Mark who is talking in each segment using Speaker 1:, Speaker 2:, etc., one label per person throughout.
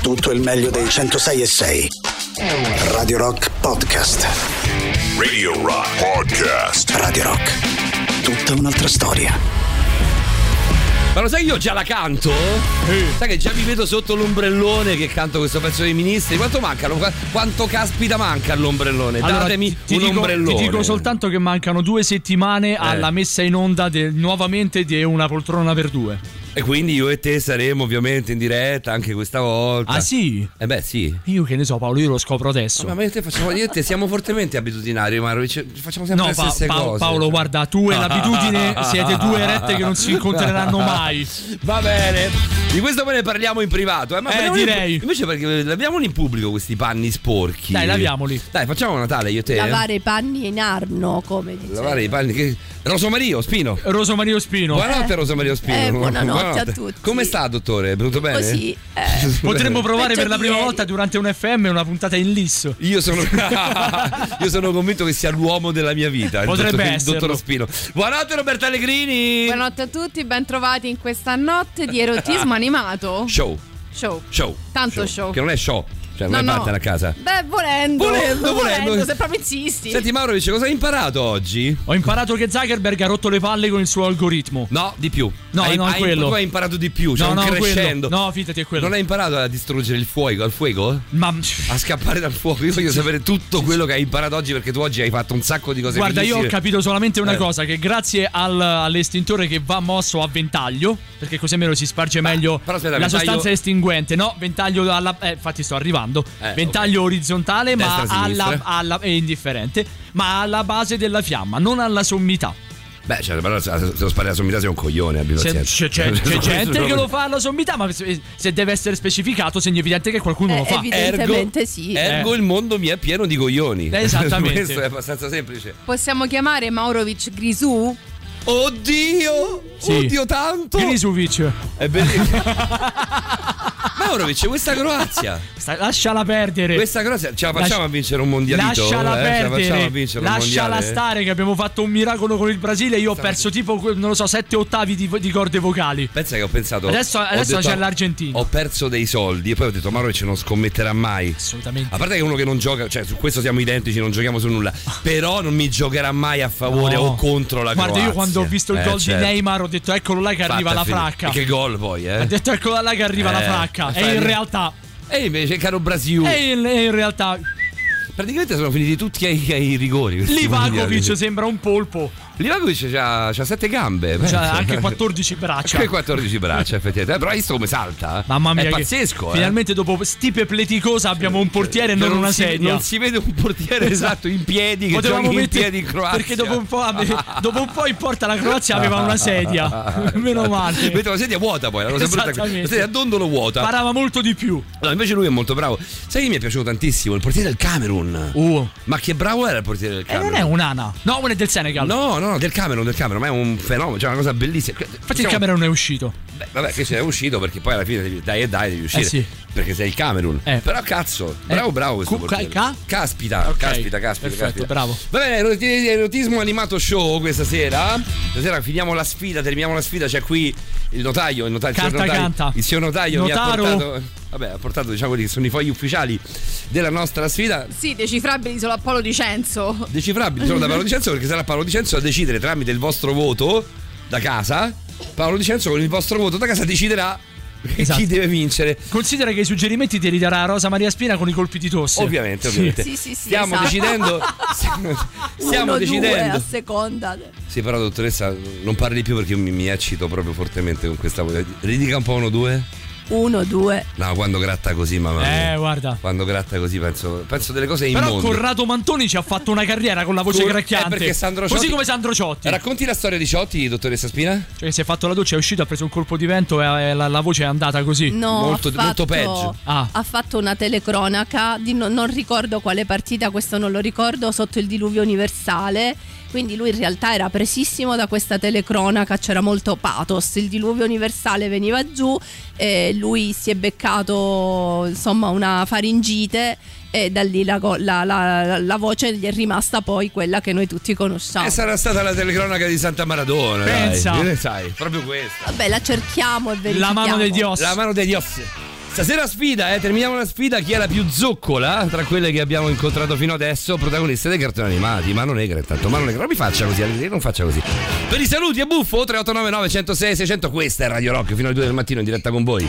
Speaker 1: tutto il meglio dei 106 e 6. Radio Rock Podcast.
Speaker 2: Radio Rock Podcast.
Speaker 1: Radio Rock. Tutta un'altra storia.
Speaker 3: Ma lo sai che io già la canto? Sai che già mi vedo sotto l'ombrellone che canto questo pezzo dei ministri. Quanto mancano? Qua- Quanto caspita manca all'ombrellone?
Speaker 4: Allora,
Speaker 3: Datemi
Speaker 4: ti
Speaker 3: un
Speaker 4: dico,
Speaker 3: ombrellone. Eh.
Speaker 4: Ti dico soltanto che mancano due settimane alla messa in onda de- nuovamente di una poltrona per due.
Speaker 3: E quindi io e te saremo ovviamente in diretta anche questa volta.
Speaker 4: Ah sì?
Speaker 3: Eh beh sì. Ah,
Speaker 4: Io che ne so Paolo, io lo scopro adesso.
Speaker 3: Ma io e te, facciamo, io e te siamo fortemente abitudinari, Maro. ci- Facciamo sempre
Speaker 4: No,
Speaker 3: le
Speaker 4: Pa-
Speaker 3: stesse
Speaker 4: Pa-
Speaker 3: cose.
Speaker 4: Paolo, guarda, tu e l'abitudine siete due erette che non si incontreranno mai.
Speaker 3: Va bene, di questo poi ne parliamo in privato. Eh, ma
Speaker 4: Eh,
Speaker 3: parliamone in-
Speaker 4: direi.
Speaker 3: invece perché laviamoli in pubblico questi panni sporchi.
Speaker 4: Dai, laviamoli.
Speaker 3: Dai, facciamo Natale io e te. eh.
Speaker 5: Lavare i panni in arno, come dice.
Speaker 3: Lavare i panni. Che... Rosomario, Spino.
Speaker 4: Rosomario Spino.
Speaker 3: Buonanotte Rosomario Spino.
Speaker 5: eh, buonanotte a tutti.
Speaker 3: Come sta, dottore? È venuto bene?
Speaker 5: Così. eh.
Speaker 4: Potremmo provare
Speaker 5: Peggio
Speaker 4: per la
Speaker 5: di
Speaker 4: prima
Speaker 5: ieri.
Speaker 4: volta durante un FM una puntata in lisso.
Speaker 3: Io sono, io sono convinto che sia l'uomo della mia vita. il
Speaker 4: Potrebbe
Speaker 3: dottor, il
Speaker 4: esserlo.
Speaker 3: dottor Spino. Buonanotte, Roberto Allegrini.
Speaker 6: Buonanotte a tutti, bentrovati in questa notte di erotismo animato.
Speaker 3: Show,
Speaker 6: Show.
Speaker 3: show.
Speaker 6: Tanto show.
Speaker 3: Che non è show, cioè non è parte da casa.
Speaker 6: Beh, volendo.
Speaker 3: Volendo, volendo.
Speaker 6: se proprio insisti.
Speaker 3: Senti, Mauro, dice cosa hai imparato oggi?
Speaker 4: Ho imparato che Zuckerberg ha rotto le palle con il suo algoritmo.
Speaker 3: No, di più.
Speaker 4: No,
Speaker 3: hai,
Speaker 4: no, è
Speaker 3: hai-
Speaker 4: quello.
Speaker 3: Tu hai imparato di più, cioè
Speaker 4: no,
Speaker 3: un
Speaker 4: no,
Speaker 3: crescendo.
Speaker 4: quello. No, fidati, è quello.
Speaker 3: Non hai imparato a distruggere il fuoco, al fuoco?
Speaker 4: Ma
Speaker 3: A scappare dal fuoco. Io voglio sapere tutto quello che hai imparato oggi perché tu oggi hai fatto un sacco di cose
Speaker 4: Guarda, io ho
Speaker 3: bellissime.
Speaker 4: capito solamente una
Speaker 3: Eh.
Speaker 4: cosa: che grazie al- all'estintore che va mosso a ventaglio, perché così almeno si sparge meglio
Speaker 3: però aspetta,
Speaker 4: la
Speaker 3: ventaglio-
Speaker 4: sostanza estinguente. No, ventaglio alla. Eh, infatti, sto arrivando.
Speaker 3: Eh,
Speaker 4: ventaglio orizzontale, ma
Speaker 3: Destra,
Speaker 4: alla,
Speaker 3: sinistra.
Speaker 4: alla- è indifferente, ma alla base della fiamma, non alla sommità.
Speaker 3: Beh, cioè, però se se lo spari alla sommità sei un coglione, abbi
Speaker 4: Se-
Speaker 3: pazienza.
Speaker 4: c'è c'è- c'è
Speaker 3: Questo
Speaker 4: gente che
Speaker 3: proprio-
Speaker 4: lo fa alla sommità, ma se, se deve essere specificato, segna evidente che qualcuno
Speaker 5: Eh,
Speaker 4: lo fa.
Speaker 5: evi-
Speaker 3: Ergo,
Speaker 5: Evidentemente sì.
Speaker 3: ergo il mondo mi è pieno di coglioni.
Speaker 4: Eh, Esattamente.
Speaker 3: Questo è abbastanza semplice.
Speaker 6: Eh. Possiamo chiamare Maurovic Grisù?
Speaker 3: Oddio!
Speaker 4: Sì.
Speaker 3: Oddio tanto!
Speaker 4: Grisuvic,
Speaker 3: È bellissimo. Maurovic, questa Croazia.
Speaker 4: sta- lasciala perdere.
Speaker 3: Questa Croazia ce la facciamo
Speaker 4: Ah. Lascia-
Speaker 3: a vincere un mondialito?
Speaker 4: Lasciala
Speaker 3: Eh, Ce la facciamo a
Speaker 4: perdere,
Speaker 3: vincere un
Speaker 4: lasciala
Speaker 3: mondiale? Esatto.
Speaker 4: stare che abbiamo fatto un miracolo con il Brasile. Io ho perso tipo, non lo so, 7 ottavi di, di corde vocali.
Speaker 3: Pensa che ho pensato.
Speaker 4: Adesso-
Speaker 3: ho
Speaker 4: adesso
Speaker 3: detto-
Speaker 4: c'è l'Argentina.
Speaker 3: Ho perso dei soldi e poi ho detto Maurovic non scommetterà mai. A
Speaker 4: Assolutamente.
Speaker 3: parte che è uno che non gioca, cioè su questo siamo identici, non giochiamo su nulla. Però non mi giocherà mai a favore
Speaker 4: Ah. No.
Speaker 3: o contro la
Speaker 4: Guarda,
Speaker 3: Croazia.
Speaker 4: io quando ho visto il
Speaker 3: Eh,
Speaker 4: gol
Speaker 3: certo.
Speaker 4: di Neymar ho detto eccolo là che
Speaker 3: Fatta
Speaker 4: arriva
Speaker 3: e
Speaker 4: la
Speaker 3: finita.
Speaker 4: fracca.
Speaker 3: E che gol poi,
Speaker 4: Ha
Speaker 3: eh?
Speaker 4: detto eccola là che arriva la
Speaker 3: Eh,
Speaker 4: fracca. E
Speaker 3: fai-
Speaker 4: in realtà...
Speaker 3: E invece, caro Brasil,
Speaker 4: E in, e in realtà...
Speaker 3: praticamente sono finiti tutti ai, ai rigori. questi mondiali.
Speaker 4: Livakovic sembra un polpo.
Speaker 3: Livakovic c'ha, c'ha sette gambe.
Speaker 4: Cioè,
Speaker 3: pensa.
Speaker 4: anche 14 braccia.
Speaker 3: Anche 14 braccia, effettivamente. Eh, però hai visto come salta?
Speaker 4: Mamma mia,
Speaker 3: È
Speaker 4: che-
Speaker 3: pazzesco, eh.
Speaker 4: Finalmente dopo stipe pleticosa abbiamo un portiere e
Speaker 3: Cioè,
Speaker 4: non, una
Speaker 3: si,
Speaker 4: sedia.
Speaker 3: Non si vede un portiere esatto in piedi che
Speaker 4: Potevamo
Speaker 3: giochi in
Speaker 4: mettere
Speaker 3: piedi in Croazia.
Speaker 4: perché dopo un, po', ave- dopo un po' in porta la Croazia aveva una sedia. Meno male.
Speaker 3: Mette una sedia vuota poi, Esatto. la cosa brutta. La
Speaker 4: Esattamente.
Speaker 3: sedia a dondolo vuota.
Speaker 4: Parava molto di più.
Speaker 3: No, invece lui è molto bravo. Sai che mi è piaciuto tantissimo? Il portiere del Camerun.
Speaker 4: Uh.
Speaker 3: Ma che bravo era il portiere del
Speaker 4: E
Speaker 3: Camerun.
Speaker 4: Eh, non è un'ana. No, uno è del Senegal.
Speaker 3: No, no, no, del Camerun, del Camerun, ma è un fenomeno, cioè una cosa bellissima.
Speaker 4: Infatti il Camerun è uscito.
Speaker 3: Beh, vabbè, che se è uscito perché poi alla fine devi, dai e dai devi uscire.
Speaker 4: Eh sì.
Speaker 3: Perché sei il Camerun.
Speaker 4: Eh.
Speaker 3: Però cazzo, bravo bravo questo
Speaker 4: cu-
Speaker 3: portiere.
Speaker 4: ca-
Speaker 3: Caspita,
Speaker 4: Ok,
Speaker 3: caspita, caspita,
Speaker 4: perfetto,
Speaker 3: caspita.
Speaker 4: bravo.
Speaker 3: Va bene, eroti- erotismo animato show questa sera. Stasera finiamo la sfida, terminiamo la sfida, c'è qui il notaio, il notaio, il signor
Speaker 4: Canta,
Speaker 3: notaio,
Speaker 4: canta.
Speaker 3: Il signor notaio
Speaker 4: Notaro.
Speaker 3: mi ha portato Vabbè, ha portato diciamo quelli che sono i fogli ufficiali della nostra sfida.
Speaker 6: Sì, decifrabili solo a Paolo Dicenzo.
Speaker 3: Decifrabili sono da Paolo Dicenzo perché sarà Paolo Dicenzo a decidere tramite il vostro voto da casa. Paolo Dicenzo con il vostro voto da casa deciderà
Speaker 4: Esatto.
Speaker 3: chi deve vincere.
Speaker 4: Considera che i suggerimenti te li darà Rosa Maria Spina con i colpi di tosse.
Speaker 3: Ovviamente, ovviamente.
Speaker 5: Sì, sì, sì,
Speaker 3: stiamo
Speaker 5: esatto.
Speaker 3: decidendo. Stiamo, stiamo
Speaker 5: Uno, Due,
Speaker 3: decidendo.
Speaker 5: a seconda.
Speaker 3: Sì, però, dottoressa, non parli più perché io mi, mi eccito proprio fortemente con questa voce. Ridica un po' uno, due.
Speaker 5: Uno, due.
Speaker 3: No, quando gratta così, mamma mia.
Speaker 4: Eh, guarda.
Speaker 3: Quando gratta così, penso, penso delle cose
Speaker 4: Però
Speaker 3: immonde.
Speaker 4: Corrado Mantoni ci ha fatto una carriera con la voce
Speaker 3: Cor-
Speaker 4: cracchiante.
Speaker 3: eh, perché Sandro
Speaker 4: Così
Speaker 3: Ciotti-
Speaker 4: come Sandro Ciotti.
Speaker 3: Racconti la storia di Ciotti, dottoressa Spina?
Speaker 4: Cioè, si è fatto la doccia, è uscito, ha preso un colpo di vento e eh, la, la voce è andata così.
Speaker 5: No,
Speaker 3: Molto-
Speaker 5: ha fatto,
Speaker 3: molto peggio.
Speaker 4: Ah.
Speaker 5: Ha fatto una telecronaca, di no- non ricordo quale partita, questo non lo ricordo, sotto il diluvio universale. Quindi lui in realtà era presissimo da questa telecronaca, c'era molto pathos, il diluvio universale veniva giù, e lui si è beccato insomma una faringite e da lì la, go- la- la- la voce gli è rimasta poi quella che noi tutti conosciamo.
Speaker 3: Eh, sarà stata la telecronaca di Santa Maradona.
Speaker 4: Pensa.
Speaker 3: Dai, che ne sai, proprio questa.
Speaker 5: Vabbè, la cerchiamo e verifichiamo.
Speaker 4: La mano dei dios.
Speaker 3: La mano dei dios. Stasera sfida, eh, terminiamo la sfida. Chi è la più zoccola tra quelle che abbiamo incontrato fino adesso? Protagoniste dei cartoni animati. Mano negra, intanto. Mano negra, non mi faccia così, Alisei, non faccia così. Per i saluti a buffo, 3899 106 600. Questa è Radio Rock fino alle 2 del mattino in diretta con voi.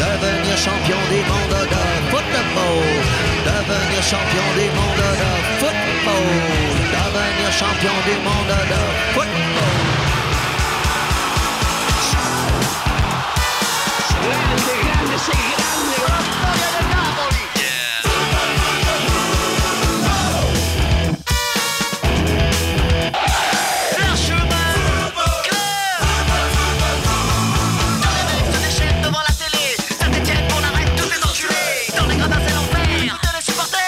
Speaker 7: Devenir champion du monde de football. Devenir champion du monde de football. Devenir champion du monde de football.
Speaker 8: Dans les chaînes devant la télé, ça t'étienne qu'on arrête tous les enculés. Dans les gradins, c'est l'enfer de les supporters.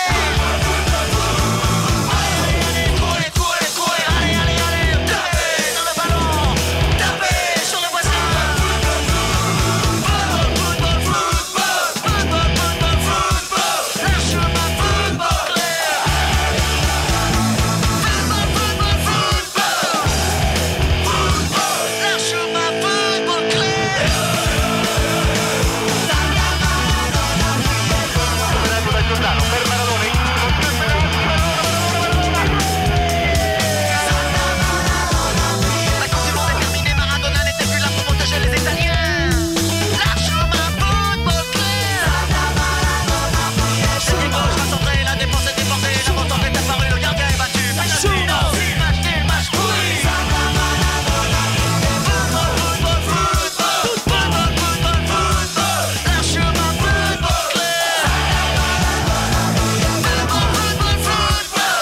Speaker 8: Allez, allez, allez, courez, courez, courez. Allez, allez, allez, tapez dans le ballon. Tapez sur le voisin. Football, football, football. Football, football, football. Lâche ma football. Football, football, football. Football, lâche ma football clé. La Coupe du Monde est terminée, Maradona n'était plus là pour protéger les Italiens. Lâche ma football club. C'est dimanche, rassemblé, la défense est débordée, la montante est apparue, le gardien est battu. Penalty, non, c'est match nul, match pourri. Football, football, football. Football, football, football. Lâche ma football club. Football, football, football. Lâche ma football club.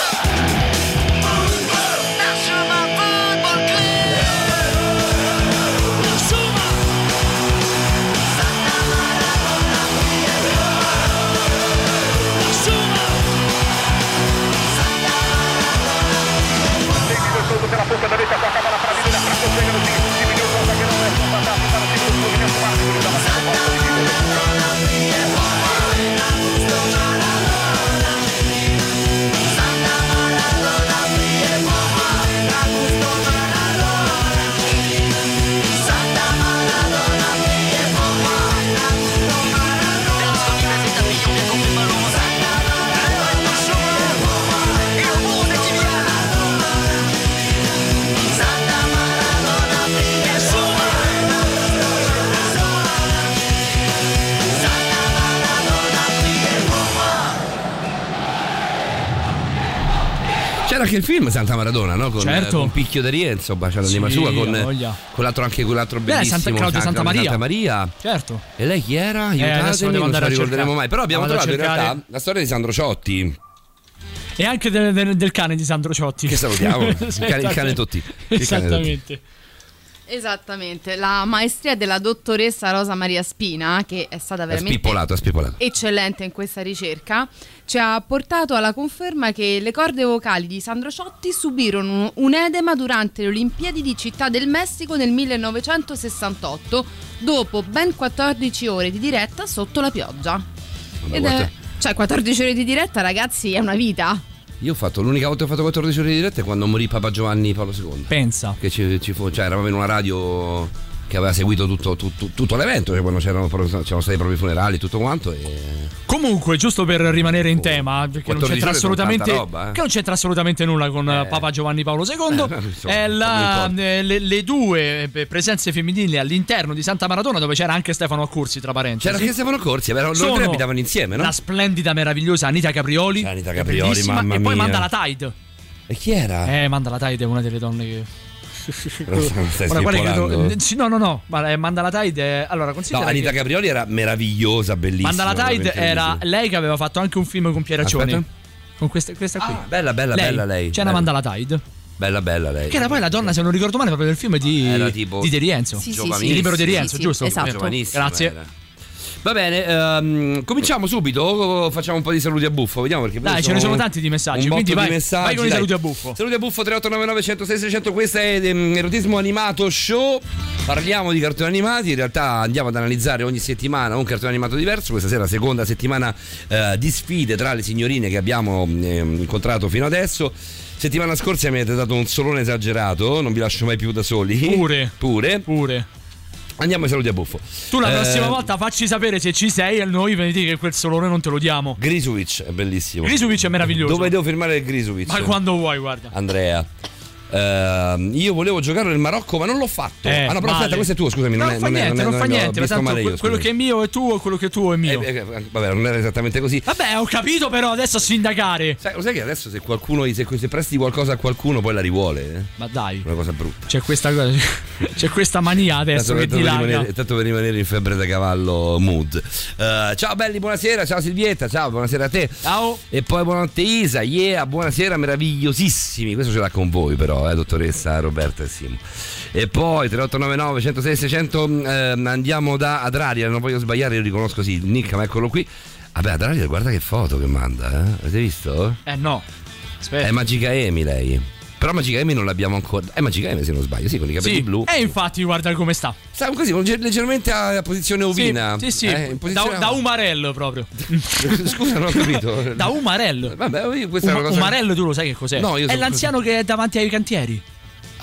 Speaker 3: C'era anche il film Santa Maradona, no? Con,
Speaker 4: Certo.
Speaker 3: con Picchio da Rienzo, baciando
Speaker 4: Sì,
Speaker 3: anima sua, con,
Speaker 4: ha voglia.
Speaker 3: con l'altro anche quell'altro
Speaker 4: Beh,
Speaker 3: bellissimo.
Speaker 4: Santa- Claudio
Speaker 3: San-
Speaker 4: Santa Maria.
Speaker 3: Santa Maria.
Speaker 4: Certo.
Speaker 3: E lei chi era?
Speaker 4: Eh, adesso
Speaker 3: Aiutatemi,
Speaker 4: devo
Speaker 3: non ce
Speaker 4: andare
Speaker 3: la
Speaker 4: a
Speaker 3: ricorderemo
Speaker 4: cercare.
Speaker 3: mai. Però abbiamo
Speaker 4: Vado a
Speaker 3: trovato in
Speaker 4: cercare.
Speaker 3: realtà la storia di Sandro Ciotti.
Speaker 4: E anche del, del- del cane di Sandro Ciotti.
Speaker 3: Che salutiamo. Il cane- il cane
Speaker 4: Esattamente.
Speaker 3: Totti. Il cane Totti.
Speaker 4: Esattamente.
Speaker 6: Esattamente, la maestria della dottoressa Rosa Maria Spina, che è stata
Speaker 3: Ha
Speaker 6: veramente
Speaker 3: spippolato, ha spippolato.
Speaker 6: eccellente in questa ricerca, ci ha portato alla conferma che le corde vocali di Sandro Ciotti subirono un edema durante le Olimpiadi di Città del Messico nel 1968, dopo ben 14 ore di diretta sotto la pioggia.
Speaker 3: Vabbè,
Speaker 6: Ed è-
Speaker 3: guarda,
Speaker 6: cioè 14 ore di diretta ragazzi è una vita.
Speaker 3: Io ho fatto l'unica volta che ho fatto 14 ore di diretta è quando morì Papa Giovanni Paolo II.
Speaker 4: Pensa.
Speaker 3: Che ci, ci fu, cioè, eravamo in una radio che aveva seguito tutto, tutto- tutto l'evento, cioè quando c'erano, proprio- c'erano stati i propri funerali e tutto quanto. E...
Speaker 4: Comunque, giusto per rimanere in
Speaker 3: Oh,
Speaker 4: tema, perché non
Speaker 3: 14
Speaker 4: c'entra
Speaker 3: ore sono
Speaker 4: assolutamente,
Speaker 3: tanta roba, eh.
Speaker 4: che non c'entra assolutamente nulla con eh, Papa Giovanni Paolo
Speaker 3: Eh,
Speaker 4: II,
Speaker 3: insomma,
Speaker 4: è la-
Speaker 3: non mi
Speaker 4: eh, le, le due eh, presenze femminili all'interno di Santa Maratona, dove c'era anche Stefano Accursi, tra parentesi.
Speaker 3: C'era anche Stefano Corsi, erano loro tre
Speaker 4: Sono
Speaker 3: abitavano insieme, Eh, no?
Speaker 4: La splendida, meravigliosa Anita Caprioli.
Speaker 3: C'è Anita
Speaker 4: che è
Speaker 3: Caprioli,
Speaker 4: bellissima,
Speaker 3: mamma
Speaker 4: E poi
Speaker 3: mia.
Speaker 4: manda la Tide.
Speaker 3: E chi era?
Speaker 4: Eh, manda la Tide è una delle donne che...
Speaker 3: Non so, non stai
Speaker 4: Ora, quella credo-
Speaker 3: spipolando.
Speaker 4: eh, sì, no, no, no, ma eh, manda la Tide... è- Allora,
Speaker 3: No,
Speaker 4: considera
Speaker 3: Anita
Speaker 4: che
Speaker 3: Caprioli era meravigliosa, bellissima.
Speaker 4: Manda la Tide
Speaker 3: veramente
Speaker 4: era
Speaker 3: bellissima.
Speaker 4: lei che aveva fatto anche un film con Pieraccioni.
Speaker 3: Aspetta.
Speaker 4: Con questa, questa qui.
Speaker 3: Ah, bella, bella, bella lei.
Speaker 4: C'era
Speaker 3: Bella.
Speaker 4: Mandala Tide.
Speaker 3: Bella, bella lei.
Speaker 4: Che era poi la donna, se non ricordo male, proprio del film di,
Speaker 3: Era tipo-
Speaker 4: di De Rienzo.
Speaker 5: Sì, sì,
Speaker 3: Giovanissima.
Speaker 5: sì.
Speaker 4: Il libero di
Speaker 5: Sì,
Speaker 4: Rienzo,
Speaker 5: sì,
Speaker 4: giusto?
Speaker 5: esatto.
Speaker 3: Giovanissima
Speaker 4: Grazie.
Speaker 3: era. Va bene, ehm, cominciamo subito. Facciamo un po' di saluti a buffo. Vediamo perché. poi
Speaker 4: Dai, ce ne sono tanti di
Speaker 3: un
Speaker 4: messaggi,
Speaker 3: botto
Speaker 4: quindi
Speaker 3: di
Speaker 4: vai-
Speaker 3: messaggi,
Speaker 4: vai con i
Speaker 3: dai.
Speaker 4: saluti a buffo.
Speaker 3: Saluti a buffo 3899 106 600. Questo è ehm, Erotismo Animato Show. Parliamo di cartoni animati, in realtà andiamo ad analizzare ogni settimana un cartone animato diverso, questa sera seconda settimana eh, di sfide tra le signorine che abbiamo ehm, incontrato fino adesso. Settimana scorsa mi avete dato un solone esagerato, non vi lascio mai più da soli.
Speaker 4: Pure.
Speaker 3: Pure.
Speaker 4: Pure.
Speaker 3: Andiamo ai saluti a buffo.
Speaker 4: Tu la
Speaker 3: Eh,
Speaker 4: prossima volta facci sapere se ci sei e noi venite che quel solone non te lo diamo.
Speaker 3: Grisuvic è bellissimo.
Speaker 4: Grisuvic è meraviglioso.
Speaker 3: Dove devo firmare il Grisuvic?
Speaker 4: Ma quando vuoi, guarda.
Speaker 3: Andrea. Ehm, io volevo giocare nel Marocco, ma non l'ho fatto.
Speaker 4: Eh,
Speaker 3: ah, no, però
Speaker 4: male.
Speaker 3: aspetta, questo è tuo, scusami.
Speaker 4: Non,
Speaker 3: è-
Speaker 4: fa
Speaker 3: è-
Speaker 4: niente,
Speaker 3: è-
Speaker 4: non, fa
Speaker 3: no,
Speaker 4: niente.
Speaker 3: ho
Speaker 4: ma
Speaker 3: visto
Speaker 4: tanto
Speaker 3: male io,
Speaker 4: que- quello che è
Speaker 3: scusami.
Speaker 4: mio è tuo, quello che è tuo è mio.
Speaker 3: Eh, eh, vabbè, non era esattamente così.
Speaker 4: Vabbè, ho capito, però adesso a sindacare.
Speaker 3: Sai, lo sai che adesso se qualcuno se, se presti qualcosa a qualcuno poi la rivuole. eh?
Speaker 4: Ma dai,
Speaker 3: Una cosa brutta.
Speaker 4: c'è questa cosa. C'è questa mania adesso che
Speaker 3: tanto,
Speaker 4: ti
Speaker 3: per
Speaker 4: larga.
Speaker 3: rimanere, tanto per rimanere in febbre da cavallo mood. Eh, ciao belli, buonasera, ciao Silvietta, ciao, buonasera a te.
Speaker 4: Ciao.
Speaker 3: E poi buonanotte Isa, yeah, buonasera, meravigliosissimi. Questo ce l'ha con voi però, eh, dottoressa Roberta e Simo. E poi 3899 106 600 ehm, andiamo da Adraria, non voglio sbagliare, io riconosco sì, il nick, ma eccolo qui. Vabbè, Adraria, guarda che foto che manda, eh. Avete visto?
Speaker 4: Eh no. Aspetta.
Speaker 3: È Magica Emi lei. Però Magica Emi non l'abbiamo ancora. È Magica Emi se non sbaglio, sì, con i capelli
Speaker 4: sì. Eh,
Speaker 3: blu.
Speaker 4: E infatti, guarda come sta.
Speaker 3: Sta così, legge- leggermente a a posizione ovina.
Speaker 4: Sì, sì. sì.
Speaker 3: Eh, in
Speaker 4: da,
Speaker 3: posizione-
Speaker 4: da umarello proprio.
Speaker 3: Scusa, non ho capito.
Speaker 4: da umarello.
Speaker 3: Eh, Vabbè, io questa è
Speaker 4: Uma-
Speaker 3: una cosa.
Speaker 4: umarello, tu lo sai che cos'è?
Speaker 3: No, io
Speaker 4: è
Speaker 3: so-
Speaker 4: l'anziano che è davanti ai cantieri.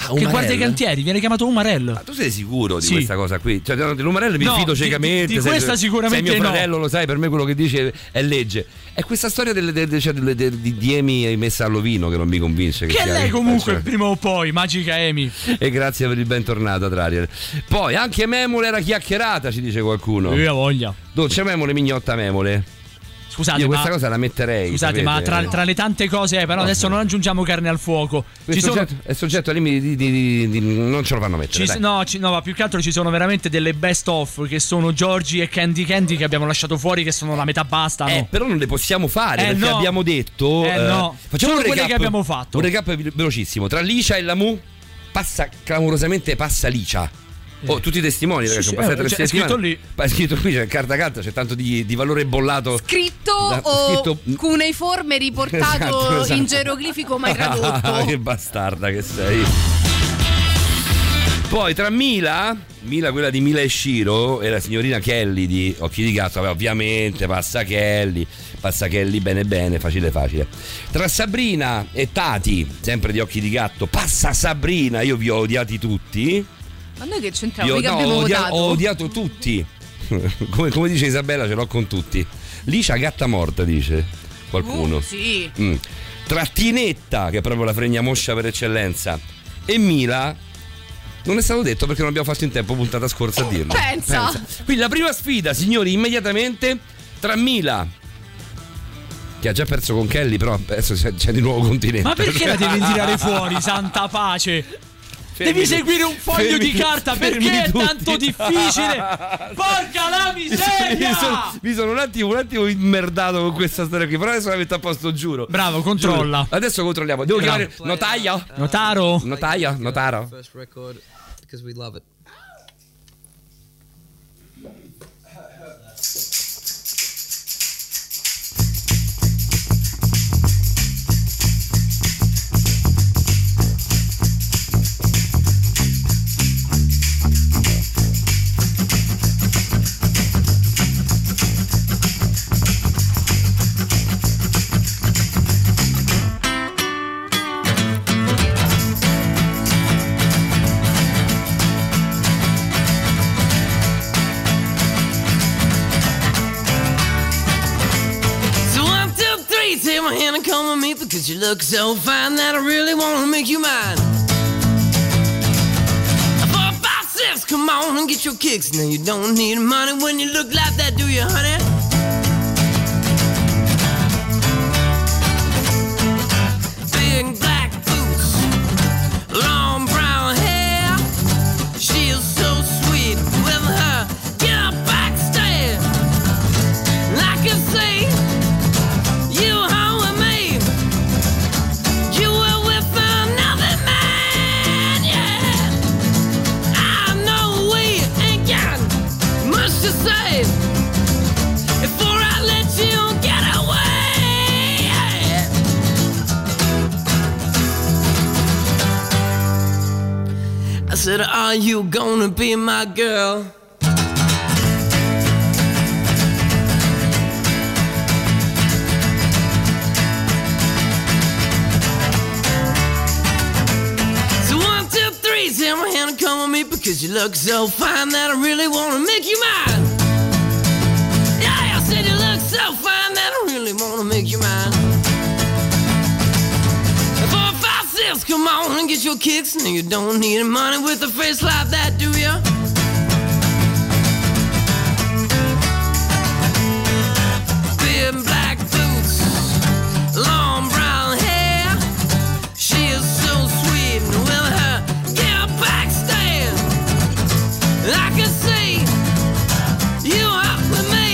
Speaker 3: Ah,
Speaker 4: Che
Speaker 3: Umarell?
Speaker 4: guarda i cantieri, viene chiamato umarello.
Speaker 3: Ma tu sei sicuro di
Speaker 4: Sì.
Speaker 3: questa cosa qui? Cioè, no, dell'umarello mi
Speaker 4: No,
Speaker 3: fido
Speaker 4: di-
Speaker 3: ciecamente.
Speaker 4: di- di
Speaker 3: sei-
Speaker 4: questa sicuramente
Speaker 3: Sei mio
Speaker 4: no.
Speaker 3: fratello, lo sai, per me quello che dice è legge. È questa storia delle, delle- cioè, delle- delle- di, di Emi messa all'ovino che non mi convince. Che,
Speaker 4: Che
Speaker 3: sia-
Speaker 4: lei comunque
Speaker 3: cioè.
Speaker 4: prima o poi, magica Amy.
Speaker 3: E grazie per il bentornato, Adrariel. Poi anche Memole era chiacchierata, ci dice qualcuno.
Speaker 4: Io voglia.
Speaker 3: Dolce Memole, mignotta Memole.
Speaker 4: Scusate,
Speaker 3: Io
Speaker 4: ma,
Speaker 3: questa cosa la metterei.
Speaker 4: scusate, ma tra,
Speaker 3: sapete?
Speaker 4: tra le tante cose, eh, però adesso non aggiungiamo carne al fuoco.
Speaker 3: È
Speaker 4: Ci sono,
Speaker 3: soggetto, è soggetto a limiti di, di- di- di- non ce lo fanno mettere.
Speaker 4: ci-
Speaker 3: dai.
Speaker 4: no, ci- no, ma più che altro ci sono veramente delle best of che sono Giorgi e Candy Candy che abbiamo lasciato fuori, che sono la metà basta.
Speaker 3: Eh,
Speaker 4: no.
Speaker 3: però non le possiamo fare
Speaker 4: Eh,
Speaker 3: perché
Speaker 4: no.
Speaker 3: abbiamo detto.
Speaker 4: Eh, no.
Speaker 3: Facciamo
Speaker 4: Solo
Speaker 3: un
Speaker 4: quelle
Speaker 3: recap,
Speaker 4: che abbiamo fatto.
Speaker 3: Un recap ve- velocissimo. Tra Licia e Lamu passa clamorosamente passa Licia. Oh, tutti i testimoni,
Speaker 4: Eh. Sì,
Speaker 3: ragazzi,
Speaker 4: sì,
Speaker 3: sono passate
Speaker 4: eh,
Speaker 3: tre
Speaker 4: cioè, è
Speaker 3: settimane.
Speaker 4: scritto lì.
Speaker 3: Pa- È scritto qui, c'è carta carta, c'è tanto di, di valore bollato.
Speaker 5: Scritto
Speaker 3: Da-
Speaker 5: o
Speaker 3: scritto-
Speaker 5: cuneiforme riportato
Speaker 3: Esatto, esatto.
Speaker 5: in geroglifico mai
Speaker 3: Ah, che
Speaker 5: tradotto.
Speaker 3: bastarda che sei. Poi tra Mila, Mila quella di Mila e Shiro e la signorina Kelly di Occhi di Gatto, vabbè, ovviamente passa Kelly, passa Kelly bene bene, facile facile. Tra Sabrina e Tati, sempre di Occhi di Gatto, passa Sabrina, io vi ho odiati tutti.
Speaker 6: Ma noi che
Speaker 3: Vi
Speaker 6: c'entriamo?
Speaker 3: ho-
Speaker 6: Cioè, Mica
Speaker 3: no,
Speaker 6: abbiamo
Speaker 3: ho, odia-
Speaker 6: votato.
Speaker 3: ho odiato tutti. come, come dice Isabella, ce l'ho con tutti. Licia gatta morta, dice qualcuno.
Speaker 6: Uh, sì.
Speaker 3: Mm. Tra Tinetta, che è proprio la fregnamoscia per eccellenza, e Mila. Non è stato detto perché non abbiamo fatto in tempo puntata scorsa a
Speaker 6: Eh,
Speaker 3: dirlo.
Speaker 5: Pensa.
Speaker 3: Quindi la prima sfida, signori, immediatamente tra Mila, che ha già perso con Kelly, però adesso c'è, c'è di nuovo continente.
Speaker 4: Ma perché la devi tirare fuori, santa pace? Devi seguire un foglio di carta perché è tanto difficile. Porca la
Speaker 3: Mi
Speaker 4: miseria!
Speaker 3: sono, mi sono un, attimo, un attimo immerdato con questa storia qui, però adesso la metto a posto, giuro.
Speaker 4: Bravo, controlla.
Speaker 3: Giuro. Adesso controlliamo. Devo
Speaker 4: Bravo.
Speaker 3: chiamare notaio.
Speaker 4: Notaro?
Speaker 3: Notaio, notaro.
Speaker 7: First record, because we love it.
Speaker 9: So one, two, three, take my hand and come with me because you look so fine that I really want to make you mine. Four, five, six, come on and get your kicks. Now you don't need money when you look like that, do you, honey? Big black boots, long brown hair. She is so sweet with her. Get up backstage. I can see you hung with me. You were with another man, yeah. I know we ain't got much to say. said, Are you gonna be my girl? So one, two, three, take my hand and come with me because you look so fine that I really wanna make you mine. Yeah, I said you look so fine that I really wanna make you mine. Four, five, six, come on and get your kicks. Now you don't need money with a face like that, do ya? Big black boots, long brown hair. She is so sweet, and will her get a back stand? I can see you up with me.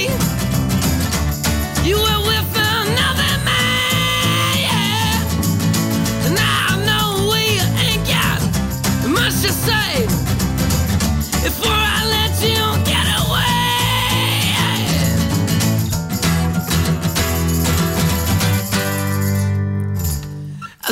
Speaker 9: You were with another man, yeah. And I know we ain't got much to say. Before I let you get away. I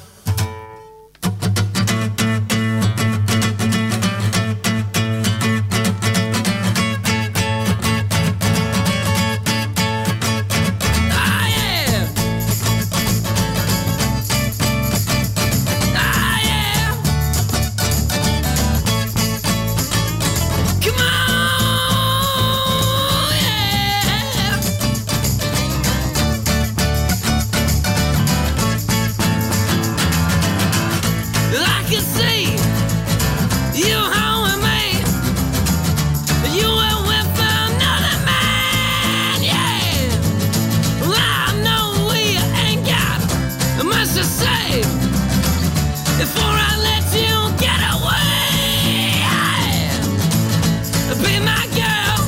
Speaker 9: Ah, yeah. Ah, yeah. Come on, yeah. I can see you holding me. You were with another man, yeah. Well, I know we ain't got much to say before I let you get away. Be my girl,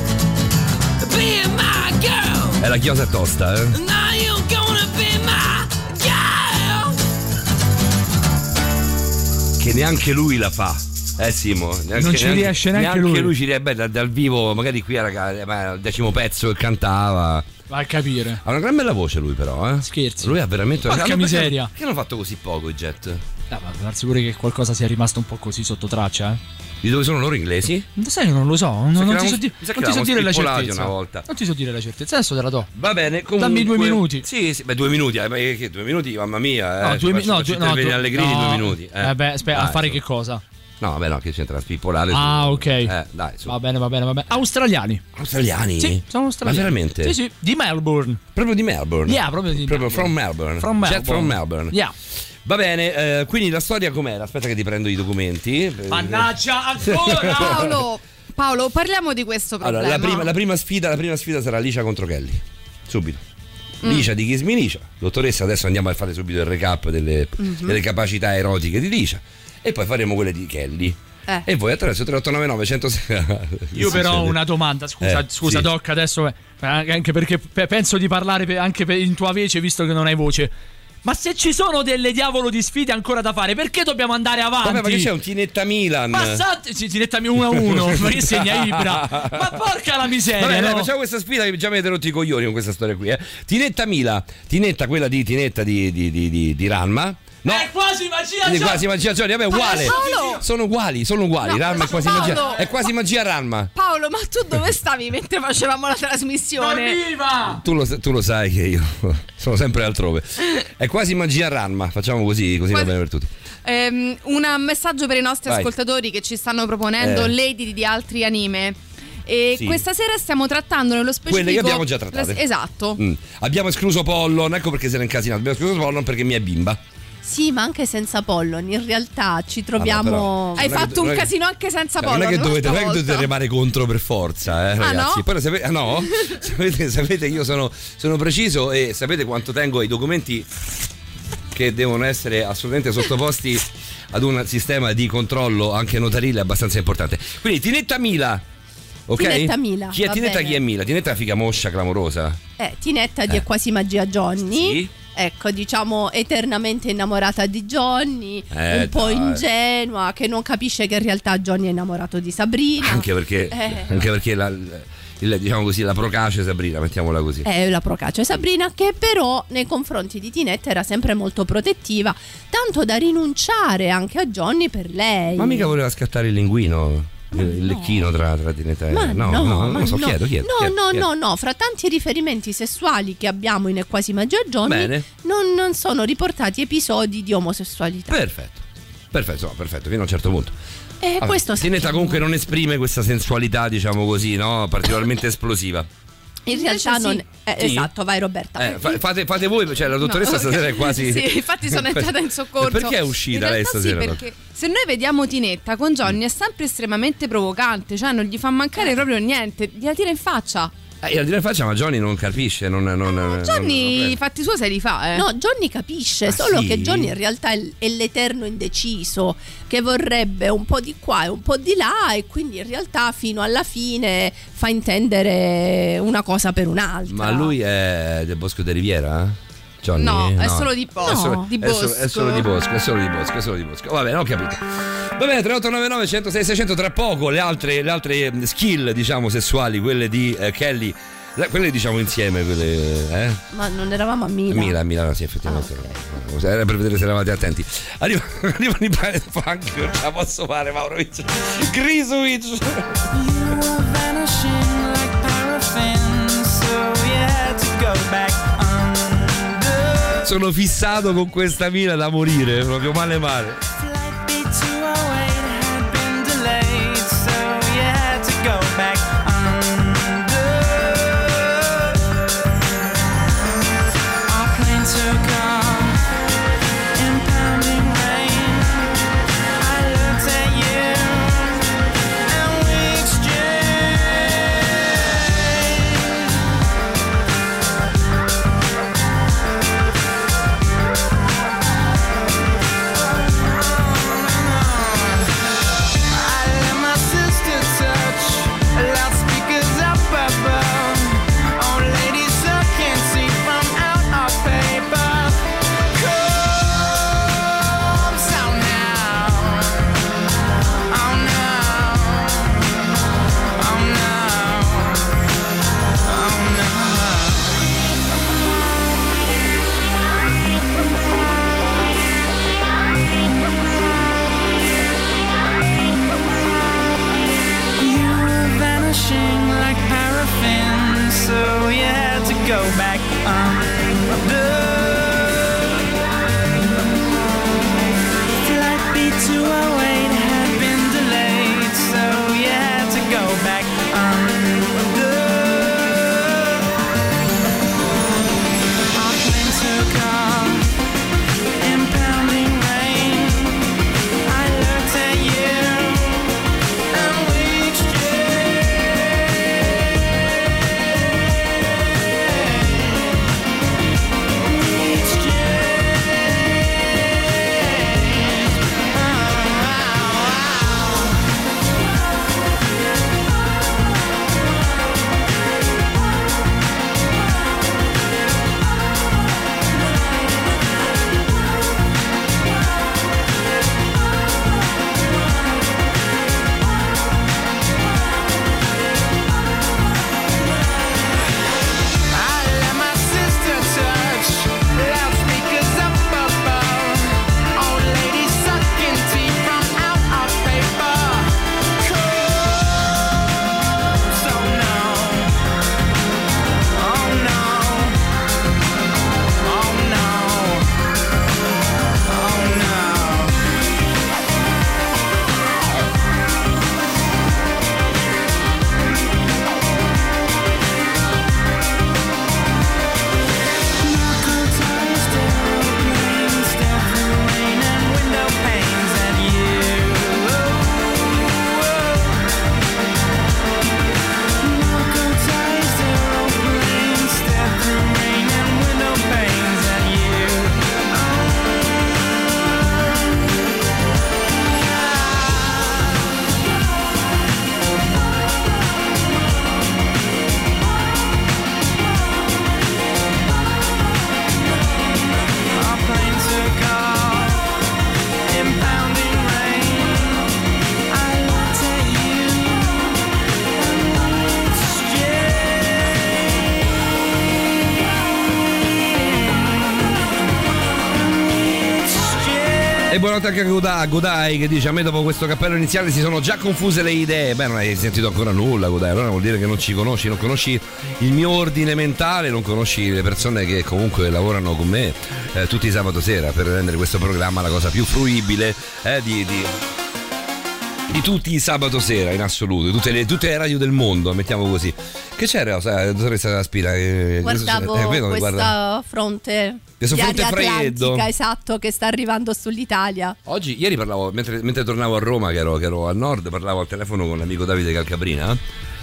Speaker 9: be my girl.
Speaker 3: È la chiosa è tosta, eh?
Speaker 9: Now you gonna be my girl.
Speaker 3: Che neanche lui la fa. Eh Simo, neanche,
Speaker 4: Non ci riesce neanche lui.
Speaker 3: ci riesce, beh, da- dal vivo, magari qui era ca- ma era il decimo pezzo che cantava.
Speaker 4: Vai a capire.
Speaker 3: Ha una gran bella voce lui però, eh.
Speaker 4: Scherzi.
Speaker 3: Lui ha veramente una
Speaker 4: Porca
Speaker 3: gran- perché-
Speaker 4: miseria.
Speaker 3: Perché hanno fatto così poco i jet?
Speaker 4: Ah, ma può darsi pure che qualcosa sia rimasto un po' così sotto traccia, eh?
Speaker 3: Di dove sono loro inglesi?
Speaker 4: Non sai, non lo so. Non,
Speaker 3: che
Speaker 4: non ti
Speaker 3: l'avevamo-
Speaker 4: so, di-
Speaker 3: mi sa che
Speaker 4: non ti so
Speaker 3: l'avevamo
Speaker 4: dire la
Speaker 3: spippolati
Speaker 4: certezza.
Speaker 3: una volta.
Speaker 4: Non ti so dire la certezza. Adesso te la do.
Speaker 3: Va bene, comunque.
Speaker 4: Dammi due minuti.
Speaker 3: Sì, sì, beh, due minuti, eh, ma che due minuti, mamma mia. eh,
Speaker 4: No,
Speaker 3: ci faccio-
Speaker 4: due minuti. No,
Speaker 3: faccio
Speaker 4: due, no,
Speaker 3: intervenire
Speaker 4: due-
Speaker 3: Allegrini
Speaker 4: no.
Speaker 3: due minuti. Eh,
Speaker 4: Eh beh, aspetta, a
Speaker 3: Dai,
Speaker 4: fare
Speaker 3: su.
Speaker 4: che cosa?
Speaker 3: No, vabbè, no, che c'entra a spippolare. su-
Speaker 4: Ah, ok.
Speaker 3: Eh, dai, su.
Speaker 4: Va bene, va bene, va bene. Australiani.
Speaker 3: Australiani?
Speaker 4: Sì, sono australiani.
Speaker 3: Ma veramente?
Speaker 4: Sì, sì, di Melbourne.
Speaker 3: Proprio di Melbourne.
Speaker 4: Yeah, proprio di
Speaker 3: Proprio
Speaker 4: Melbourne.
Speaker 3: from Melbourne.
Speaker 4: From Melbourne.
Speaker 3: Jet from Melbourne.
Speaker 4: Yeah.
Speaker 3: Va bene, eh, quindi la storia com'era? Aspetta che ti prendo i documenti.
Speaker 4: Mannaggia ancora!
Speaker 6: Paolo, Paolo, parliamo di questo problema.
Speaker 3: Eh, Allora, la prima, la prima sfida, la prima sfida sarà Licia contro Kelly. Subito.
Speaker 6: Mm.
Speaker 3: Licia di Kiss Me Licia. Dottoressa, adesso andiamo a fare subito il recap delle, delle capacità erotiche di Licia. E poi faremo quelle di Kelly.
Speaker 6: Eh.
Speaker 3: E voi attraverso 3899 106.
Speaker 4: Io però ho una domanda, scusa,
Speaker 3: Eh,
Speaker 4: scusa
Speaker 3: sì.
Speaker 4: Doc, adesso eh, anche perché pe- penso di parlare pe- anche per- in tua vece visto che non hai voce. Ma se ci sono delle diavolo di sfide ancora da fare, perché dobbiamo andare avanti?
Speaker 3: Vabbè, ma che c'è un Tinetta Milan?
Speaker 4: Passate, sì, direttami uno a uno, ma che segna Ibra. Ma porca la miseria,
Speaker 3: Vabbè, dai,
Speaker 4: no?
Speaker 3: facciamo questa sfida che già mi avete rotto i coglioni con questa storia qui. eh. Tinetta Mila, Tinetta, quella di Tinetta di, di, di, di, di Ranma. No,
Speaker 4: È quasi magia
Speaker 3: di
Speaker 4: Gio-
Speaker 3: quasi magia Giorgio, vabbè, uguale.
Speaker 6: Paolo!
Speaker 3: Sono uguali, sono uguali.
Speaker 6: No,
Speaker 3: Ranma è quasi magia.
Speaker 6: Paolo!
Speaker 3: È quasi magia Ranma.
Speaker 6: Paolo, ma tu dove stavi mentre facevamo la trasmissione?
Speaker 4: Dormiva!
Speaker 3: Tu lo, tu lo sai che io sono sempre altrove. È quasi magia Ranma. Facciamo così, così va
Speaker 6: Quasi-
Speaker 3: bene per tutti.
Speaker 6: Ehm, un messaggio per i nostri
Speaker 3: Vai.
Speaker 6: ascoltatori che ci stanno proponendo
Speaker 3: Eh.
Speaker 6: lady di altri anime. E
Speaker 3: Sì.
Speaker 6: questa sera stiamo trattando nello specifico
Speaker 3: Quelle che abbiamo già trattate.
Speaker 6: la- esatto.
Speaker 3: Mm. Abbiamo escluso Pollon, ecco perché si era incasinato. Abbiamo escluso Pollon perché mi è bimba.
Speaker 5: Sì, ma anche senza Pollon. In realtà ci
Speaker 3: Ah, però-
Speaker 5: troviamo.
Speaker 3: Non è
Speaker 6: Hai
Speaker 3: che-
Speaker 6: fatto
Speaker 3: non
Speaker 6: un
Speaker 3: è che-
Speaker 6: casino anche senza
Speaker 3: Cioè, non è
Speaker 6: Paolo.
Speaker 3: che
Speaker 6: non
Speaker 3: dovete, non è che dovete
Speaker 6: stavolta.
Speaker 3: remare contro per forza, eh, ragazzi.
Speaker 6: no?
Speaker 3: Poi lo sapete, ah, no? sapete, sapete che io sono, sono preciso e sapete quanto tengo ai documenti che devono essere assolutamente sottoposti ad un sistema di controllo anche notarile abbastanza importante. Quindi Tinetta Mila. Ok?
Speaker 5: Tinetta Mila,
Speaker 3: Chi è
Speaker 5: va
Speaker 3: Tinetta
Speaker 5: bene.
Speaker 3: chi è Mila? Tinetta è una figa moscia clamorosa.
Speaker 5: Eh, Tinetta di È quasi magia Johnny.
Speaker 3: Sì.
Speaker 5: Ecco, diciamo eternamente innamorata di Johnny,
Speaker 3: Eh,
Speaker 5: un po'
Speaker 3: dai.
Speaker 5: ingenua, che non capisce che in realtà Johnny è innamorato di Sabrina.
Speaker 3: Anche perché,
Speaker 5: Eh.
Speaker 3: anche perché la, il- diciamo così, la procace Sabrina, mettiamola così.
Speaker 5: è la procace Sabrina che però nei confronti di Tinette era sempre molto protettiva tanto da rinunciare anche a Johnny per lei
Speaker 3: Ma mica voleva scattare il linguino, il il lecchino tra, tra Tineta e...
Speaker 5: Ma
Speaker 3: Eh, No, no, non
Speaker 5: ma
Speaker 3: lo so,
Speaker 5: no.
Speaker 3: chiedo, chiedo.
Speaker 5: No,
Speaker 3: chiedo,
Speaker 5: no,
Speaker 3: chiedo.
Speaker 5: no, no, fra tanti riferimenti sessuali che abbiamo in E quasi magia Johnny,
Speaker 3: Bene.
Speaker 5: non, non sono riportati episodi di omosessualità.
Speaker 3: Perfetto, perfetto, no, perfetto, fino a un certo punto.
Speaker 6: Eh,
Speaker 5: E
Speaker 3: Vabbè,
Speaker 5: questo
Speaker 3: Tinetta
Speaker 5: sappiamo.
Speaker 3: comunque non esprime questa sensualità, diciamo così, no? Particolarmente esplosiva.
Speaker 5: in realtà
Speaker 6: Invece sì.
Speaker 5: non eh,
Speaker 3: Sì?
Speaker 5: Esatto, vai Roberta.
Speaker 3: Eh, fa- fate, fate voi, cioè la dottoressa
Speaker 6: No,
Speaker 3: stasera è
Speaker 6: ok.
Speaker 3: quasi.
Speaker 6: Sì, infatti sono entrata in soccorso.
Speaker 3: Perché è
Speaker 6: In
Speaker 3: uscita
Speaker 6: realtà
Speaker 3: lei stasera?
Speaker 6: Sì, perché se noi vediamo Tinetta con Johnny è sempre estremamente provocante, cioè non gli fa mancare proprio niente, gliela tira in faccia.
Speaker 3: Eh, io al di là in faccia, ma Johnny non capisce. Non, non, Eh, non-
Speaker 6: Ah, Johnny,
Speaker 3: non-
Speaker 6: i fatti suoi se li fa, eh.
Speaker 5: No, Johnny capisce,
Speaker 3: Ah,
Speaker 5: solo
Speaker 3: sì?
Speaker 5: che Johnny in realtà è, l- è l'eterno indeciso, che vorrebbe un po' di qua e un po' di là e quindi in realtà fino alla fine fa intendere una cosa per un'altra.
Speaker 3: ma lui è del Bosco de Riviera? eh? Johnny?
Speaker 6: No, è solo di
Speaker 3: È
Speaker 6: Bosco.
Speaker 3: solo-
Speaker 6: Di
Speaker 3: è solo- È
Speaker 6: Bosco.
Speaker 3: solo di Bosco, è solo di Bosco, è solo di Bosco. Vabbè, ho capito. Vabbè, 3899 106 600 tra poco le altre, le altre mm, skill, diciamo, sessuali, quelle di eh, Kelly. le- Quelle diciamo insieme, quelle... Eh?
Speaker 5: Ma non eravamo a Mila.
Speaker 3: Milano, Milano, sì,
Speaker 6: Ah,
Speaker 3: effettivamente. no. Era per vedere se eravate attenti. Arriva, arriva i Planet Funk, non ce la posso fare, Maurovic. Grisuic. Sono fissato con questa Mila da morire, proprio male male.
Speaker 8: Thank Oh, oh oh Oh
Speaker 3: Buonanotte anche a Godai, Godai che dice a me dopo questo cappello iniziale si sono già confuse le idee. Beh, non hai sentito ancora nulla, Godai, allora vuol dire che non ci conosci, non conosci il mio ordine mentale, non conosci le persone che comunque lavorano con me eh, tutti i sabato sera per rendere questo programma la cosa più fruibile eh, di- di, di tutti i sabato sera in assoluto, di tutte le, tutte le radio del mondo, mettiamo così. Che c'era, sa- dottoressa Spira? Eh,
Speaker 5: Guardavo
Speaker 3: eh, vedo che
Speaker 5: questa
Speaker 3: guarda.
Speaker 5: fronte
Speaker 3: Questo
Speaker 5: di
Speaker 3: fronte
Speaker 5: aria
Speaker 3: freddo.
Speaker 5: atlantica, esatto, che sta arrivando sull'Italia.
Speaker 3: Oggi, ieri parlavo, mentre, mentre tornavo a Roma, che ero, che ero a nord, parlavo al telefono con l'amico Davide Calcabrina.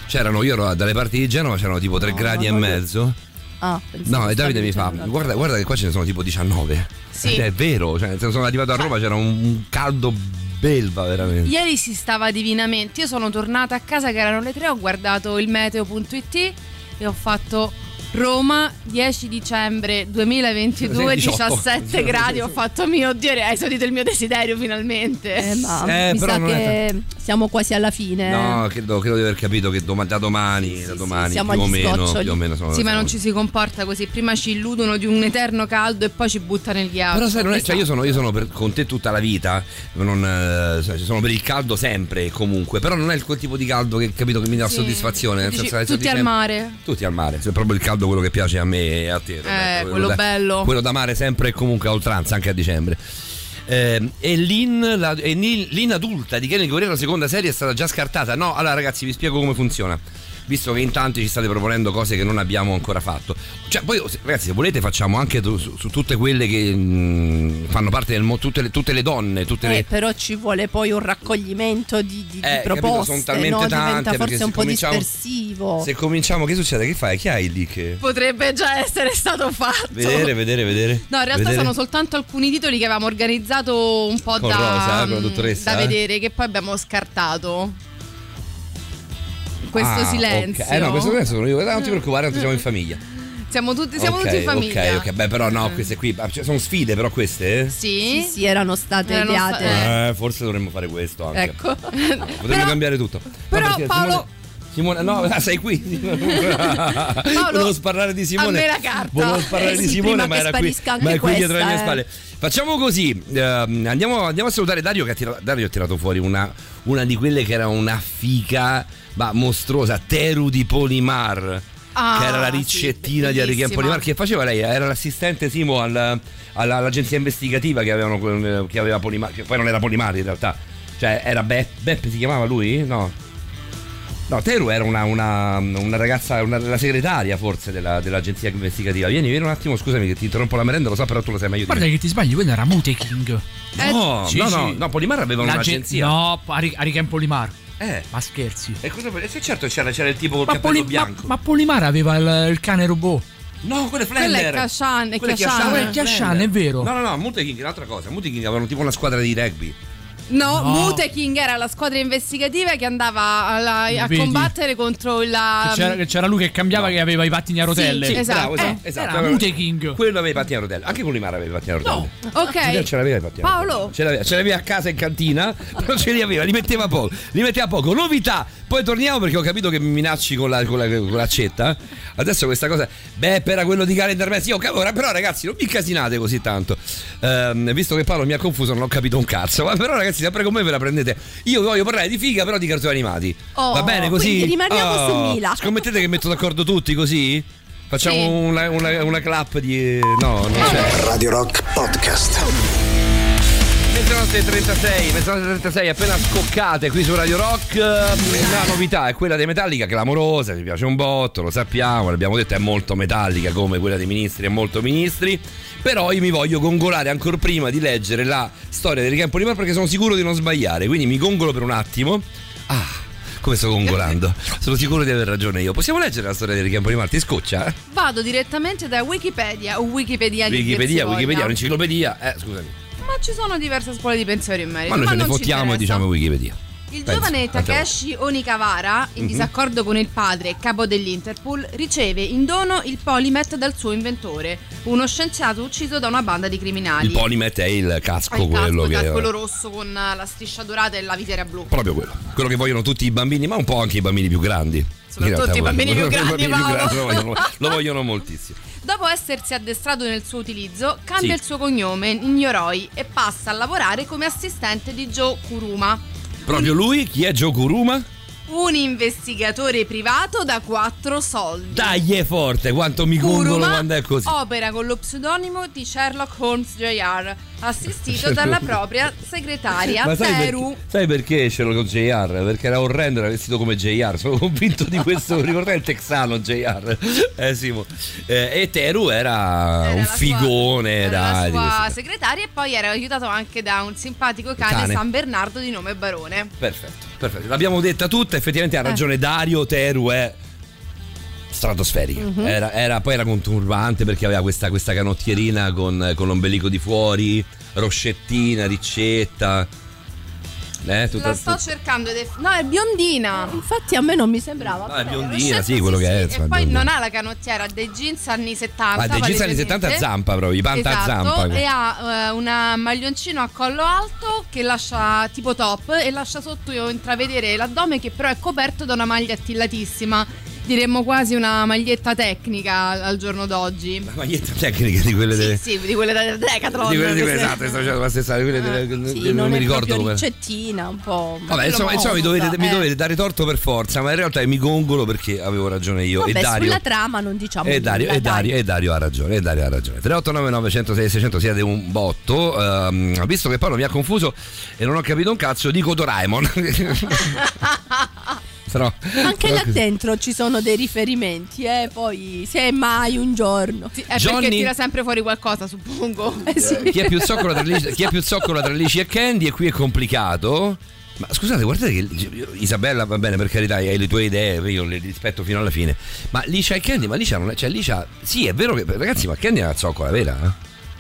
Speaker 3: C'erano, io ero dalle parti di Genova, c'erano tipo 3 gradi e mezzo.
Speaker 5: Ah, pensavo
Speaker 3: No, e Davide
Speaker 5: stavi
Speaker 3: mi fa,
Speaker 5: dicendo-
Speaker 3: guarda, guarda che qua ce ne sono tipo 19.
Speaker 6: Sì.
Speaker 3: Ed è vero, cioè, nel senso, sono arrivato a Roma, c'era un, un caldo belva veramente.
Speaker 6: Ieri si stava divinamente. Io sono tornata a casa che erano le tre, ho guardato il meteo.it e ho fatto Roma 10 dicembre 2022
Speaker 3: 18.
Speaker 6: 17 gradi. Ho fatto "Oh mio Dio, hai esaudito il mio desiderio finalmente.
Speaker 5: Eh, ma
Speaker 3: Eh,
Speaker 5: mi
Speaker 3: però
Speaker 5: sa
Speaker 3: non è
Speaker 5: che siamo quasi alla fine.
Speaker 3: No, credo, credo di aver capito che doma- da domani, da
Speaker 5: eh. sì,
Speaker 3: domani
Speaker 5: siamo
Speaker 3: più, o
Speaker 5: agli
Speaker 3: meno,
Speaker 5: sgoccioli.
Speaker 3: più o meno sono-
Speaker 6: Sì, ma non
Speaker 3: sono-
Speaker 6: ci si comporta così. Prima ci illudono di un eterno caldo e poi ci buttano il ghiaccio.
Speaker 3: Però sai, non è, cioè io sono, io sono per- con te tutta la vita, non, eh, cioè, sono per il caldo sempre e comunque, però non è il- quel tipo di caldo che capito che mi dà
Speaker 6: Sì.
Speaker 3: soddisfazione. nel
Speaker 6: Dici,
Speaker 3: senso, cioè, adesso
Speaker 6: tutti
Speaker 3: dice-
Speaker 6: al mare.
Speaker 3: Tutti al mare, cioè, proprio il caldo quello che piace a me e a te. Roberto,
Speaker 6: Eh, quello
Speaker 3: da-
Speaker 6: bello.
Speaker 3: Quello da mare sempre e comunque a oltranza, anche a dicembre. Ehm, e l'in, la- e ni- l'in adulta di Kenny Guerrero, seconda serie, è stata già scartata. No, allora ragazzi, vi spiego come funziona. Visto che in tanti ci state proponendo cose che non abbiamo ancora fatto. Cioè, poi, se- ragazzi, se volete, facciamo anche tu- su, su tutte quelle che mm, fanno parte del mondo, tutte le, tutte le donne, tutte
Speaker 5: Eh,
Speaker 3: le.
Speaker 5: però ci vuole poi un raccoglimento di, di- di
Speaker 3: Eh, capito,
Speaker 5: proposte,
Speaker 3: sono talmente
Speaker 5: no?
Speaker 3: tante,
Speaker 5: diventa
Speaker 3: perché
Speaker 5: forse
Speaker 3: se
Speaker 5: un po'
Speaker 3: cominciamo-
Speaker 5: dispersivo.
Speaker 3: Se cominciamo, che succede? Che fai? Chi hai lì? Che...
Speaker 6: Potrebbe già essere stato fatto.
Speaker 3: Vedere, vedere, vedere.
Speaker 6: No, in realtà
Speaker 3: Vedere.
Speaker 6: sono soltanto alcuni titoli che avevamo organizzato un po'
Speaker 3: Con
Speaker 6: da,
Speaker 3: Rosa, eh, con la
Speaker 6: mm,
Speaker 3: dottoressa,
Speaker 6: da
Speaker 3: eh.
Speaker 6: vedere, che poi abbiamo scartato. Questo
Speaker 3: Ah,
Speaker 6: silenzio.
Speaker 3: ok. Eh no, questo silenzio sono io. Ah, Non ti preoccupare, tanto siamo in famiglia.
Speaker 6: Siamo tutti, siamo
Speaker 3: Ok,
Speaker 6: tutti in famiglia. Eh.
Speaker 3: Ok, ok, beh, però no, queste qui ah, cioè, sono sfide, però queste. eh?
Speaker 6: Sì.
Speaker 5: Sì, sì, erano state
Speaker 6: Erano sta-
Speaker 5: ideate.
Speaker 6: eh.
Speaker 3: Eh, forse dovremmo fare questo anche.
Speaker 5: Ecco.
Speaker 3: Potremmo
Speaker 6: Però-
Speaker 3: cambiare tutto. No,
Speaker 6: però,
Speaker 3: perché
Speaker 6: Paolo-
Speaker 3: Simone, Simone- no, ah, sei qui. Volevo sparare di Simone.
Speaker 6: a me la carta.
Speaker 3: Volevo sparare
Speaker 5: Eh
Speaker 3: di
Speaker 5: sì,
Speaker 3: Simone,
Speaker 5: prima
Speaker 3: ma
Speaker 5: che
Speaker 3: era qui,
Speaker 5: sparisca anche
Speaker 3: ma è qui
Speaker 5: questa,
Speaker 3: dietro le mie
Speaker 5: eh.
Speaker 3: spalle. Facciamo così, ehm, andiamo, andiamo a salutare Dario che ha tirato, Dario ha tirato fuori una, una di quelle che era una fica, ma mostruosa, Teru di Polimar.
Speaker 6: Ah,
Speaker 3: che era la
Speaker 6: sì,
Speaker 3: ricettina di Enrico
Speaker 6: bellissima.
Speaker 3: Polimar che faceva lei, era l'assistente Simo al- alla- all'agenzia investigativa che, avevano, eh, che aveva Polimar, che poi non era Polimar in realtà, cioè era Be- Beppe, si chiamava lui? No. No, Teru era una, una- una ragazza, una, la segretaria forse della- dell'agenzia investigativa. Vieni, vieni un attimo, scusami che ti interrompo la merenda, lo so, però tu lo sai meglio. di
Speaker 4: Guarda
Speaker 3: me.
Speaker 4: che ti sbagli, quello era Mute King.
Speaker 3: no,
Speaker 4: sì,
Speaker 3: no,
Speaker 4: sì.
Speaker 3: no, no, Polimar aveva
Speaker 4: L'agen-
Speaker 3: un'agenzia.
Speaker 4: No, Ari- Ariken Polimar.
Speaker 3: Eh.
Speaker 4: Ma scherzi.
Speaker 3: E cosa E se certo c'era, c'era il tipo col
Speaker 4: Ma,
Speaker 3: cappello
Speaker 4: Poli- ma-
Speaker 3: bianco.
Speaker 4: ma Polimar aveva il, il cane robot.
Speaker 3: No, quello è Flender.
Speaker 6: Quella è Kashan, è
Speaker 3: Quello
Speaker 6: Kashan.
Speaker 3: Kashan,
Speaker 6: Quella
Speaker 4: è Kashan, eh, è vero.
Speaker 3: No, no, no, Mute King è un'altra cosa. Mute King avevano tipo una squadra di rugby.
Speaker 6: No,
Speaker 4: No.
Speaker 6: Mute King era la squadra investigativa che andava alla- a
Speaker 4: Vedi?
Speaker 6: combattere contro
Speaker 4: Che
Speaker 6: la.
Speaker 4: c'era, che c'era lui che cambiava, che aveva i pattini a rotelle.
Speaker 6: sì, esatto.
Speaker 3: Bravo, esatto,
Speaker 6: Eh,
Speaker 3: esatto.
Speaker 4: era
Speaker 3: Aveva-
Speaker 4: Mute King.
Speaker 3: Quello aveva i pattini a rotelle. Anche Polimar aveva i pattini a rotelle. Giulia
Speaker 6: Ok.
Speaker 3: ce l'aveva i pattini.
Speaker 6: Paolo.
Speaker 3: ce l'aveva, ce l'aveva a casa in cantina, però ce li aveva, li metteva poco, li metteva poco. Novità, poi torniamo perché ho capito che mi minacci con, la- con la- con l'accetta. eh. Adesso questa cosa, beh, era quello di Calendar Man. Sì, ho cap- ora- però ragazzi, non mi incasinate così tanto. Ehm, visto che Paolo mi ha confuso, non ho capito un cazzo. Ma però ragazzi, sempre con me ve la prendete. Io voglio parlare di figa, però di cartoni animati.
Speaker 5: Oh,
Speaker 3: Va bene così? Oh,
Speaker 5: quindi rimaniamo su Mila.
Speaker 3: Scommettete che metto d'accordo tutti così? Facciamo
Speaker 6: Sì.
Speaker 3: una, una, una clap di... No, non c'è.
Speaker 5: Eh,
Speaker 1: Radio Rock Podcast.
Speaker 3: Mezzanotte e 36, mezzanotte e 36 appena scoccate qui su Radio Rock. eh, La novità è quella dei Metallica, clamorosa, ci piace un botto, lo sappiamo, l'abbiamo detto, è molto metallica come quella dei ministri e molto ministri. Però io mi voglio gongolare ancora prima di leggere la storia del Campo Limar perché sono sicuro di non sbagliare, quindi mi gongolo per un attimo. Ah, come sto gongolando? sono sicuro di aver ragione io. Possiamo leggere la storia del Campo Limar? Ti scoccia? eh?
Speaker 6: Vado direttamente da Wikipedia o Wikipedia che dir si
Speaker 3: Wikipedia,
Speaker 6: voglia.
Speaker 3: Wikipedia, un'enciclopedia. Eh, scusami.
Speaker 6: Ma ci sono diverse scuole di pensiero in merito.
Speaker 3: Ma noi ce ne
Speaker 6: Eh, non ci
Speaker 3: fottiamo e
Speaker 6: interessa.
Speaker 3: diciamo Wikipedia.
Speaker 6: Il
Speaker 3: Penso, Mhm.
Speaker 6: giovane
Speaker 3: tante volte.
Speaker 6: Takeshi Onikawara, in disaccordo con il padre, capo dell'Interpol, riceve in dono il Polymet dal suo inventore, uno scienziato ucciso da una banda di criminali.
Speaker 3: Il Polimet è il casco,
Speaker 6: Ha il
Speaker 3: quello
Speaker 6: casco,
Speaker 3: che
Speaker 6: da quello rosso con eh, la striscia dorata e la visiera blu.
Speaker 3: Proprio quello. Quello che vogliono tutti i bambini, ma un po' anche i bambini più grandi. In
Speaker 6: Soprattutto
Speaker 3: realtà
Speaker 6: i bambini
Speaker 3: vogliono-
Speaker 6: più grandi,
Speaker 3: i bambini più
Speaker 6: Paolo.
Speaker 3: grandi lo vogliono, lo vogliono moltissimo.
Speaker 6: Dopo Dopo essersi addestrato nel suo utilizzo, cambia
Speaker 3: Sì.
Speaker 6: il suo cognome in Yoroi e passa a lavorare come assistente di Joe Kuruma,
Speaker 3: Proprio lui, chi è Joe Kuruma?
Speaker 6: un investigatore privato da quattro soldi.
Speaker 3: Dai, è forte, quanto mi congolo
Speaker 6: Kuruma
Speaker 3: quando è così.
Speaker 6: opera con lo pseudonimo di Sherlock Holmes Jr., assistito dalla propria segretaria
Speaker 3: Ma sai,
Speaker 6: Teru.
Speaker 3: perché, sai perché c'ero con JR? Perché era orrendo, era vestito come JR. Sono convinto di questo. Ricordate il texano JR? Eh, Simo. Eh, e Teru era,
Speaker 6: Era
Speaker 3: un
Speaker 6: la sua-
Speaker 3: figone,
Speaker 6: era
Speaker 3: dai. di
Speaker 6: la sua
Speaker 3: questi-
Speaker 6: segretaria e poi era aiutato anche da un simpatico cane,
Speaker 3: Cane.
Speaker 6: San Bernardo di nome Barone.
Speaker 3: Perfetto, perfetto. L'abbiamo detta tutta, effettivamente
Speaker 6: Eh.
Speaker 3: ha ragione Dario, Teru è stratosferica.
Speaker 6: Mhm.
Speaker 3: Era- era- poi era conturbante perché aveva questa, questa canottierina con, con l'ombelico di fuori, roscettina, ricetta. Eh, tutta,
Speaker 6: La sto
Speaker 3: tutta-
Speaker 6: cercando ed è... No, è biondina.
Speaker 5: Eh, Infatti a me non mi sembrava.
Speaker 3: Ah, è
Speaker 5: però-
Speaker 3: biondina, sì, quello che è.
Speaker 6: E
Speaker 3: insomma,
Speaker 6: poi
Speaker 3: biondina.
Speaker 6: non ha la canottiera, ha dei jeans anni 70.
Speaker 3: Ma dei jeans anni
Speaker 6: palesemente.
Speaker 3: 70 zampa proprio, i panta a
Speaker 6: Esatto,
Speaker 3: zampa.
Speaker 6: e ha eh, una un maglioncino a collo alto che lascia tipo top e lascia sotto intravedere l'addome che però è coperto da una maglia attillatissima. Diremmo quasi una maglietta tecnica al al giorno d'oggi.
Speaker 3: La maglietta tecnica di quelle
Speaker 6: Sì,
Speaker 3: delle...
Speaker 6: sì, Eh, di quelle da Decathlon.
Speaker 3: Di quelle, di quelle,
Speaker 6: queste.
Speaker 3: esatto, stavo dicendo la stessa, di quelle delle-
Speaker 5: Sì,
Speaker 3: non,
Speaker 5: non,
Speaker 3: mi
Speaker 5: è
Speaker 3: ricordo
Speaker 5: proprio
Speaker 3: come...
Speaker 5: ricettina, un po'.
Speaker 3: Vabbè, insomma, insomma, mi, dovete, mi
Speaker 5: Eh.
Speaker 3: dovete dare torto per forza, ma in realtà mi gongolo perché avevo ragione io.
Speaker 5: Vabbè,
Speaker 3: e Dario.
Speaker 5: sulla trama non diciamo
Speaker 3: E Dario,
Speaker 5: nulla,
Speaker 3: e,
Speaker 5: dai.
Speaker 3: Dario, e Dario ha ragione, e Dario ha ragione. 3899 106 600 siete un botto. ehm, visto che Paolo mi ha confuso e non ho capito un cazzo, dico Doraemon. Sarò-
Speaker 5: Anche
Speaker 3: sarò
Speaker 5: là
Speaker 3: così.
Speaker 5: dentro ci sono dei riferimenti, eh, poi se mai un giorno.
Speaker 6: Sì, è
Speaker 3: Johnny-
Speaker 6: perché tira sempre fuori qualcosa, suppongo.
Speaker 5: Eh sì.
Speaker 3: chi è più zoccola tra Lici, chi è più zoccola tra Lici e Candy e qui è complicato. Ma scusate, guardate che Isabella va bene per carità, hai le tue idee, io le rispetto fino alla fine. Ma Licia e Candy, ma Licia non è, cioè Licia, sì, è vero che ragazzi, ma Candy è una zoccola vera?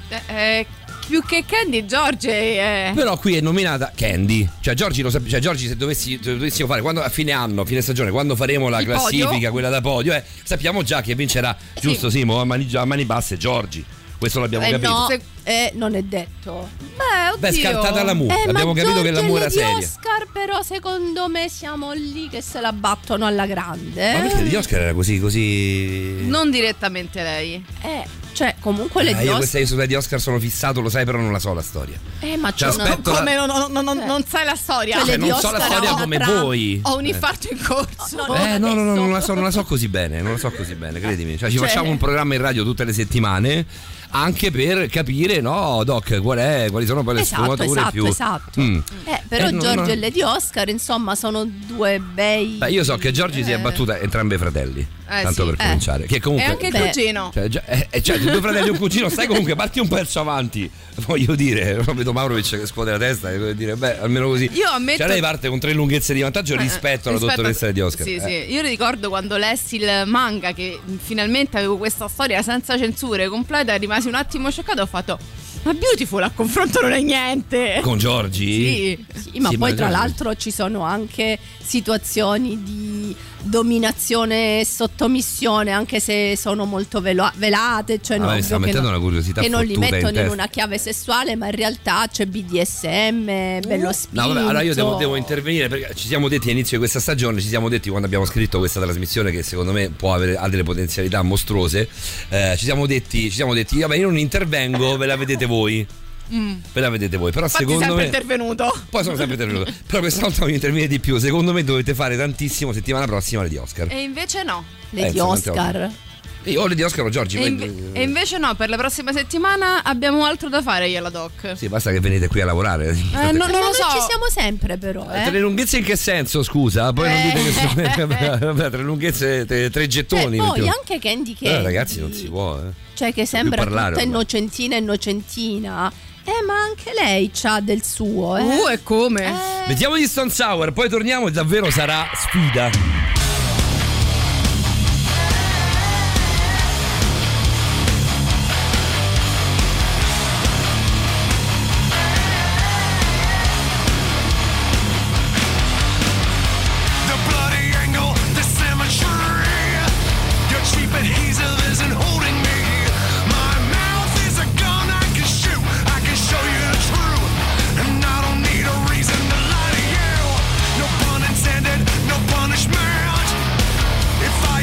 Speaker 3: eh?
Speaker 6: Eh, eh, più che Candy, eh, George è...
Speaker 3: Però qui è nominata Candy. Cioè Giorgi lo sa- cioè Giorgi se dovessi- se dovessimo fare quando, a fine anno, fine stagione, quando faremo la
Speaker 6: Il
Speaker 3: classifica,
Speaker 6: podio?
Speaker 3: quella da podio, eh, sappiamo già che vincerà, giusto Simo, a mani, a mani basse Giorgi. Questo l'abbiamo
Speaker 5: Eh,
Speaker 3: capito.
Speaker 5: no,
Speaker 6: Se-
Speaker 5: eh, non è detto.
Speaker 6: Beh, oddio.
Speaker 3: Beh, scartata la mura,
Speaker 5: Eh,
Speaker 3: abbiamo
Speaker 5: ma
Speaker 3: capito che la
Speaker 5: Giorgio e
Speaker 3: mura
Speaker 5: Lady
Speaker 3: seria.
Speaker 5: Oscar, però, secondo me siamo lì che se la battono alla grande.
Speaker 3: Ma perché
Speaker 5: eh.
Speaker 3: di Oscar era così, così.
Speaker 6: Non direttamente lei.
Speaker 5: Eh, cioè, comunque le
Speaker 3: Ah,
Speaker 5: di
Speaker 3: io
Speaker 5: Oscar.
Speaker 3: questa storia di Oscar sono fissato, lo sai, però non la so la storia.
Speaker 5: Eh, ma
Speaker 3: Cioè,
Speaker 5: c'è una-
Speaker 3: aspetto la-
Speaker 6: Come non, non- non- non- non sai la storia.
Speaker 5: Cioè,
Speaker 3: Cioè,
Speaker 5: le di
Speaker 3: non so la
Speaker 5: Oscar
Speaker 3: storia
Speaker 5: ho una
Speaker 3: come
Speaker 5: trama.
Speaker 3: voi.
Speaker 6: Ho un infarto in corso.
Speaker 5: No, no,
Speaker 3: Eh, no, no, no,
Speaker 5: adesso.
Speaker 3: non la, so, non la so così bene, non la so così bene, credimi. Cioè, ci
Speaker 5: Cioè-
Speaker 3: facciamo un programma in radio tutte le settimane anche per capire, no, Doc, qual è, quali sono poi le
Speaker 5: Esatto,
Speaker 3: sfumature
Speaker 5: esatto,
Speaker 3: più.
Speaker 5: esatto.
Speaker 3: Mm.
Speaker 5: Eh, però
Speaker 3: Eh, non-
Speaker 5: Giorgio e Lady Oscar, insomma, sono due bei.
Speaker 3: Beh, io so che Giorgi si è
Speaker 6: Eh.
Speaker 3: battuta entrambi i fratelli.
Speaker 6: Eh,
Speaker 3: tanto
Speaker 6: sì.
Speaker 3: per
Speaker 6: Eh.
Speaker 3: cominciare. Che
Speaker 6: E
Speaker 3: comunque.
Speaker 6: anche il
Speaker 5: Beh.
Speaker 6: cugino.
Speaker 3: Cioè, già- eh, eh, cioè, due fratelli e un cugino, stai comunque, parti un pezzo avanti. Voglio dire, non vedo Maurovic che scuote la testa e voglio dire, beh, almeno così.
Speaker 6: Io ammetto-
Speaker 3: Cioè, lei parte con tre lunghezze di
Speaker 6: Eh,
Speaker 3: vantaggio rispetto alla dottoressa di Oscar.
Speaker 6: Sì,
Speaker 3: Eh,
Speaker 6: sì. Io ricordo quando lessi il manga che finalmente avevo questa storia senza censure completa, rimasi un attimo scioccato e ho fatto "Ma Beautiful a confronto non è niente".
Speaker 3: Eh? Con Giorgi?
Speaker 6: Sì.
Speaker 5: Sì, ma
Speaker 3: Sì,
Speaker 5: poi
Speaker 3: ma-
Speaker 5: tra l'altro ci sono anche situazioni di dominazione e sottomissione, anche se sono molto velo- velate, cioè
Speaker 3: Ah,
Speaker 5: no,
Speaker 3: mi sta
Speaker 5: ovvio che
Speaker 3: mettendo
Speaker 5: no-
Speaker 3: una curiosità
Speaker 5: che non li
Speaker 3: fottuta in
Speaker 5: mettono in,
Speaker 3: testa.
Speaker 5: una chiave sessuale, ma in realtà c'è BDSM, bello spinto.
Speaker 3: No, vabbè, allora io devo, devo intervenire perché ci siamo detti all'inizio di questa stagione, ci siamo detti quando abbiamo scritto questa trasmissione che secondo me può avere, ha delle potenzialità mostruose, eh, ci siamo detti, ci siamo detti, vabbè io non intervengo, ve la vedete voi. Ve la vedete voi,
Speaker 6: Mm.
Speaker 3: però
Speaker 6: Infatti
Speaker 3: secondo
Speaker 6: sempre
Speaker 3: me...
Speaker 6: intervenuto.
Speaker 3: Poi sono sempre intervenuto, però questa volta voglio intervenire di più, secondo me dovete fare tantissimo settimana prossima le di Oscar.
Speaker 6: E invece no.
Speaker 5: Lady
Speaker 3: Eh, insomma,
Speaker 5: Oscar.
Speaker 3: Io le di Oscar o Giorgi.
Speaker 6: E,
Speaker 3: poi-
Speaker 6: inve- e invece no, per la prossima settimana abbiamo altro da fare io e la doc.
Speaker 3: Sì, basta che venite qui a lavorare.
Speaker 6: Eh, no,
Speaker 5: Eh,
Speaker 6: non
Speaker 5: ma
Speaker 6: lo
Speaker 5: noi
Speaker 6: so.
Speaker 5: ci siamo sempre però,
Speaker 3: Tre
Speaker 5: eh.
Speaker 3: lunghezze in che senso, scusa? Poi non dite che
Speaker 6: Eh.
Speaker 3: sono... Vabbè, tre lunghezze, tre, tre
Speaker 5: E
Speaker 3: gettoni.
Speaker 5: poi
Speaker 3: mettiamo.
Speaker 5: anche Candy Candy.
Speaker 3: Eh, ragazzi, non si può, eh.
Speaker 5: Cioè che
Speaker 3: più
Speaker 5: sembra
Speaker 3: parlare
Speaker 5: tutta
Speaker 3: ormai.
Speaker 5: innocentina innocentina. Eh, ma anche lei ha del suo, eh.
Speaker 6: Uh, e come?
Speaker 5: Eh,
Speaker 3: Mettiamo gli Stone Sour, poi torniamo e davvero sarà sfida.
Speaker 8: The bloody angle, the symmetry. Your cheap adhesive isn't holding me. My mouth is a gun I can shoot. I can show you the truth. And I don't need a reason to lie to you. No pun intended, no punishment. Oh,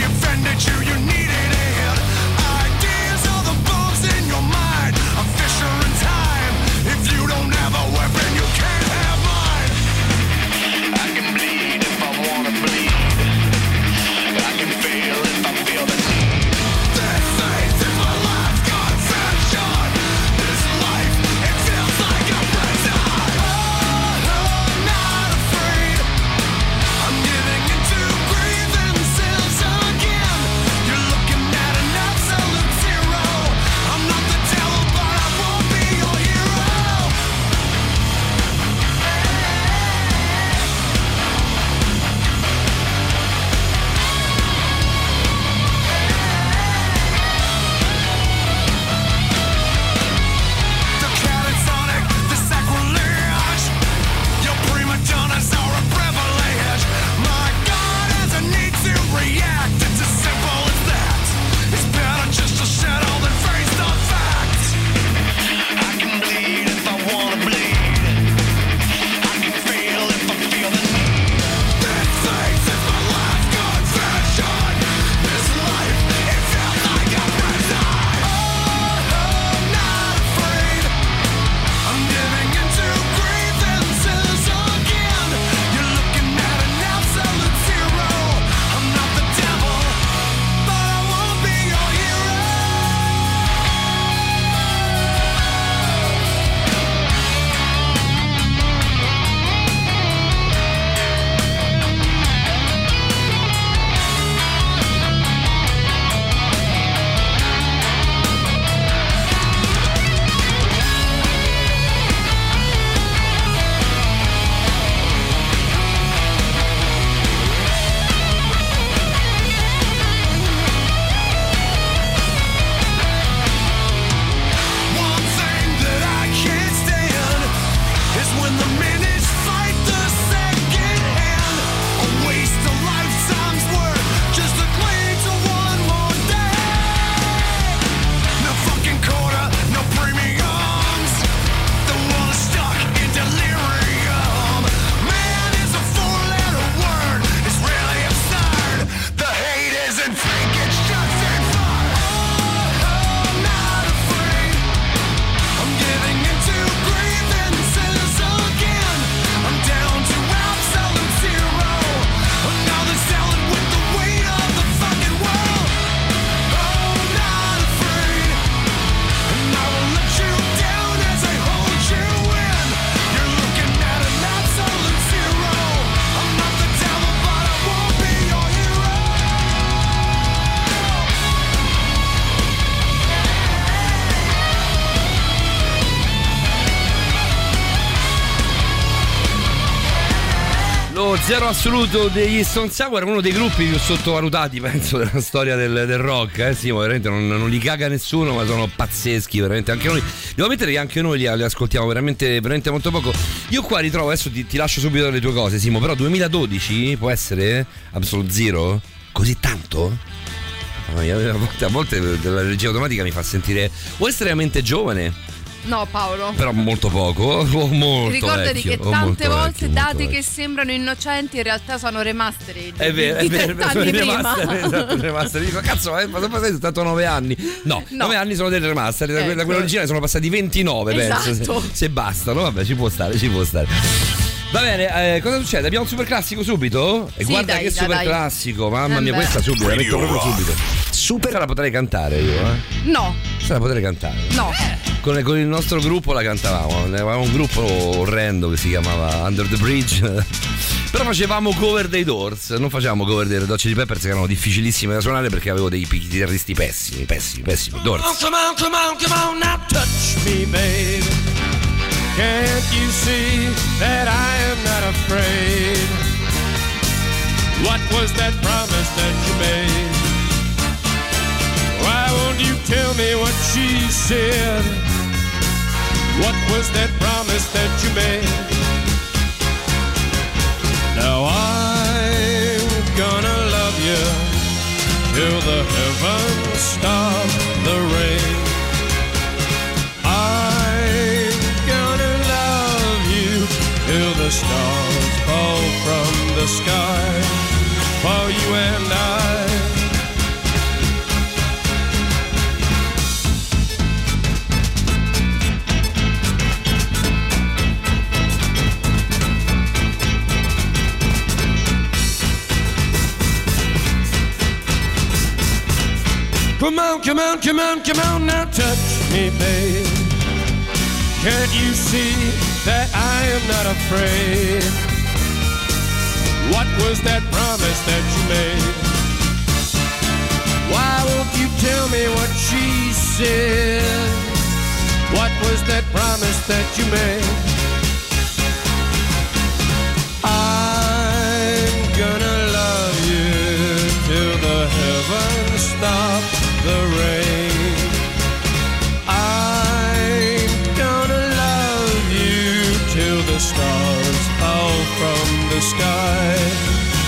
Speaker 8: Oh, Oh,
Speaker 3: Lo zero assoluto degli Stone Sour è uno dei gruppi più sottovalutati, penso, della storia del, del rock. Eh? Sì, ma veramente non, non li caga nessuno, ma sono pazzeschi, veramente. Anche noi, devo ammettere che anche noi li, li ascoltiamo veramente, veramente molto poco. Io qua ritrovo, adesso ti, ti lascio subito le tue cose, Simo, però 2012 può essere Absolute Zero? Così tanto? Mamma mia, A volte, a volte la regia automatica mi fa sentire o estremamente giovane,
Speaker 6: No, Paolo.
Speaker 3: però molto poco, o molto
Speaker 6: Ricordati che
Speaker 3: vecchio, o molto
Speaker 6: tante volte
Speaker 3: vecchio, molto
Speaker 6: date
Speaker 3: vecchio.
Speaker 6: che sembrano innocenti in realtà sono remastered.
Speaker 3: È vero,
Speaker 6: di
Speaker 3: è vero,
Speaker 6: 30
Speaker 3: sono
Speaker 6: anni
Speaker 3: dei
Speaker 6: prima.
Speaker 3: remaster, esatto, dei remaster. Dico, cazzo, eh, ma sono passati soltanto 9 anni. No,
Speaker 6: No.
Speaker 3: 9 anni sono delle remaster, da, que- da
Speaker 6: Ecco.
Speaker 3: quella originale sono passati 29, penso.
Speaker 6: Esatto.
Speaker 3: Se, se bastano, vabbè, ci può stare, ci può stare. Va bene, eh, cosa succede? Abbiamo un super classico subito? E
Speaker 6: Sì,
Speaker 3: guarda
Speaker 6: dai,
Speaker 3: che
Speaker 6: dai,
Speaker 3: super
Speaker 6: dai.
Speaker 3: classico, mamma
Speaker 6: Eh
Speaker 3: mia,
Speaker 6: beh.
Speaker 3: questa subito, la metto
Speaker 2: Radio
Speaker 3: proprio
Speaker 2: Rock.
Speaker 3: subito. Questa la potrei cantare io, eh.
Speaker 6: No,
Speaker 3: Questa la potrei cantare.
Speaker 6: no.
Speaker 3: Con, con il nostro gruppo la cantavamo, ne avevamo un gruppo orrendo che si chiamava Under the Bridge. Però facevamo cover dei Doors, non facevamo cover dei Red Hot Chili Peppers che erano difficilissime da suonare perché avevo dei chitarristi pessimi, pessimi, pessimi.
Speaker 9: Oh,
Speaker 3: Doors.
Speaker 9: come on, come on, come on, now touch me, baby.
Speaker 10: Can't you see that I am not afraid? What was that promise that you made? Why won't you tell me what she said? What was that promise that you made? Now I'm gonna love you till the heavens stop the rain. I'm gonna love you till the stars fall from the sky for you and I. Come on, come on, come on, come on now, touch me, babe. Can't you see that I am not afraid? What was that promise that you made? Why won't you tell me what she said? What was that promise that you made? I'm gonna love you till the heavens stop the rain. I'm gonna love you till the stars fall from the sky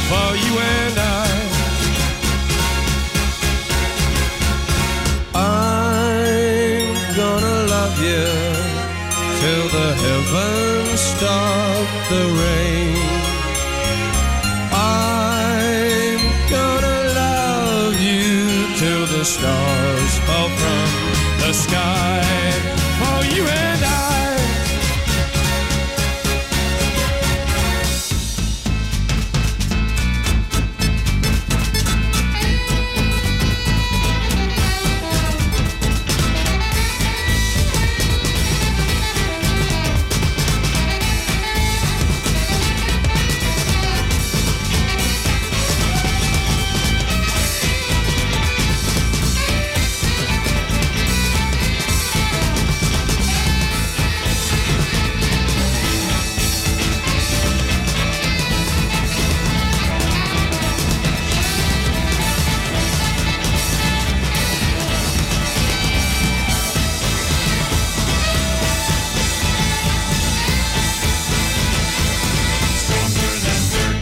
Speaker 10: for you and I. I'm gonna love you till the heavens stop the rain. I'm gonna love you till the stars fall from the sky for you and I.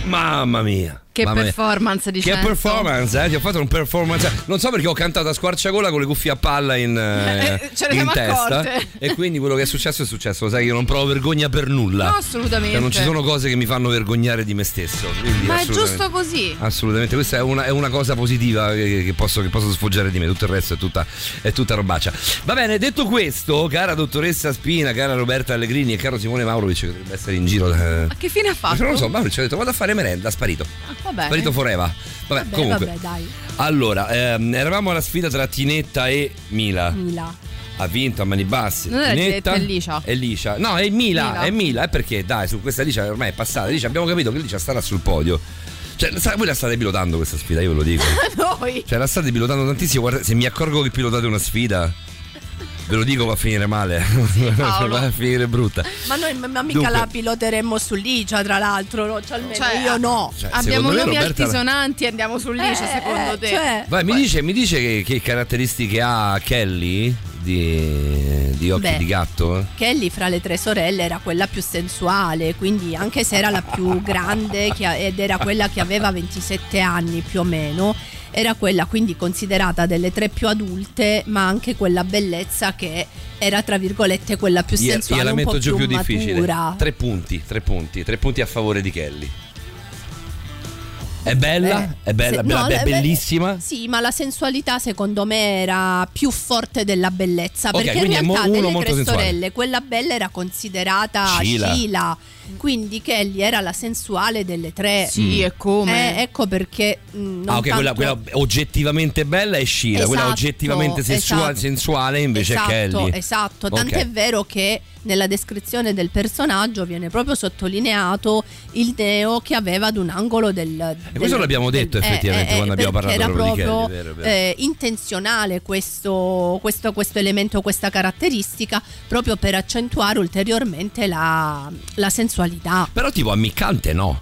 Speaker 3: Mamma mia.
Speaker 6: Che
Speaker 3: Mamma mia.
Speaker 6: performance di
Speaker 3: Che
Speaker 6: cento.
Speaker 3: performance, eh? Ti ho fatto un performance. Non so perché ho cantato a squarciagola con le cuffie a palla in, eh,
Speaker 6: Eh, ce ne
Speaker 3: in
Speaker 6: siamo
Speaker 3: testa.
Speaker 6: accorte.
Speaker 3: E quindi quello che è successo è successo. Lo sai che io non provo vergogna per nulla.
Speaker 6: No, assolutamente.
Speaker 3: Cioè, non ci sono cose che mi fanno vergognare di me stesso. quindi
Speaker 6: Ma è
Speaker 3: assolutamente. Ah.
Speaker 6: giusto così.
Speaker 3: Assolutamente, questa è una, è una cosa positiva che, che posso, che posso sfoggiare di me, tutto il resto è tutta, è tutta robaccia. Va bene, detto questo, cara dottoressa Spina, cara Roberta Allegrini e caro Simone Maurovic, che dovrebbe essere in giro. eh.
Speaker 6: Ma che fine ha fatto?
Speaker 3: Non lo so, Maurovic ha detto vado a fare merenda, sparito.
Speaker 11: Ah,
Speaker 5: Vabbè.
Speaker 3: Sparito Foreva. Vabbè,
Speaker 5: Vabbè,
Speaker 3: comunque.
Speaker 5: vabbè, dai.
Speaker 3: Allora, ehm, eravamo alla sfida tra Tinetta e Mila.
Speaker 11: Mm.
Speaker 5: Mila.
Speaker 3: Ha vinto a mani basse.
Speaker 6: Non era Tinetta,
Speaker 3: Tinetta
Speaker 6: è Licia.
Speaker 3: È Licia. No, è Mila,
Speaker 6: Mila.
Speaker 3: è Mila, è perché dai, su questa Licia ormai è passata. Licia abbiamo capito che Licia starà sul podio. Cioè, sa- voi la state pilotando questa sfida, io ve lo dico.
Speaker 6: Noi.
Speaker 3: Cioè, la state pilotando tantissimo. Guarda, se mi accorgo che pilotate una sfida, Ve lo dico, va a finire male. va a finire brutta.
Speaker 6: Eh,
Speaker 5: Ma noi ma mica
Speaker 3: Dunque.
Speaker 5: la piloteremmo su Licia, tra l'altro, no? Cioè, almeno
Speaker 6: Cioè,
Speaker 5: io no.
Speaker 3: Cioè,
Speaker 6: Abbiamo
Speaker 3: secondo me
Speaker 6: nomi
Speaker 3: Roberta-
Speaker 6: altisonanti e andiamo sul lice,
Speaker 5: Eh,
Speaker 6: secondo te?
Speaker 5: cioè,
Speaker 3: Vai, mi dice, mi dice che, che caratteristiche ha Kelly di, di occhi
Speaker 5: Beh.
Speaker 3: di gatto?
Speaker 5: Kelly fra le tre sorelle era quella più sensuale, quindi anche se era la più grande che a- ed era quella che aveva 27 anni più o meno, era quella quindi considerata delle tre più adulte, ma anche quella bellezza che era tra virgolette quella più
Speaker 3: Io-
Speaker 5: sensuale,
Speaker 3: io la
Speaker 5: un
Speaker 3: metto
Speaker 5: po'
Speaker 3: giù più,
Speaker 5: più
Speaker 3: difficile.
Speaker 5: matura.
Speaker 3: Tre punti, tre punti, tre punti a favore di Kelly. È bella,
Speaker 5: Eh,
Speaker 3: è bella,
Speaker 5: se-
Speaker 3: bella-
Speaker 5: no,
Speaker 3: be-
Speaker 5: eh, beh,
Speaker 3: bellissima.
Speaker 5: Sì, ma la sensualità secondo me era più forte della bellezza.
Speaker 3: Ok,
Speaker 5: perché in
Speaker 3: quindi è mo-
Speaker 5: realtà
Speaker 3: uno
Speaker 5: delle
Speaker 3: molto
Speaker 5: tre
Speaker 3: sensuale.
Speaker 5: sorelle, quella bella era considerata
Speaker 3: Sheila.
Speaker 5: Sheila. Quindi Kelly era la sensuale delle tre.
Speaker 6: Sì,
Speaker 3: Mm.
Speaker 6: e come?
Speaker 5: Eh, ecco perché. mh, non
Speaker 3: Ah, ok, quella,
Speaker 5: tanto-
Speaker 3: quella oggettivamente bella è Sheila, quella
Speaker 5: Esatto,
Speaker 3: oggettivamente sessua-
Speaker 5: esatto.
Speaker 3: sensuale invece
Speaker 5: esatto,
Speaker 3: è Kelly.
Speaker 5: Esatto,
Speaker 3: Ok.
Speaker 5: tant'è vero che nella descrizione del personaggio viene proprio sottolineato il neo che aveva ad un angolo del... del-
Speaker 3: questo l'abbiamo detto, effettivamente, quando abbiamo
Speaker 5: Eh, perché
Speaker 3: parlato
Speaker 5: era
Speaker 3: proprio di
Speaker 5: proprio
Speaker 3: Kelly, vero, vero.
Speaker 5: eh, intenzionale questo, questo, questo elemento, questa caratteristica, proprio per accentuare ulteriormente la, la sensualità.
Speaker 3: Però tipo ammiccante no.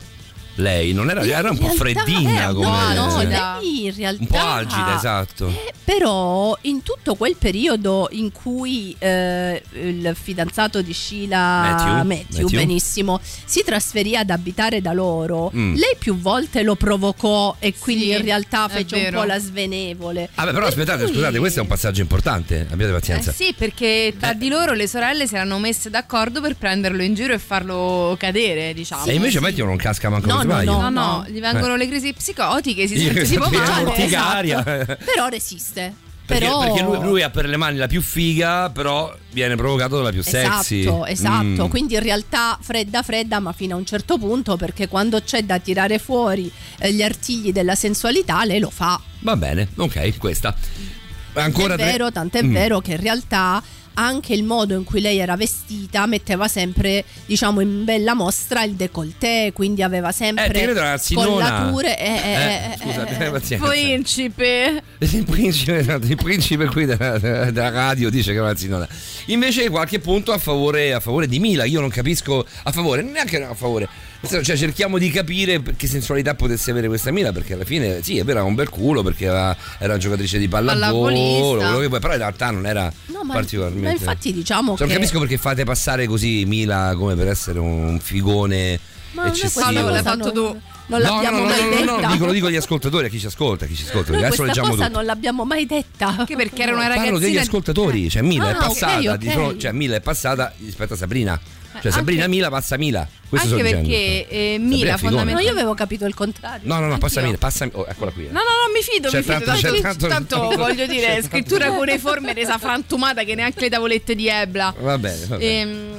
Speaker 3: Lei non era, era un po'
Speaker 5: In realtà
Speaker 3: freddina
Speaker 5: era
Speaker 3: come
Speaker 5: buona,
Speaker 6: eh,
Speaker 5: lei in realtà
Speaker 3: un po' algida, esatto.
Speaker 5: eh, Però in tutto quel periodo in cui eh, il fidanzato di Sheila
Speaker 3: Matthew, Matthew.
Speaker 5: benissimo, si trasferì ad abitare da loro,
Speaker 3: Mm.
Speaker 5: lei più volte lo provocò e quindi
Speaker 6: Sì,
Speaker 5: in realtà
Speaker 6: è
Speaker 5: fece Ah, un
Speaker 6: vero.
Speaker 5: po' la svenevole. Eh,
Speaker 3: Vabbè, però
Speaker 5: Per
Speaker 3: aspettate,
Speaker 5: cui-
Speaker 3: scusate, questo è un passaggio importante. Abbiate
Speaker 6: Eh
Speaker 3: pazienza.
Speaker 6: sì, perché
Speaker 3: Eh.
Speaker 6: tra di loro le sorelle si erano messe d'accordo per prenderlo in giro e farlo cadere, diciamo.
Speaker 3: e invece
Speaker 6: Sì.
Speaker 3: Matthew non casca manco
Speaker 5: No,
Speaker 3: per
Speaker 5: no,
Speaker 3: sbaglio. Eh.
Speaker 6: No, no,
Speaker 5: No.
Speaker 6: gli vengono le crisi psicotiche, si
Speaker 3: Io
Speaker 6: sente tipo
Speaker 3: sapevo,
Speaker 6: male. Esatto.
Speaker 3: urticaria.
Speaker 5: Però resiste.
Speaker 3: eh, Perché,
Speaker 5: esatto. però...
Speaker 3: perché lui, lui ha per le mani la più figa, però viene provocato dalla più sexy.
Speaker 5: Esatto, esatto.
Speaker 3: Mm.
Speaker 5: Quindi in realtà fredda, fredda, ma fino a un certo punto, perché quando c'è da tirare fuori eh, gli artigli della sensualità, lei lo fa.
Speaker 3: Va bene, ok, questa. Ancora
Speaker 5: Tant'è
Speaker 3: tre-
Speaker 5: vero, tant'è
Speaker 3: Mm.
Speaker 5: vero che in realtà anche il modo in cui lei era vestita metteva sempre, diciamo, in bella mostra il décolleté, quindi aveva
Speaker 3: Eh, ti
Speaker 5: sempre
Speaker 3: credo una zinona.
Speaker 5: collature. Eh, eh,
Speaker 3: Eh,
Speaker 5: eh,
Speaker 3: scusate,
Speaker 5: eh, eh.
Speaker 3: pazienza.
Speaker 6: Principe.
Speaker 3: Il principe, esatto, il principe qui della, della radio dice che è una zinona. Invece qualche punto a favore, a favore di Mila, io non capisco a favore, neanche a favore. Nel senso, Cioè, cerchiamo di capire che sensualità potesse avere questa Mila, perché alla fine sì, è vero, era un bel culo, perché era, era giocatrice di pallavolo,
Speaker 6: Pallavolista.
Speaker 3: quello che vuoi, però in realtà non era
Speaker 5: No, ma,
Speaker 3: particolarmente...
Speaker 5: ma infatti diciamo che
Speaker 3: Cioè, non capisco perché fate passare così Mila come per essere un figone
Speaker 5: Ma noi questa
Speaker 3: eccessivo.
Speaker 6: l'hai
Speaker 5: cosa
Speaker 6: fatto tu.
Speaker 5: Non, non l'abbiamo
Speaker 3: no, no,
Speaker 5: mai
Speaker 3: no,
Speaker 5: detta.
Speaker 3: no, no, dico, lo dico agli ascoltatori, a chi ci ascolta, a chi ci ascolta.
Speaker 5: Noi
Speaker 3: Certo, Adesso
Speaker 5: questa
Speaker 3: leggiamo
Speaker 5: cosa
Speaker 3: tutto.
Speaker 5: non l'abbiamo mai detta.
Speaker 6: Anche perché era una
Speaker 3: Parlo
Speaker 6: ragazzina
Speaker 3: degli ascoltatori, cioè Mila è
Speaker 5: Ah, ok,
Speaker 3: passata,
Speaker 5: ok. Ah,
Speaker 3: di fronte- cioè Mila è passata rispetto a Sabrina. Cioè
Speaker 6: anche-
Speaker 3: Sabrina Mila passa Mila. Questo
Speaker 6: Anche
Speaker 3: sto dicendo.
Speaker 6: perché eh, Mila
Speaker 3: Sabrina è figona.
Speaker 5: No,
Speaker 6: fondamentalmente
Speaker 5: io avevo capito il contrario.
Speaker 3: No, no, no, passa
Speaker 6: Anch'io.
Speaker 3: Mila, passa oh, eccola qui. eh.
Speaker 6: No, no, no, mi fido,
Speaker 3: C'è
Speaker 6: mi fido.
Speaker 3: tanto- c'è
Speaker 6: tanto,
Speaker 3: tanto-
Speaker 6: tanto, voglio dire, scrittura cuneiforme resa frantumata che neanche le tavolette di Ebla.
Speaker 3: Va bene,
Speaker 5: Eh,
Speaker 3: va bene.
Speaker 6: Ehm,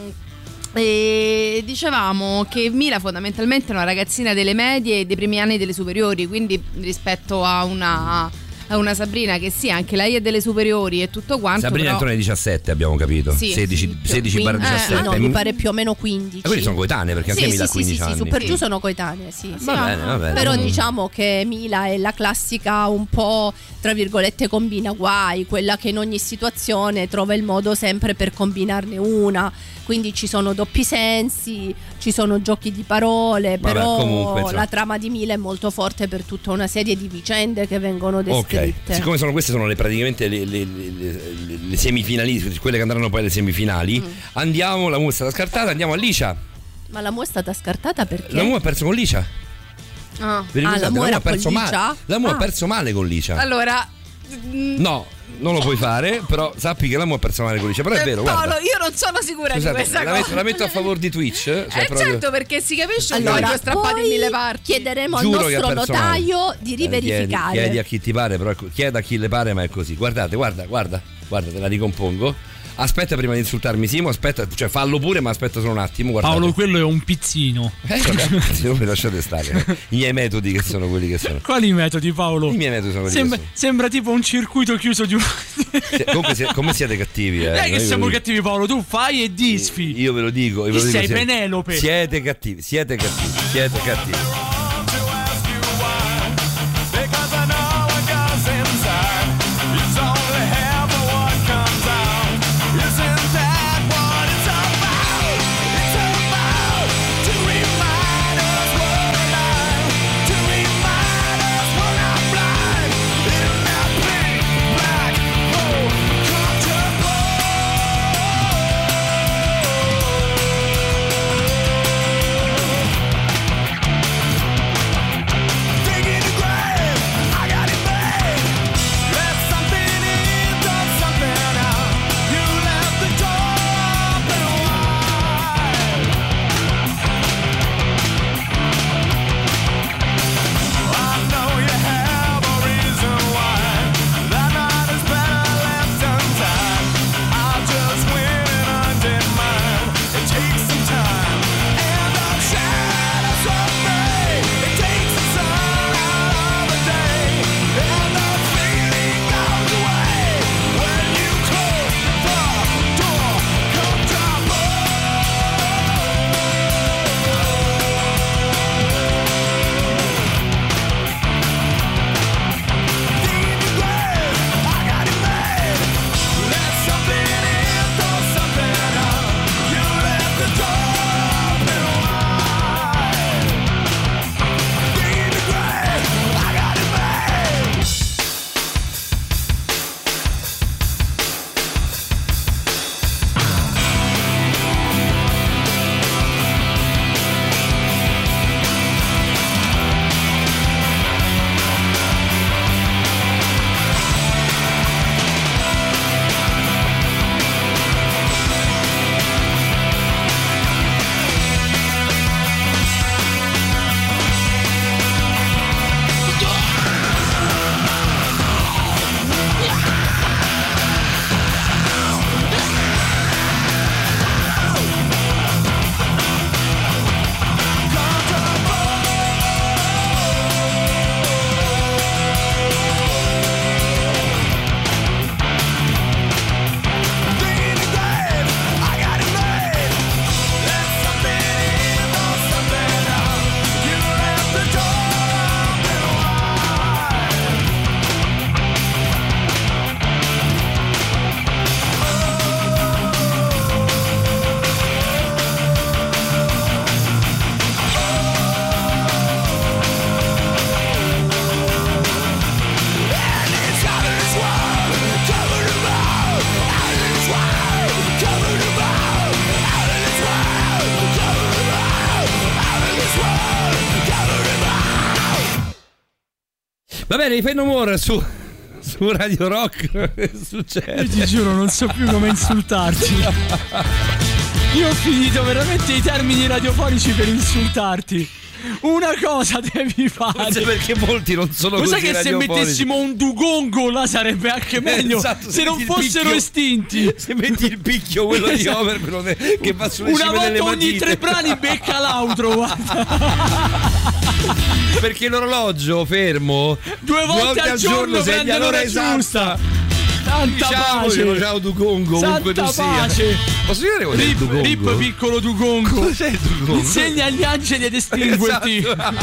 Speaker 6: E, dicevamo che Mila fondamentalmente è una ragazzina delle medie e dei primi anni delle superiori, quindi rispetto a una, a una Sabrina che sì, anche lei è delle superiori e tutto quanto.
Speaker 3: Sabrina
Speaker 6: però-
Speaker 3: entrò nei 17, abbiamo capito.
Speaker 6: Sì.
Speaker 3: 16,
Speaker 5: Sì,
Speaker 3: 16 barra
Speaker 5: quindi- eh,
Speaker 3: 17.
Speaker 5: no, mi pare più o meno 15.
Speaker 3: E Ah, quindi sono coetanee perché anche
Speaker 5: sì,
Speaker 3: Mila ha
Speaker 5: sì, sì,
Speaker 3: 15
Speaker 5: sì,
Speaker 3: anni.
Speaker 5: Sì, su per
Speaker 6: Sì.
Speaker 5: giù sono coetanee, sì. sì.
Speaker 3: Va bene, va bene.
Speaker 5: Però diciamo che Mila è la classica un po' tra virgolette combina guai, quella che in ogni situazione trova il modo sempre per combinarne una. Quindi ci sono doppi sensi, ci sono giochi di parole,
Speaker 3: Vabbè,
Speaker 5: però
Speaker 3: comunque, insomma.
Speaker 5: la trama di Mila è molto forte per tutta una serie di vicende che vengono
Speaker 3: Ok,
Speaker 5: descritte.
Speaker 3: siccome sono queste sono le, praticamente le, le- le- le- le semifinali, quelle che andranno poi alle semifinali,
Speaker 5: Mm.
Speaker 3: andiamo, la Mu è stata scartata, andiamo a Licia.
Speaker 5: Ma la mu è stata scartata perché
Speaker 3: La Mu ha perso con Licia.
Speaker 6: Ah.
Speaker 3: Vi ricordate?
Speaker 5: la Mu
Speaker 3: Mu
Speaker 5: era
Speaker 3: ha perso
Speaker 5: con
Speaker 3: male.
Speaker 5: Licia?
Speaker 3: La Mu ha
Speaker 5: Ah.
Speaker 3: perso male con Licia.
Speaker 6: Allora, mm,
Speaker 3: No, non lo puoi fare, però sappi che l'amore è personale con Licia. Però è vero,
Speaker 6: Paolo,
Speaker 3: guarda.
Speaker 6: io non sono sicura
Speaker 3: Scusate,
Speaker 6: di questa
Speaker 3: la,
Speaker 6: cosa.
Speaker 3: metto, la metto a favore di Twitch. Cioè
Speaker 6: eh
Speaker 3: proprio-
Speaker 6: certo, perché si capisce un
Speaker 5: Allora,
Speaker 6: voglio strappato in
Speaker 5: poi
Speaker 6: mille parti.
Speaker 5: chiederemo
Speaker 3: Giuro
Speaker 5: al
Speaker 3: che è
Speaker 5: nostro
Speaker 3: personale.
Speaker 5: notaio di
Speaker 3: Eh, chiedi-
Speaker 5: riverificare.
Speaker 3: Chiedi, a chi ti pare, però ecco, chieda a chi le pare, ma è così. Guardate, guarda, guarda, guarda, te la ricompongo. Aspetta prima di insultarmi, Simo, aspetta, cioè fallo pure, ma aspetta solo un attimo. Guardate.
Speaker 4: Paolo, quello è un pizzino.
Speaker 3: eh, vabbè, se non mi lasciate stare. I miei metodi che sono quelli che sono.
Speaker 4: Quali metodi, Paolo?
Speaker 3: I miei metodi sono quelli
Speaker 4: Sembra,
Speaker 3: che sono.
Speaker 4: sembra tipo un circuito chiuso di un.
Speaker 3: Se- Cioè, Comunque, se- come siete cattivi, eh?
Speaker 4: Non è
Speaker 3: Io
Speaker 4: che siamo
Speaker 3: vi-
Speaker 4: cattivi, Paolo. Tu fai e disfi.
Speaker 3: Eh, Io ve lo dico. Io ve lo
Speaker 4: Chi
Speaker 3: dico,
Speaker 4: sei,
Speaker 3: siete-
Speaker 4: Penelope?
Speaker 3: Siete cattivi, siete cattivi, siete cattivi.
Speaker 8: Because I know what goes inside. It's only half of what comes out.
Speaker 3: Va bene, fai no more su, su Radio Rock. Che succede?
Speaker 4: Io ti giuro, non so più come insultarti. Io ho finito veramente i termini radiofonici per insultarti. Una cosa devi fare.
Speaker 3: Forse perché molti non sono
Speaker 4: Lo sai
Speaker 3: così
Speaker 4: che se
Speaker 3: radiofonici.
Speaker 4: mettessimo un dugongo là sarebbe anche meglio
Speaker 3: Esatto,
Speaker 4: se non
Speaker 3: metti il
Speaker 4: fossero
Speaker 3: picchio-
Speaker 4: estinti.
Speaker 3: Se metti il picchio quello di
Speaker 4: Esatto.
Speaker 3: Homer quello de- che va sulle
Speaker 4: Una
Speaker 3: cime delle
Speaker 4: volta ogni
Speaker 3: matite.
Speaker 4: tre brani becca l'altro, guarda.
Speaker 3: Perché l'orologio fermo
Speaker 4: Due volte, al giorno, prende
Speaker 3: segna l'ora
Speaker 4: l'ora
Speaker 3: esatta.
Speaker 4: giusta. Tanta
Speaker 3: Diciamocelo,
Speaker 4: pace.
Speaker 3: ciao Dugongo, ovunque tu
Speaker 4: Santa
Speaker 3: sia.
Speaker 4: pace.
Speaker 3: Posso dire cos'è il
Speaker 4: Rip,
Speaker 3: Dugongo?
Speaker 4: rip piccolo Dugongo.
Speaker 3: Cos'è il Dugongo?
Speaker 4: Insegna agli angeli ad estinguerti.
Speaker 3: Esatto.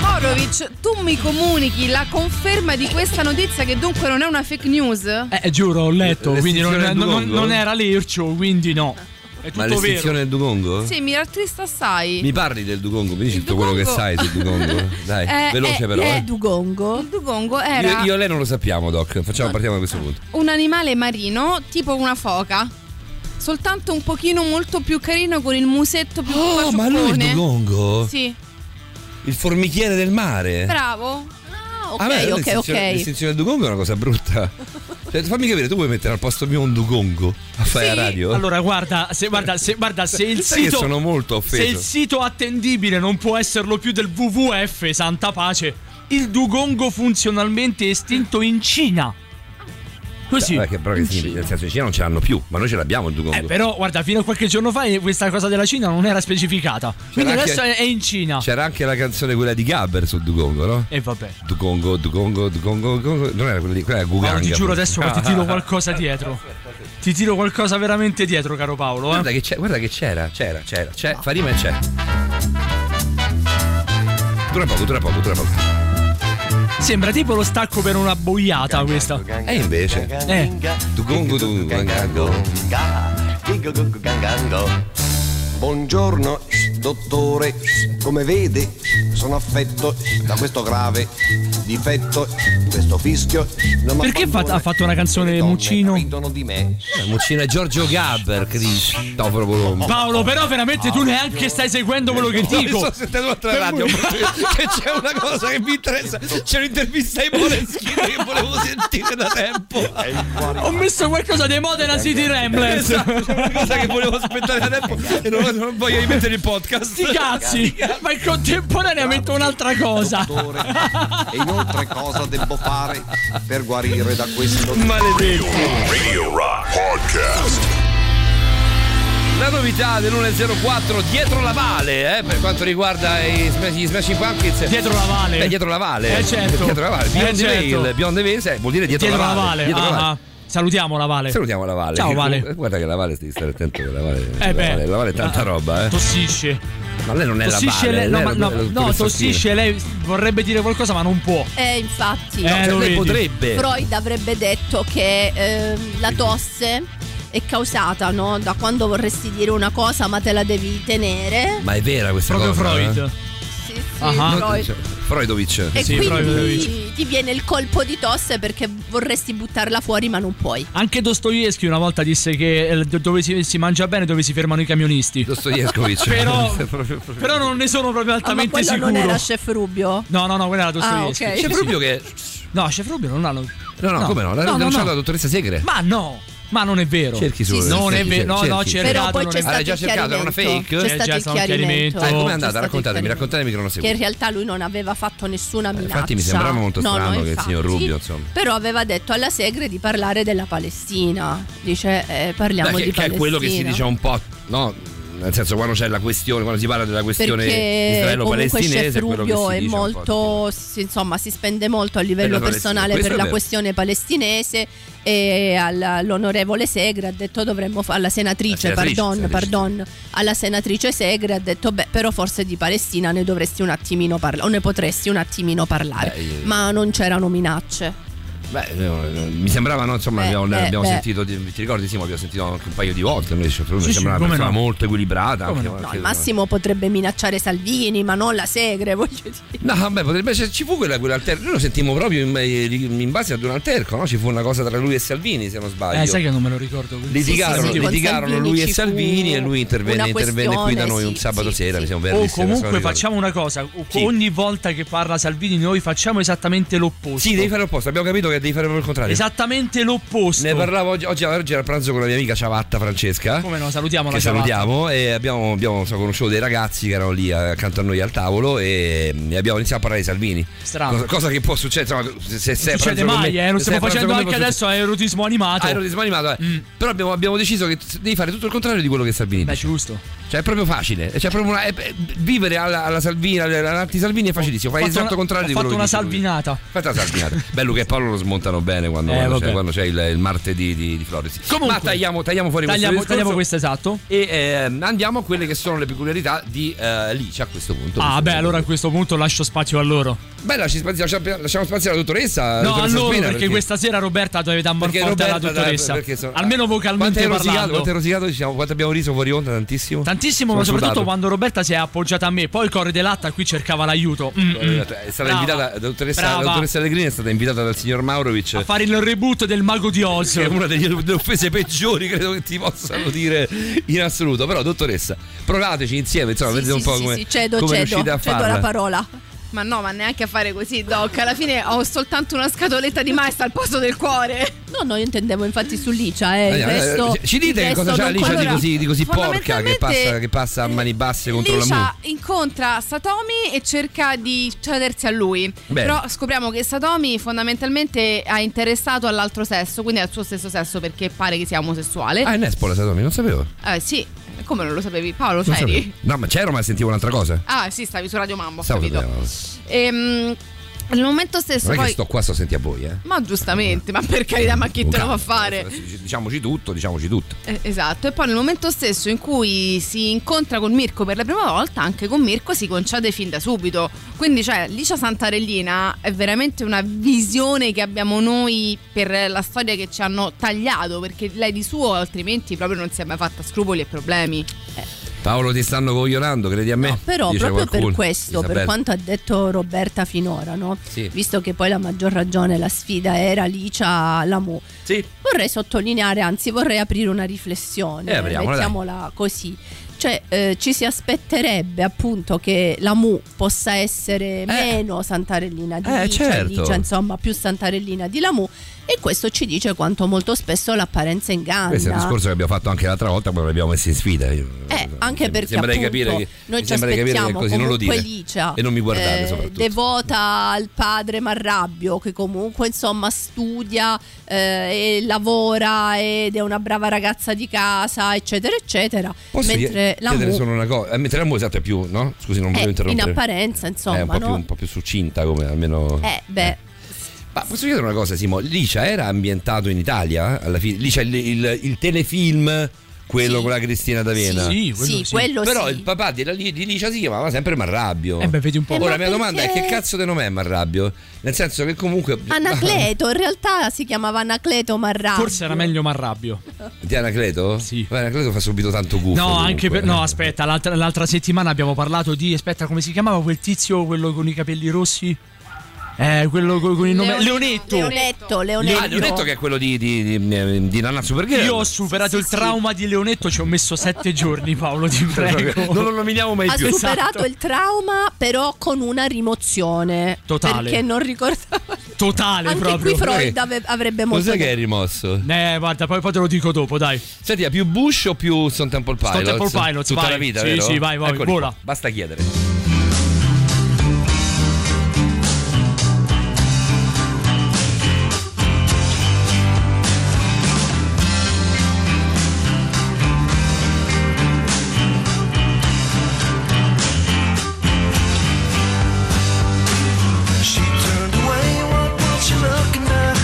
Speaker 6: Morovic, tu mi comunichi la conferma di questa notizia che dunque non è una fake news?
Speaker 4: Eh, giuro, ho letto, quindi non,
Speaker 3: L'estinzione del
Speaker 4: non-
Speaker 3: Dugongo?
Speaker 4: non era lercio, quindi no. È
Speaker 3: Ma
Speaker 4: tutto
Speaker 3: l'estinzione
Speaker 4: vero.
Speaker 3: del Dugongo?
Speaker 6: Sì, mi rattrista assai.
Speaker 3: Mi parli del Dugongo, mi dici
Speaker 6: Il
Speaker 3: tutto quello che
Speaker 6: Dugongo-
Speaker 3: sai sul Dugongo. Dai,
Speaker 6: Eh,
Speaker 3: veloce
Speaker 6: eh,
Speaker 3: però.
Speaker 5: È
Speaker 3: eh.
Speaker 5: Dugongo.
Speaker 6: Il dugongo
Speaker 3: Io,
Speaker 6: era Ah.
Speaker 3: io e lei non lo sappiamo, Doc. Facciamo, partiamo da questo punto.
Speaker 6: un animale marino tipo una foca. Soltanto un pochino molto più carino con il musetto più
Speaker 3: Ah,
Speaker 6: pacioccone.
Speaker 3: Dugongo?
Speaker 6: Ah, Sì,
Speaker 3: Il formichiere del mare.
Speaker 6: bravo.
Speaker 5: Ah,
Speaker 3: Ah,
Speaker 5: ok,
Speaker 3: beh,
Speaker 5: ok,
Speaker 3: l'estinzione-
Speaker 5: ok.
Speaker 3: L'estinzione del Dugongo è una cosa brutta. Cioè, fammi capire, tu vuoi mettere al posto mio un Dugongo a fare
Speaker 6: Sì.
Speaker 3: la radio?
Speaker 4: Allora, guarda, se, guarda, se, guarda, se il
Speaker 3: Sai che
Speaker 4: sito.
Speaker 3: sono molto
Speaker 4: Se il
Speaker 3: offeso.
Speaker 4: sito attendibile non può esserlo più del WWF, santa pace, il Dugongo funzionalmente estinto in Cina. Così.
Speaker 3: Vabbè, che, però che significa? Nel senso, in Cina non ce l'hanno più, ma noi ce l'abbiamo il Dugongo.
Speaker 4: Eh, però, guarda, fino a qualche giorno fa eh, questa cosa della Cina non era specificata. Quindi
Speaker 3: Cioè, anche-
Speaker 4: adesso è è in Cina. Eh.
Speaker 3: C'era anche la canzone quella di Gabber sul Dugongo, no?
Speaker 4: E vabbè.
Speaker 3: Dugongo, Dugongo, Dugongo, Dugongo. Non era quella lì, quella era Guganga. Ah,
Speaker 4: Paolo, ti giuro adesso che ti tiro qualcosa dietro. Ti tiro qualcosa veramente dietro, caro Paolo. Eh?
Speaker 3: Guarda che, c'è- guarda che c'era, c'era, c'era, c'è, fa rima e c'è. Dura poco, dura poco, dura poco.
Speaker 4: Sembra tipo lo stacco per una boiata questa.
Speaker 3: E invece,
Speaker 4: Eh,
Speaker 3: Dugongo, Dugongo.
Speaker 7: Buongiorno, dottore. Come vede, sono affetto da questo grave difetto, questo fischio. Non
Speaker 4: Perché fa- ha fatto una canzone Muccino?
Speaker 7: Ridono di me.
Speaker 3: Muccina Eh, Giorgio Gabber, Cristoforo Colombo.
Speaker 4: Paolo, però veramente
Speaker 3: Ah.
Speaker 4: tu neanche stai seguendo quello che
Speaker 3: Mi sono
Speaker 4: dico.
Speaker 3: sentito altra radio che c'è una cosa che mi interessa. C'è un'intervista ai Moleskine che volevo sentire da tempo.
Speaker 4: Ho messo qualcosa dei Modena City Ramblers.
Speaker 3: Esatto, c'è una cosa che volevo aspettare da tempo e non, non voglio rimettere il podcast.
Speaker 4: Sti cazzi, ma in contemporanea
Speaker 3: Esatto.
Speaker 4: metto un'altra cosa.
Speaker 7: E inoltre cosa devo fare per guarire da questo
Speaker 2: Radio Rock Podcast.
Speaker 3: La novità dell'104 dietro la Vale, eh, per quanto riguarda i smash- gli Smashing Pumpkins.
Speaker 4: Dietro la vale.
Speaker 3: Beh, dietro la Vale.
Speaker 4: Eh, certo.
Speaker 3: Dietro la Vale.
Speaker 4: Eh,
Speaker 3: Beyond the
Speaker 4: certo.
Speaker 3: Veil. Beyond the Veil, sai, vuol dire dietro,
Speaker 4: Dietro la vale.
Speaker 3: Dietro la
Speaker 4: ah,
Speaker 3: Vale.
Speaker 4: ah. Salutiamo la vale.
Speaker 3: Salutiamo la Vale.
Speaker 4: Ciao,
Speaker 3: che
Speaker 4: Vale.
Speaker 3: comunque- Guarda che la Vale, devi stare attento che la Vale. la,
Speaker 4: beh.
Speaker 3: vale la Vale è tanta roba, eh.
Speaker 4: Tossisce.
Speaker 3: Ma lei non è la
Speaker 4: Tossisce
Speaker 3: Vale.
Speaker 4: lei.
Speaker 3: lei
Speaker 4: No,
Speaker 3: è
Speaker 4: ma-
Speaker 3: la-
Speaker 4: no,
Speaker 3: la- la-
Speaker 4: no,
Speaker 3: la-
Speaker 4: tossisce lei vorrebbe dire qualcosa, ma non può.
Speaker 5: Eh, infatti.
Speaker 4: Eh,
Speaker 3: Cioè,
Speaker 4: lo
Speaker 3: lei
Speaker 4: vedi.
Speaker 3: potrebbe.
Speaker 5: Freud avrebbe detto che ehm, la tosse è causata no? da quando vorresti dire una cosa ma te la devi tenere.
Speaker 3: Ma è vera questa
Speaker 4: Proprio
Speaker 3: cosa.
Speaker 4: Freud.
Speaker 3: eh?
Speaker 5: Sì, sì,
Speaker 4: Ah,
Speaker 5: Freud.
Speaker 3: Cioè, Freudovic.
Speaker 5: E
Speaker 4: Sì, Freud lo dice.
Speaker 5: quindi ti viene il colpo di tosse perché vorresti buttarla fuori ma non puoi.
Speaker 4: Anche Dostoevsky una volta disse che eh, do- dove si, si mangia bene dove si fermano i camionisti.
Speaker 3: Dostoevskovic.
Speaker 4: Però-
Speaker 3: cioè, Proprio- proprio-
Speaker 4: Però non ne sono proprio
Speaker 5: Ah, ma
Speaker 4: altamente
Speaker 5: quello
Speaker 4: sicuro.
Speaker 5: non era Chef Rubio?
Speaker 4: No, no, no, quella era Dostoevsky.
Speaker 5: Ah, ok.
Speaker 4: Sì,
Speaker 3: C'è
Speaker 4: sì.
Speaker 3: proprio che.
Speaker 4: No, Chef Rubio non l'hanno.
Speaker 3: No, no,
Speaker 4: No.
Speaker 3: come no? L'ha
Speaker 4: No, no,
Speaker 3: denunciato
Speaker 4: no.
Speaker 3: la dottoressa Segre.
Speaker 4: Ma no, ma non è vero.
Speaker 3: Cerchi solo.
Speaker 5: Sì, sì,
Speaker 4: non
Speaker 3: cerchi,
Speaker 4: è vero. No,
Speaker 3: cerchi,
Speaker 4: no,
Speaker 3: cerchi.
Speaker 4: c'è
Speaker 5: Però
Speaker 4: errato,
Speaker 5: poi
Speaker 4: non
Speaker 5: c'è
Speaker 4: è
Speaker 5: stato
Speaker 3: Ah, l'hai già
Speaker 5: il
Speaker 3: cercato, era una
Speaker 5: chiarimento.
Speaker 3: fake?
Speaker 5: C'è
Speaker 4: Eh,
Speaker 5: stato
Speaker 4: già
Speaker 5: il
Speaker 4: stato un
Speaker 5: chiarimento.
Speaker 4: chiarimento.
Speaker 3: Eh, com'è
Speaker 5: C'è
Speaker 3: andata?
Speaker 5: stato il
Speaker 3: Raccontatemi,
Speaker 5: chiarimento.
Speaker 3: raccontatemi che non ho
Speaker 5: Che in
Speaker 3: seguito.
Speaker 5: realtà lui non aveva fatto nessuna minaccia.
Speaker 3: infatti mi sembrava molto
Speaker 5: No,
Speaker 3: strano
Speaker 5: no,
Speaker 3: che il
Speaker 5: infatti.
Speaker 3: signor Rubio, insomma.
Speaker 5: Però aveva detto alla Segre di parlare della Palestina. Dice, eh, parliamo
Speaker 3: Beh,
Speaker 5: di
Speaker 3: che, che è
Speaker 5: Palestina.
Speaker 3: quello che si dice un po'. No, nel senso, quando c'è la questione, quando si parla della questione
Speaker 5: perché comunque Chef
Speaker 3: israelo-palestinese, è quello che
Speaker 5: Rubio
Speaker 3: si
Speaker 5: è
Speaker 3: dice un po'
Speaker 5: molto, si- insomma, si spende molto a livello
Speaker 3: Per la
Speaker 5: personale
Speaker 3: Palestina.
Speaker 5: per la
Speaker 3: Questo
Speaker 5: questione palestinese e alla- all'onorevole Segre ha detto dovremmo fa- alla senatrice,
Speaker 3: La senatrice,
Speaker 5: pardon,
Speaker 3: senatrice.
Speaker 5: pardon, alla senatrice Segre ha detto beh, però forse di Palestina ne dovresti un attimino parlare o ne potresti un attimino parlare,
Speaker 3: Beh, eh.
Speaker 5: ma non c'erano minacce.
Speaker 3: Beh, eh, mi sembrava, no, insomma,
Speaker 5: Beh,
Speaker 3: abbiamo, ne
Speaker 5: beh,
Speaker 3: abbiamo
Speaker 5: beh.
Speaker 3: sentito, di- ti ricordi, sì, ma abbiamo sentito anche un paio di volte, noi, cioè,
Speaker 4: Sì,
Speaker 3: mi
Speaker 4: sì,
Speaker 3: sembra una
Speaker 4: come
Speaker 3: persona
Speaker 4: no.
Speaker 3: molto equilibrata.
Speaker 4: Come
Speaker 3: anche-
Speaker 4: no.
Speaker 5: No,
Speaker 3: anche-
Speaker 5: al massimo potrebbe minacciare Salvini, ma non la Segre, voglio dire.
Speaker 3: No, vabbè, potrebbe cioè, ci fu quella, quell'alterco. Noi lo sentimmo proprio in, in base ad un alterco, no? Ci fu una cosa tra lui e Salvini, se non sbaglio.
Speaker 4: Eh, sai che non me lo ricordo. quindi-
Speaker 3: Litigarono,
Speaker 5: Sì, sì, sì, con
Speaker 3: litigarono
Speaker 5: Salvini
Speaker 3: lui e
Speaker 5: ci fu
Speaker 3: Salvini e lui intervenne,
Speaker 5: una
Speaker 3: intervenne qui da
Speaker 5: questione,
Speaker 3: noi un
Speaker 5: sì,
Speaker 3: sabato
Speaker 5: sì,
Speaker 3: sera,
Speaker 5: sì.
Speaker 3: mi sembra
Speaker 4: O
Speaker 3: venerdì sera, se non
Speaker 4: comunque
Speaker 3: ricordo.
Speaker 4: facciamo una cosa: o-
Speaker 3: Sì.
Speaker 4: ogni volta che parla Salvini, noi facciamo esattamente l'opposto.
Speaker 3: Sì, devi fare l'opposto, abbiamo capito che devi fare proprio il contrario.
Speaker 4: Esattamente l'opposto.
Speaker 3: Ne parlavo oggi, oggi, oggi era a pranzo con la mia amica Ciavatta Francesca.
Speaker 4: Come no, salutiamo
Speaker 3: che
Speaker 4: la Ciavatta.
Speaker 3: salutiamo e abbiamo, abbiamo so, conosciuto dei ragazzi che erano lì eh, accanto a noi al tavolo e mm, abbiamo iniziato a parlare di Salvini.
Speaker 4: Strano.
Speaker 3: Cosa, cosa che può succedere, insomma, se, se sei
Speaker 4: Non succede
Speaker 3: pranzo con
Speaker 4: mai,
Speaker 3: me-
Speaker 4: eh. Lo
Speaker 3: se sei pranzo
Speaker 4: stiamo facendo
Speaker 3: con me
Speaker 4: anche
Speaker 3: può
Speaker 4: adesso a erotismo animato.
Speaker 3: Ah, ero disanimato, eh.
Speaker 4: Mm.
Speaker 3: Però abbiamo, abbiamo deciso che t- devi fare tutto il contrario di quello che Salvini
Speaker 4: Beh,
Speaker 3: dice.
Speaker 4: giusto.
Speaker 3: Cioè, è proprio facile. Cioè, è proprio una- è- è- vivere alla, alla Salvini, alla- alla- all'anti Salvini è facilissimo. Fai
Speaker 4: Ho fatto
Speaker 3: l'esatto
Speaker 4: una-
Speaker 3: contrario di
Speaker 4: Ho
Speaker 3: quello
Speaker 4: fatto
Speaker 3: che
Speaker 4: una
Speaker 3: dice lui.
Speaker 4: salvinata.
Speaker 3: Fatta la salvinata. Bello che Paolo lo smontano bene quando,
Speaker 4: Eh,
Speaker 3: quando c'è,
Speaker 4: vabbè.
Speaker 3: quando c'è il, il martedì di, di Floris.
Speaker 4: Comunque.
Speaker 3: Ma tagliamo, tagliamo fuori
Speaker 4: Tagliamo,
Speaker 3: questo discorso
Speaker 4: tagliamo questo esatto.
Speaker 3: E ehm, andiamo a quelle che sono le peculiarità di eh, Licia a questo punto.
Speaker 4: Ah,
Speaker 3: Questo
Speaker 4: beh,
Speaker 3: è-
Speaker 4: allora a questo punto lascio spazio a loro.
Speaker 3: Beh, lasci spazio- lasciamo, lasciamo spazio alla dottoressa.
Speaker 4: No,
Speaker 3: dottoressa
Speaker 4: a loro,
Speaker 3: Spina,
Speaker 4: perché, questa sera Roberta doveva dar
Speaker 3: perché
Speaker 4: forte alla
Speaker 3: Roberta, dai,
Speaker 4: dottoressa.
Speaker 3: perché sono-
Speaker 4: Almeno
Speaker 3: Quanto
Speaker 4: vocalmente
Speaker 3: è rosicato,
Speaker 4: parlando.
Speaker 3: quanto è rosicato, diciamo, quanto abbiamo riso fuori onda, tantissimo.
Speaker 4: Tantissimo,
Speaker 3: Sono
Speaker 4: ma soprattutto
Speaker 3: sudato.
Speaker 4: quando Roberta si è appoggiata a me. Poi il Corre de Latta qui cercava l'aiuto. Mm, mm.
Speaker 3: Eh, È stata
Speaker 4: Brava,
Speaker 3: invitata, la dottoressa, la
Speaker 4: brava.
Speaker 3: dottoressa Allegrini è stata invitata dal signor Maurovic.
Speaker 4: A fare il reboot del Mago di Oz.
Speaker 3: Che è una delle, delle offese peggiori credo che ti possano dire in assoluto. Però, dottoressa, provateci insieme, insomma,
Speaker 5: Sì,
Speaker 3: vedete
Speaker 5: sì,
Speaker 3: un po'
Speaker 5: sì,
Speaker 3: come,
Speaker 5: sì, cedo,
Speaker 3: come
Speaker 5: cedo,
Speaker 3: riuscite a
Speaker 5: cedo la
Speaker 3: farla.
Speaker 5: parola.
Speaker 6: Ma no, ma neanche a fare così, Doc. Alla fine ho soltanto una scatoletta di maestra al posto del cuore.
Speaker 5: No, no, io intendevo infatti su Licia, eh. il
Speaker 3: Allora,
Speaker 5: resto-
Speaker 3: Ah, ci
Speaker 5: il
Speaker 3: dite
Speaker 5: resto
Speaker 3: cosa c'ha
Speaker 5: non-
Speaker 3: Alicia di
Speaker 5: Allora,
Speaker 3: così, di così porca che
Speaker 6: fondamentalmente,
Speaker 3: passa, che passa a mani basse contro la mura?
Speaker 6: Licia incontra Satomi e cerca di cedersi a lui.
Speaker 3: Bene.
Speaker 6: Però scopriamo che Satomi fondamentalmente è interessato all'altro sesso, quindi al suo stesso sesso perché pare che sia omosessuale.
Speaker 3: Ah, è Nespola Satomi, non sapevo.
Speaker 6: Eh sì, come non lo sapevi? Paolo,
Speaker 3: Non
Speaker 6: c'eri?
Speaker 3: sapevo. No, ma c'ero, ma sentivo un'altra cosa.
Speaker 6: Ah sì, stavi su Radio Mamma, ho
Speaker 3: Stavo
Speaker 6: capito.
Speaker 3: vedendo.
Speaker 6: Ehm, al momento stesso
Speaker 3: Non è che
Speaker 6: poi...
Speaker 3: sto qua sto senti a voi, eh.
Speaker 6: Ma giustamente, ma per carità, ma chi te lo
Speaker 3: Calma,
Speaker 6: fa fare?
Speaker 3: Diciamoci tutto, diciamoci tutto.
Speaker 6: Eh, esatto, e poi nel momento stesso in cui si incontra con Mirko per la prima volta, anche con Mirko si concede fin da subito. Quindi, cioè, Licia Santarellina è veramente una visione che abbiamo noi per la storia che ci hanno tagliato, perché lei di suo altrimenti proprio non si è mai fatta scrupoli e problemi.
Speaker 3: Paolo, ti stanno coglionando, credi a me?
Speaker 5: No, però
Speaker 3: Dice
Speaker 5: proprio per
Speaker 3: qualcuno.
Speaker 5: questo, per
Speaker 3: Isabella.
Speaker 5: quanto ha detto Roberta finora, no?
Speaker 3: Sì.
Speaker 5: visto che poi la maggior ragione, la sfida era Licia Lamu,
Speaker 3: Sì.
Speaker 5: vorrei sottolineare, anzi vorrei aprire una riflessione,
Speaker 3: Eh, apriamola, dai.
Speaker 5: mettiamola così. Cioè eh, ci si aspetterebbe appunto che la Mu possa essere meno Santarellina di
Speaker 3: Eh,
Speaker 5: Licia,
Speaker 3: certo.
Speaker 5: Licia, insomma più Santarellina di la Mu e questo ci dice quanto molto spesso l'apparenza inganna.
Speaker 3: Questo è il discorso che abbiamo fatto anche l'altra volta quando l'abbiamo messo in sfida. Io-
Speaker 5: Eh,
Speaker 3: mi
Speaker 5: anche perché
Speaker 3: sembra di
Speaker 5: appunto,
Speaker 3: capire che,
Speaker 5: noi
Speaker 3: mi
Speaker 5: ci
Speaker 3: sembra di capire
Speaker 5: aspettiamo
Speaker 3: che così non lo
Speaker 5: comunque
Speaker 3: dite.
Speaker 5: Licia,
Speaker 3: E non mi guardate
Speaker 5: eh,
Speaker 3: soprattutto.
Speaker 5: devota al padre Marrabbio che comunque insomma studia eh, e lavora ed è una brava ragazza di casa eccetera eccetera
Speaker 3: Posso
Speaker 5: mentre
Speaker 3: chied-
Speaker 5: la
Speaker 3: chiedere
Speaker 5: Mu
Speaker 3: solo una cosa? Eh, Mentre la mu esatto è più, no? Scusi, non volevo
Speaker 5: è in
Speaker 3: interrompere.
Speaker 5: apparenza insomma
Speaker 3: è un po,
Speaker 5: no?
Speaker 3: più, un po' più succinta come almeno...
Speaker 5: eh beh
Speaker 3: Ma posso chiedere una cosa, Simo? Licia era ambientato in Italia? Alla fine, lì c'è il, il- il telefilm, quello
Speaker 5: Sì.
Speaker 3: con la Cristina D'Avena.
Speaker 4: Sì, quello
Speaker 5: sì,
Speaker 4: sì.
Speaker 5: quello
Speaker 3: Però
Speaker 5: sì
Speaker 3: il papà di, la- di Licia si chiamava sempre Marrabbio.
Speaker 4: Eh beh, vedi un po'.
Speaker 5: Eh, ma
Speaker 3: Ora la mia domanda è
Speaker 5: perché-
Speaker 3: che cazzo di nome è Marrabbio? Nel senso che comunque...
Speaker 5: Anacleto in realtà si chiamava Anacleto Marrabbio
Speaker 4: Forse era meglio Marrabbio.
Speaker 3: Di Anacleto?
Speaker 4: Sì.
Speaker 3: Beh, Anacleto fa subito tanto gufo.
Speaker 4: no, anche per.
Speaker 3: comunque.
Speaker 4: No, aspetta, l'altra, l'altra settimana abbiamo parlato di. Aspetta, come si chiamava quel tizio, quello con i capelli rossi? Eh, quello co- con, il nome.
Speaker 5: Leonetto
Speaker 4: Leonetto.
Speaker 3: Ah, non ho detto
Speaker 5: Leonetto
Speaker 3: che è quello di, di, mm, di, di Nanna Supergirl.
Speaker 4: Io ho superato il trauma di Leonetto, ci ho messo sette giorni, Paolo, ti prego.
Speaker 3: Non lo nominiamo mai
Speaker 5: ha
Speaker 3: più.
Speaker 5: superato
Speaker 4: Esatto.
Speaker 5: il trauma però con una rimozione
Speaker 4: Totale.
Speaker 5: perché non ricordava
Speaker 4: Totale
Speaker 5: anche
Speaker 4: proprio.
Speaker 5: qui Freud
Speaker 3: Perché-
Speaker 5: ave- avrebbe molto
Speaker 3: Cos'è che hai rimosso?
Speaker 4: Eh, guarda, poi, poi te lo dico dopo, dai.
Speaker 3: Senti, ha più Bush o più Stone Temple Pilots?
Speaker 4: Stone Temple Pilots,
Speaker 3: Tutta
Speaker 4: vai.
Speaker 3: la vita,
Speaker 4: Sì,
Speaker 3: vero?
Speaker 4: sì, vai, vai,
Speaker 3: Eccoli
Speaker 4: vola.
Speaker 3: qua. Basta chiedere.
Speaker 8: She turned away, what was she looking at?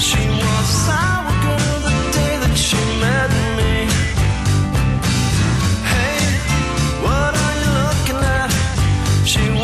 Speaker 8: She was sour girl the day that she met me. Hey, what are you looking at?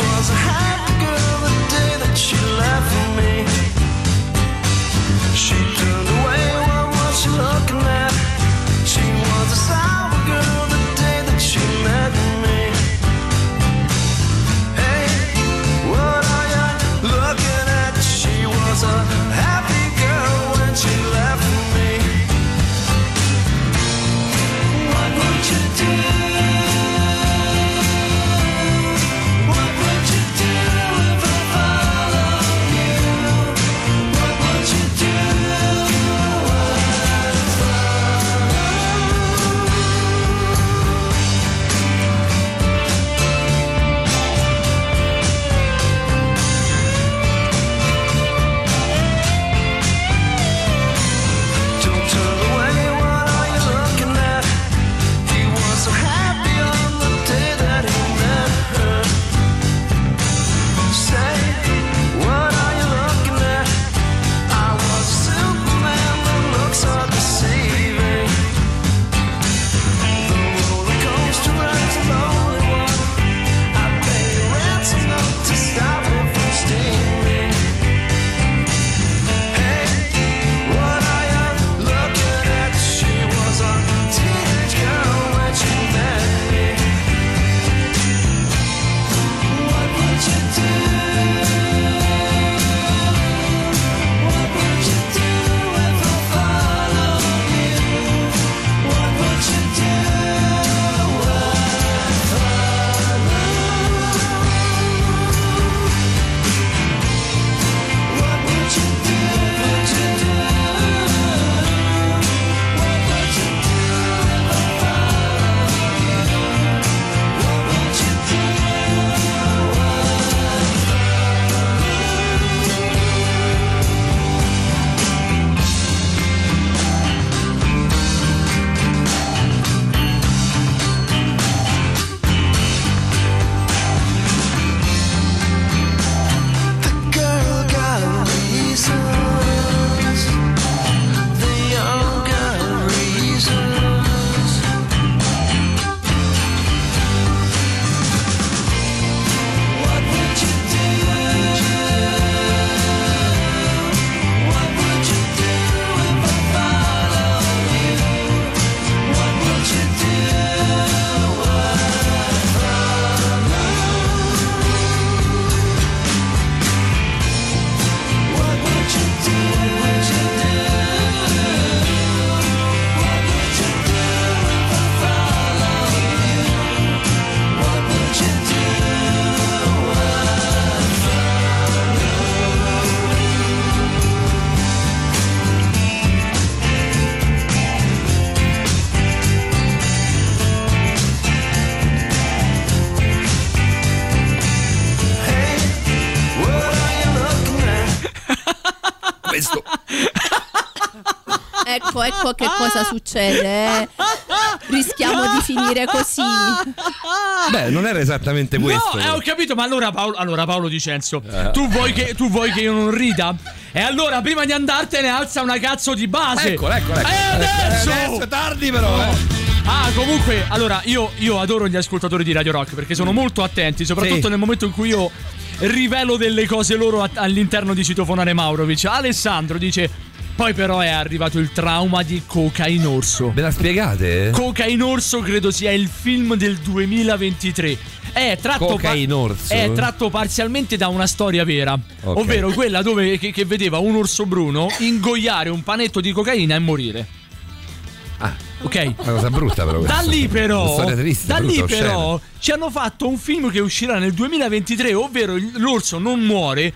Speaker 3: questo.
Speaker 5: Ecco, ecco che cosa succede. eh. Rischiamo di finire così.
Speaker 3: Beh, non era esattamente questo. Eh.
Speaker 4: No, eh, ho capito, ma allora Paolo, allora Paolo Dicenzo, tu, vuoi che, tu vuoi che io non rida? E allora prima di andartene alza una cazzo di base.
Speaker 3: Eccola, eccola, eccola.
Speaker 4: E adesso!
Speaker 3: ecco, Eh, Adesso è tardi però, eh.
Speaker 4: Ah, comunque, allora io, io adoro gli ascoltatori di Radio Rock perché sono molto attenti, soprattutto
Speaker 3: Mm. Sì.
Speaker 4: nel momento in cui io rivelo delle cose loro a- all'interno di Citofonare Maurovic. Alessandro dice: Poi però è arrivato il trauma di Coca in Orso.
Speaker 3: Ve la spiegate?
Speaker 4: Coca in Orso credo sia il film del 2023. È tratto,
Speaker 3: Coca in Orso? eh?
Speaker 4: è tratto parzialmente da una storia vera,
Speaker 3: Ok.
Speaker 4: ovvero quella dove, che, che vedeva un orso bruno ingoiare un panetto di cocaina e morire.
Speaker 3: Ah.
Speaker 4: Ok.
Speaker 3: Una cosa brutta però
Speaker 4: Da
Speaker 3: questa.
Speaker 4: lì però,
Speaker 3: Una storia triste,
Speaker 4: da lì
Speaker 3: brutta, oscena.
Speaker 4: però ci hanno fatto un film che uscirà nel 2023, ovvero il- l'orso non muore,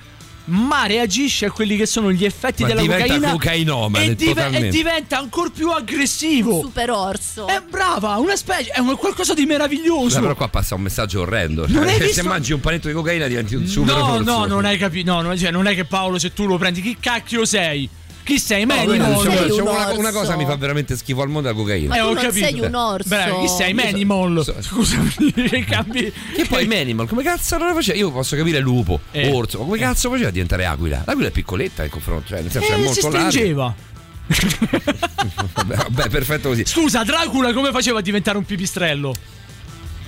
Speaker 4: ma reagisce a quelli che sono gli effetti
Speaker 3: Ma
Speaker 4: della
Speaker 3: diventa
Speaker 4: cocaina
Speaker 3: cocainomane,
Speaker 4: e, dive-
Speaker 3: totalmente.
Speaker 4: e diventa ancora più aggressivo.
Speaker 5: Super orso.
Speaker 4: È brava, una specie, è un qualcosa di meraviglioso.
Speaker 3: Dai, però qua passa un messaggio orrendo. Eh,
Speaker 4: Non hai
Speaker 3: se
Speaker 4: visto-
Speaker 3: mangi un panetto di cocaina diventi un super
Speaker 4: no,
Speaker 3: orso.
Speaker 4: no, non hai capito. No, no, cioè, non è che Paolo, se tu lo prendi, chi cacchio sei? Chi sei?
Speaker 3: No,
Speaker 5: lui non
Speaker 4: Manimal?
Speaker 5: sei
Speaker 3: c'è-
Speaker 5: un
Speaker 3: c'è una,
Speaker 5: orso.
Speaker 3: una cosa mi fa veramente schifo al mondo la cocaina.
Speaker 5: Ma
Speaker 4: Eh,
Speaker 5: tu
Speaker 4: ho
Speaker 5: non
Speaker 4: capito.
Speaker 5: sei un orso.
Speaker 4: Bravo, chi sei? Manimal.
Speaker 3: so-
Speaker 4: Scusami, cambi.
Speaker 3: Che poi Manimal, come cazzo non lo faceva? Io posso capire lupo,
Speaker 4: Eh.
Speaker 3: orso, ma come cazzo faceva a diventare aquila? L'aquila è piccoletta in confronto, cioè nel senso è
Speaker 4: Eh,
Speaker 3: molto
Speaker 4: si
Speaker 3: larga.
Speaker 4: stringeva.
Speaker 3: Vabbè, vabbè, perfetto così.
Speaker 4: Scusa, Dracula come faceva a diventare un pipistrello?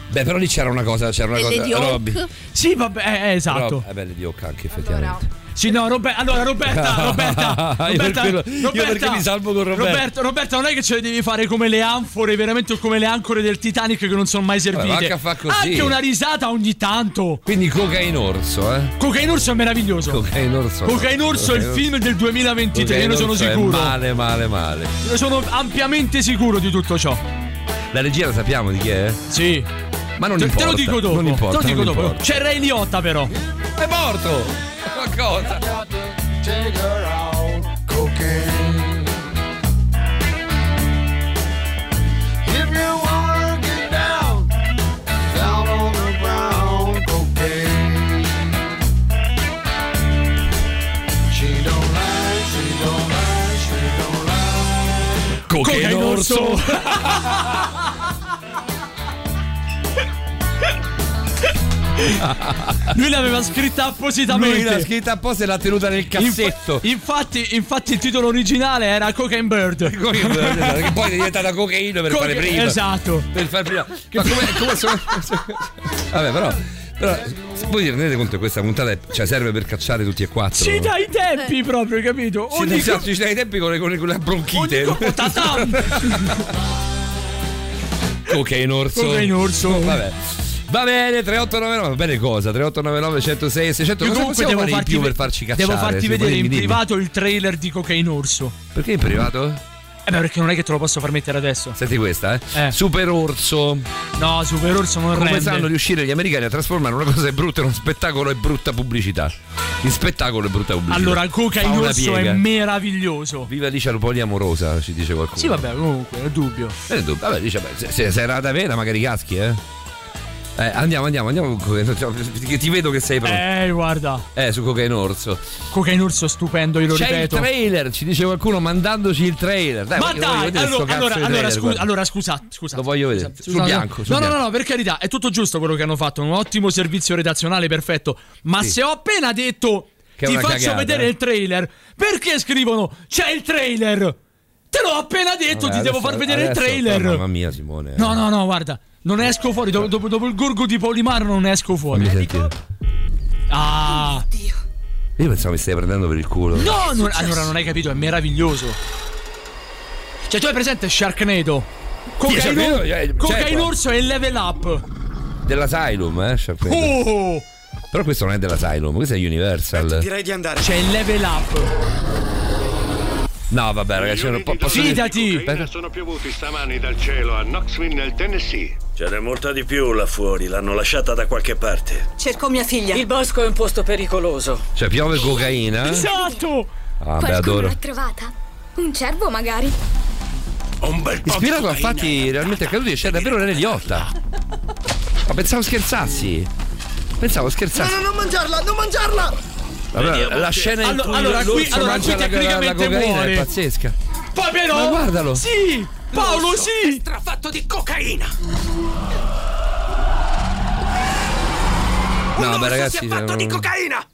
Speaker 3: Beh, però lì c'era una cosa, c'era una
Speaker 5: E
Speaker 3: cosa.
Speaker 5: Lady Hawk?
Speaker 3: Robby.
Speaker 4: Sì, vabbè, eh, eh, esatto.
Speaker 3: Rob- eh, beh, Lady Hawk anche
Speaker 6: Allora,
Speaker 3: effettivamente.
Speaker 4: Sì, no, Robe- allora Roberta, Roberta,
Speaker 3: Io per
Speaker 4: Roberta,
Speaker 3: quello- io
Speaker 4: Roberta,
Speaker 3: perché mi salvo con Roberta.
Speaker 4: Roberta, Roberta, non è che ce le devi fare come le anfore, veramente o come le ancore del Titanic che non sono mai servite.
Speaker 3: anche a fa così.
Speaker 4: Anche una risata ogni tanto.
Speaker 3: Quindi coca in orso, eh?
Speaker 4: Coca in orso è meraviglioso.
Speaker 3: Coca in orso.
Speaker 4: Coca in orso è il film del 2023,
Speaker 3: Coca in
Speaker 4: io ne sono
Speaker 3: Orso è
Speaker 4: sicuro.
Speaker 3: Male, male, male.
Speaker 4: Ne sono ampiamente sicuro di tutto ciò.
Speaker 3: La regia la sappiamo di chi è?
Speaker 4: Sì.
Speaker 3: Ma non
Speaker 4: Te, te
Speaker 3: importa.
Speaker 4: lo dico dopo.
Speaker 3: Non importa.
Speaker 4: te lo dico
Speaker 3: non
Speaker 4: dopo.
Speaker 3: importa.
Speaker 4: C'è Ray Liotta però.
Speaker 3: È morto! Ma cosa? Coca
Speaker 4: Coca in orso. Lui l'aveva scritta appositamente.
Speaker 3: Lui l'ha scritta apposta e l'ha tenuta nel cassetto.
Speaker 4: Infa- infatti, infatti il titolo originale era Cocaine Bird.
Speaker 3: esatto, Che poi è diventata cocaina per
Speaker 4: Coca-
Speaker 3: fare prima.
Speaker 4: Esatto.
Speaker 3: Per fare prima. Ma come, come sono... Vabbè, però... però se voi vi rendete conto che questa puntata è- cioè, serve per cacciare tutti e quattro.
Speaker 4: Ci dai i tempi proprio, capito?
Speaker 3: Sì,
Speaker 4: Ogni
Speaker 3: esatto,
Speaker 4: co-
Speaker 3: ci dai i tempi con le, con le- con la bronchite.
Speaker 4: ogni co- tatam!
Speaker 3: Ok, in orso.
Speaker 4: Coca in orso.
Speaker 3: Vabbè. Va bene, 3899, va bene cosa? 3899, 106 e 600. Certo,
Speaker 4: Io
Speaker 3: Cosa
Speaker 4: comunque
Speaker 3: possiamo
Speaker 4: devo
Speaker 3: fare in
Speaker 4: farti,
Speaker 3: più
Speaker 4: ve-
Speaker 3: per farci cacciare?
Speaker 4: devo farti
Speaker 3: Sì,
Speaker 4: vedere
Speaker 3: dimmi,
Speaker 4: in
Speaker 3: dimmi.
Speaker 4: privato il trailer di Cocaine Orso.
Speaker 3: Perché in privato?
Speaker 4: Eh beh, perché non è che te lo posso far mettere adesso.
Speaker 3: Senti questa, eh.
Speaker 4: Eh.
Speaker 3: Super orso.
Speaker 4: No, Super Orso non
Speaker 3: Come
Speaker 4: rende.
Speaker 3: sanno riuscire gli americani a trasformare una cosa che è brutta in uno spettacolo e brutta pubblicità? In spettacolo e brutta pubblicità.
Speaker 4: Allora,
Speaker 3: Fa
Speaker 4: Cocaine
Speaker 3: una
Speaker 4: Orso
Speaker 3: piega.
Speaker 4: è meraviglioso.
Speaker 3: Viva Alicia Lupoli amorosa, ci dice qualcuno.
Speaker 4: Sì, vabbè, comunque, è dubbio.
Speaker 3: Eh, tu- vabbè, dice, beh, se, se, se era da vera, magari caschi, eh. Eh, andiamo, andiamo, andiamo. con Cocaine Orso, Che ti vedo che sei pronto.
Speaker 4: Eh, guarda.
Speaker 3: Eh, su Cocaine Orso.
Speaker 4: Cocaine Orso è stupendo, io lo
Speaker 3: C'è il
Speaker 4: ripeto.
Speaker 3: trailer, ci dice qualcuno mandandoci il trailer. Dai,
Speaker 4: Ma
Speaker 3: voglio- voglio
Speaker 4: dai,
Speaker 3: vedere sto
Speaker 4: allora,
Speaker 3: cazzo
Speaker 4: allora,
Speaker 3: di
Speaker 4: allora,
Speaker 3: trailer,
Speaker 4: scusa,
Speaker 3: guarda.
Speaker 4: allora scusa, scusa.
Speaker 3: Lo voglio vedere.
Speaker 4: Scusa,
Speaker 3: Sul
Speaker 4: scusa,
Speaker 3: bianco, sul
Speaker 4: Cioè, No, no,
Speaker 3: bianco.
Speaker 4: no, no, per carità, è tutto giusto quello che hanno fatto. Un ottimo servizio redazionale, perfetto. Ma se ho appena detto
Speaker 3: Che è
Speaker 4: ti
Speaker 3: una
Speaker 4: faccio
Speaker 3: cagata. eh.
Speaker 4: vedere il trailer, perché scrivono c'è il trailer? Te l'ho appena detto,
Speaker 3: Vabbè,
Speaker 4: ti devo
Speaker 3: adesso-
Speaker 4: far vedere il
Speaker 3: adesso-
Speaker 4: trailer.
Speaker 3: oh, mamma mia, Simone.
Speaker 4: No, no, no, guarda. Non esco fuori, dopo, dopo- dopo il gorgo di Polimaro non esco
Speaker 3: Fammi
Speaker 4: fuori.
Speaker 3: sentire.
Speaker 4: Ah!
Speaker 3: Io pensavo mi stai prendendo per il culo.
Speaker 4: No, non- allora non hai capito, è meraviglioso. Cioè, tu hai presente Sharknado? Cocaine,
Speaker 3: Sharknado, eh,
Speaker 4: Cocaine
Speaker 3: certo.
Speaker 4: Orso e Level Up.
Speaker 3: Dell'Asylum, eh. Sharknado.
Speaker 4: Oh!
Speaker 3: Però questo non è dell'Asylum, questo è Universal.
Speaker 8: Direi di andare.
Speaker 4: C'è il Level Up.
Speaker 3: No, vabbè, ragazzi, non po- posso dire-
Speaker 4: Fidati!
Speaker 3: Aspetta.
Speaker 12: Sono piovuti stamani dal cielo a Knoxville nel Tennessee.
Speaker 13: Ce n'è molta di più là fuori, l'hanno lasciata da qualche parte.
Speaker 9: Cerco mia figlia.
Speaker 10: Il bosco è un posto pericoloso.
Speaker 3: Cioè, piove cocaina.
Speaker 4: Esatto!
Speaker 3: Ah, beh, adoro.
Speaker 12: trovata? Un cervo magari?
Speaker 13: Un bel po'
Speaker 3: Ispirato a
Speaker 13: cocaina.
Speaker 3: fatti realmente accaduti, c'è davvero René Liotta. Ma pensavo scherzassi. Pensavo scherzassi.
Speaker 7: non mangiarla, non mangiarla!
Speaker 3: Vabbè,
Speaker 13: Vediamo
Speaker 3: Eh, la
Speaker 13: che-
Speaker 3: scena in
Speaker 13: Allora-
Speaker 3: cui
Speaker 13: allora
Speaker 3: l'orso
Speaker 13: qui- allora
Speaker 3: mangia
Speaker 13: qui
Speaker 3: la- la-
Speaker 13: tecnicamente
Speaker 3: la cocaina
Speaker 13: muore.
Speaker 3: è pazzesca.
Speaker 4: Poi però.
Speaker 3: Ma guardalo.
Speaker 4: Sì! Paolo, sì! È
Speaker 9: strafatto di cocaina!
Speaker 13: Mm,
Speaker 3: No, beh, ragazzi,
Speaker 9: di
Speaker 3: no.
Speaker 9: cocaina!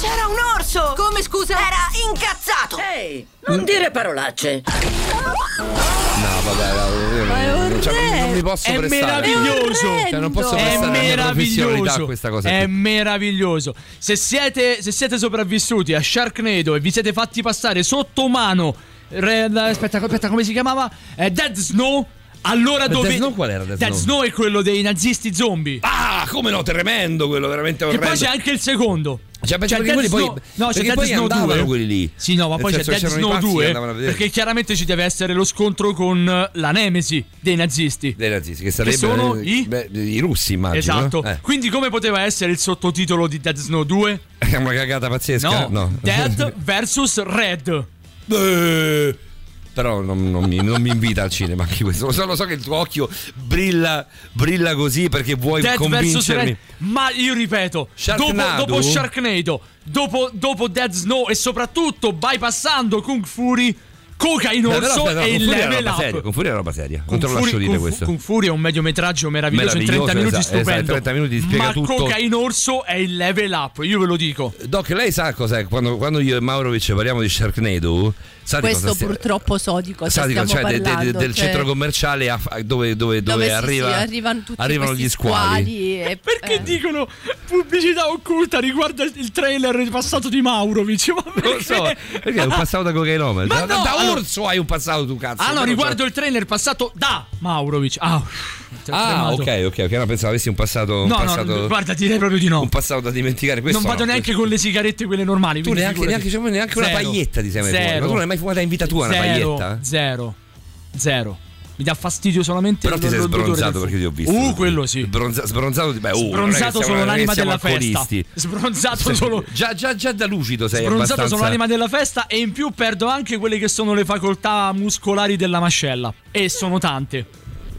Speaker 9: C'era un orso! Come scusa? Era incazzato! Ehi!
Speaker 13: Mm.
Speaker 9: Non dire parolacce!
Speaker 3: No, vabbè, no, io non,
Speaker 9: è
Speaker 3: non- cioè, non- non mi posso
Speaker 4: Eh, È
Speaker 3: prestare.
Speaker 4: meraviglioso.
Speaker 3: Cioè, non posso
Speaker 4: è
Speaker 3: prestare la mia professionalità a
Speaker 4: meraviglioso.
Speaker 3: questa cosa.
Speaker 4: È
Speaker 3: qui.
Speaker 4: meraviglioso. Se siete, se siete sopravvissuti a Sharknado e vi siete fatti passare sotto mano. re- aspetta, aspetta, come si chiamava? Eh, Dead Snow. Allora
Speaker 3: Ma
Speaker 4: dove.
Speaker 3: Dead Snow qual era, Dead
Speaker 4: Dead
Speaker 3: Snow?
Speaker 4: Snow è quello dei nazisti zombie.
Speaker 3: Ah, come no, tremendo quello, veramente
Speaker 4: Che
Speaker 3: orrendo.
Speaker 4: poi c'è anche il secondo.
Speaker 3: Cioè, perché
Speaker 4: Dead
Speaker 3: quelli poi-
Speaker 4: Snow- no, c'è
Speaker 3: perché
Speaker 4: Dead
Speaker 3: poi
Speaker 4: Snow
Speaker 3: andavano
Speaker 4: 2.
Speaker 3: quelli lì.
Speaker 4: Sì, no, ma
Speaker 3: Nel
Speaker 4: poi c'è
Speaker 3: senso,
Speaker 4: Dead
Speaker 3: c'erano i
Speaker 4: Snow
Speaker 3: pazzi che
Speaker 4: 2.
Speaker 3: andavano a vedere.
Speaker 4: Perché chiaramente ci deve essere lo scontro con eh, la nemesi dei nazisti.
Speaker 3: Dei nazisti, che sarebbero
Speaker 4: sono
Speaker 3: i... i russi, immagino.
Speaker 4: Esatto.
Speaker 3: no? Eh.
Speaker 4: Quindi come poteva essere il sottotitolo di Dead Snow 2?
Speaker 3: È una cagata pazzesca.
Speaker 4: No,
Speaker 3: No.
Speaker 4: Dead vs Red.
Speaker 3: Eh, Però non, non mi, non mi invita al cinema anche questo. Lo so, lo so che il tuo occhio brilla, brilla così perché vuoi
Speaker 4: Dead vs Red.
Speaker 3: convincermi.
Speaker 4: Ma io ripeto, dopo,
Speaker 3: Sharknado?
Speaker 4: dopo Sharknado, dopo, dopo Dead Snow e soprattutto bypassando Kung Fury, Coca in
Speaker 3: Beh, però,
Speaker 4: orso
Speaker 3: aspetta, no,
Speaker 4: e
Speaker 3: con
Speaker 4: il
Speaker 3: Furia è
Speaker 4: level
Speaker 3: roba
Speaker 4: up.
Speaker 3: seria, con Furia è roba seria.
Speaker 4: Kung
Speaker 3: Non te lo lascio
Speaker 4: Fury-
Speaker 3: dire
Speaker 4: Kung Fu-
Speaker 3: questo.
Speaker 4: Kung Fury è un mediometraggio meraviglioso, in 30
Speaker 3: Meraviglioso,
Speaker 4: minuti
Speaker 3: esatto,
Speaker 4: stupendo.
Speaker 3: esatto, 30 minuti spiega
Speaker 4: Ma
Speaker 3: tutto.
Speaker 4: Coca in orso è il level up, io ve lo dico.
Speaker 3: Doc, lei sa cos'è? Quando, quando io e Maurovic parliamo di Sharknado, sa di
Speaker 5: Questo
Speaker 3: cosa stia-
Speaker 5: purtroppo so di cosa
Speaker 3: sa di-
Speaker 5: stiamo
Speaker 3: cioè, de- de-
Speaker 5: parlando.
Speaker 3: del
Speaker 5: cioè-
Speaker 3: centro commerciale a- a- dove, dove- dove
Speaker 5: Dove sì,
Speaker 3: arriva-
Speaker 5: sì, arrivano tutti
Speaker 3: arrivano
Speaker 5: questi
Speaker 3: gli squali.
Speaker 5: e-
Speaker 4: Eh, Perché dicono pubblicità occulta riguardo il trailer di passato di Maurovic? Ma
Speaker 3: Non
Speaker 4: perché?
Speaker 3: so, perché hai un passato da cocainoma.
Speaker 4: Ma
Speaker 3: Da, da,
Speaker 4: no,
Speaker 3: da
Speaker 4: allora-
Speaker 3: orso hai un passato tu cazzo.
Speaker 4: Ah no,
Speaker 3: però-
Speaker 4: riguardo il trailer passato da Maurovic. Ah, ti ho
Speaker 3: Ah,
Speaker 4: tremato.
Speaker 3: ok, ok, ok. No, pensavo avessi un passato. un
Speaker 4: No, no,
Speaker 3: passato-
Speaker 4: no, guarda, direi proprio di no.
Speaker 3: Un passato da dimenticare. Questo
Speaker 4: non vado
Speaker 3: no.
Speaker 4: neanche con le sigarette quelle normali.
Speaker 3: Tu
Speaker 4: quindi
Speaker 3: neanche,
Speaker 4: figurati.
Speaker 3: neanche, diciamo, neanche una
Speaker 4: Zero.
Speaker 3: paglietta ti sei mai fumata.
Speaker 4: Zero.
Speaker 3: Ma tu non l'hai mai fumata in vita tua una
Speaker 4: Zero.
Speaker 3: paglietta? eh?
Speaker 4: Zero. Zero. Mi dà fastidio solamente
Speaker 3: Però
Speaker 4: il-
Speaker 3: ti sei
Speaker 4: l'odore del
Speaker 3: sbronzato
Speaker 4: fumo.
Speaker 3: perché ti ho visto.
Speaker 4: Uh, quello sì.
Speaker 3: Bronza- sbronzato di beh, uh, non è che
Speaker 4: Sbronzato
Speaker 3: siamo-
Speaker 4: sono
Speaker 3: non è che
Speaker 4: l'anima
Speaker 3: siamo
Speaker 4: della festa.
Speaker 3: alcolisti.
Speaker 4: Sbronzato solo
Speaker 3: Già, già, già da lucido sei
Speaker 4: Bronzato
Speaker 3: abbastanza.
Speaker 4: sono l'anima della festa e in più perdo anche quelle che sono le facoltà muscolari della mascella. E sono tante.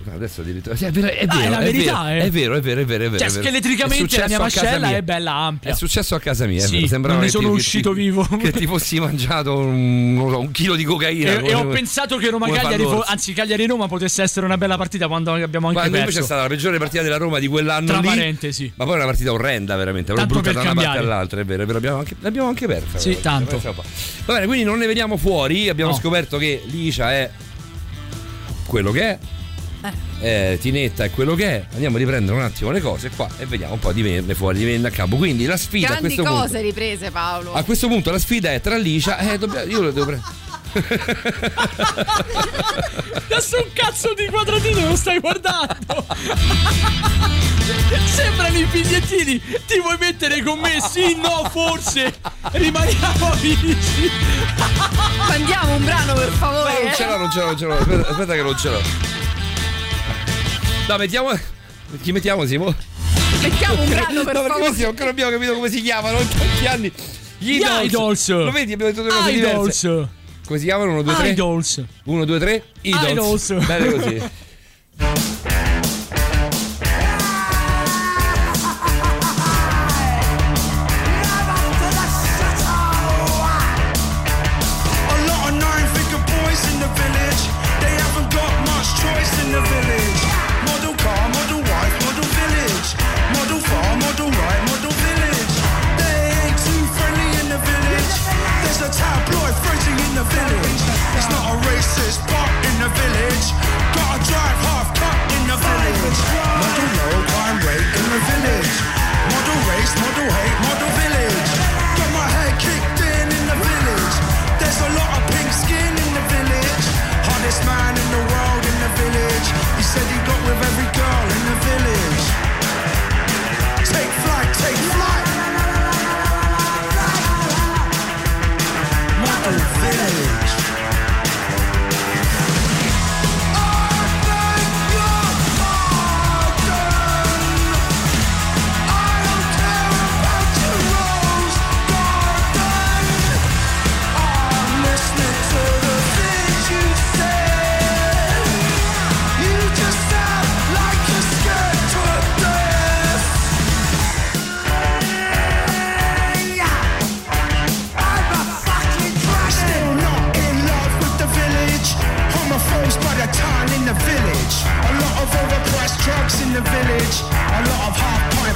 Speaker 3: Ah, Adesso addirittura. Sì, è vero, è
Speaker 4: Ah,
Speaker 3: vero,
Speaker 4: è la
Speaker 3: è
Speaker 4: verità,
Speaker 3: vero,
Speaker 4: eh.
Speaker 3: È vero, è vero, è vero. È vero
Speaker 4: Cioè,
Speaker 3: è vero. È
Speaker 4: scheletricamente
Speaker 3: successo
Speaker 4: la mia
Speaker 3: a casa
Speaker 4: mascella
Speaker 3: mia.
Speaker 4: è bella ampia.
Speaker 3: È successo a casa mia, è
Speaker 4: Sì,
Speaker 3: vero. sembrava
Speaker 4: non ne
Speaker 3: che ti-
Speaker 4: sono
Speaker 3: che
Speaker 4: uscito
Speaker 3: ti-
Speaker 4: vivo.
Speaker 3: Che ti fossi mangiato un, non so, un chilo di cocaina.
Speaker 4: E,
Speaker 3: come-
Speaker 4: e ho
Speaker 3: come-
Speaker 4: pensato che Roma
Speaker 3: come
Speaker 4: Cagliari,
Speaker 3: fanno
Speaker 4: fo-
Speaker 3: orsi.
Speaker 4: anzi Cagliari-Roma potesse essere una bella partita quando abbiamo anche
Speaker 3: Quando invece è
Speaker 4: perso.
Speaker 3: stata la peggiore partita della Roma di quell'anno
Speaker 4: Tra
Speaker 3: lì.
Speaker 4: parentesi.
Speaker 3: Ma poi è una partita orrenda, veramente. Proprio brutta
Speaker 4: Tanto per
Speaker 3: da una parte
Speaker 4: cambiare.
Speaker 3: all'altra, è vero, è vero, L'abbiamo anche, l'abbiamo anche persa.
Speaker 4: Sì,
Speaker 3: però,
Speaker 4: tanto.
Speaker 3: pensa un po'. Va bene, quindi non ne veniamo fuori. Abbiamo
Speaker 4: No.
Speaker 3: scoperto che Licia è quello che è. eh, Tinetta è quello che è. Andiamo a riprendere un attimo le cose qua e vediamo un po' di venirne fuori, di venirne a capo. Quindi la sfida a
Speaker 6: Grandi
Speaker 3: questo
Speaker 6: cose
Speaker 3: punto.
Speaker 6: riprese, Paolo.
Speaker 3: A questo punto la sfida è tra Licia. Eh, dobbiamo, io lo devo prendere.
Speaker 4: Adesso un cazzo di quadratino lo stai guardando. Sembrano i bigliettini. Ti vuoi mettere con me? Sì, no, forse. Rimaniamo amici.
Speaker 6: Mandiamo un brano per favore.
Speaker 3: No, non ce l'ho, non ce l'ho, non ce l'ho. Aspetta, aspetta che non ce l'ho. No, mettiamo. Chi mettiamo, Simo? Ah,
Speaker 6: Mettiamo un brano per
Speaker 3: no, perché
Speaker 6: favore.
Speaker 3: così ancora abbiamo capito come si chiamano in tanti anni. Gli
Speaker 4: Gli Idols.
Speaker 3: Lo vedi, abbiamo detto due cose
Speaker 4: Idols.
Speaker 3: diverse. Come si chiamano? 1, 2, 3.
Speaker 4: Idols.
Speaker 3: 1, 2, 3. Idols.
Speaker 4: Idols.
Speaker 3: Bene così.
Speaker 8: A lot of nine figure boys in the village. They haven't got much choice in the village. Model car, model wife, model village. Model farm, model right, model village. They ain't too friendly in the village. There's a tabloid freezing in the village. It's not a racist part in the village. Gotta drive half cut in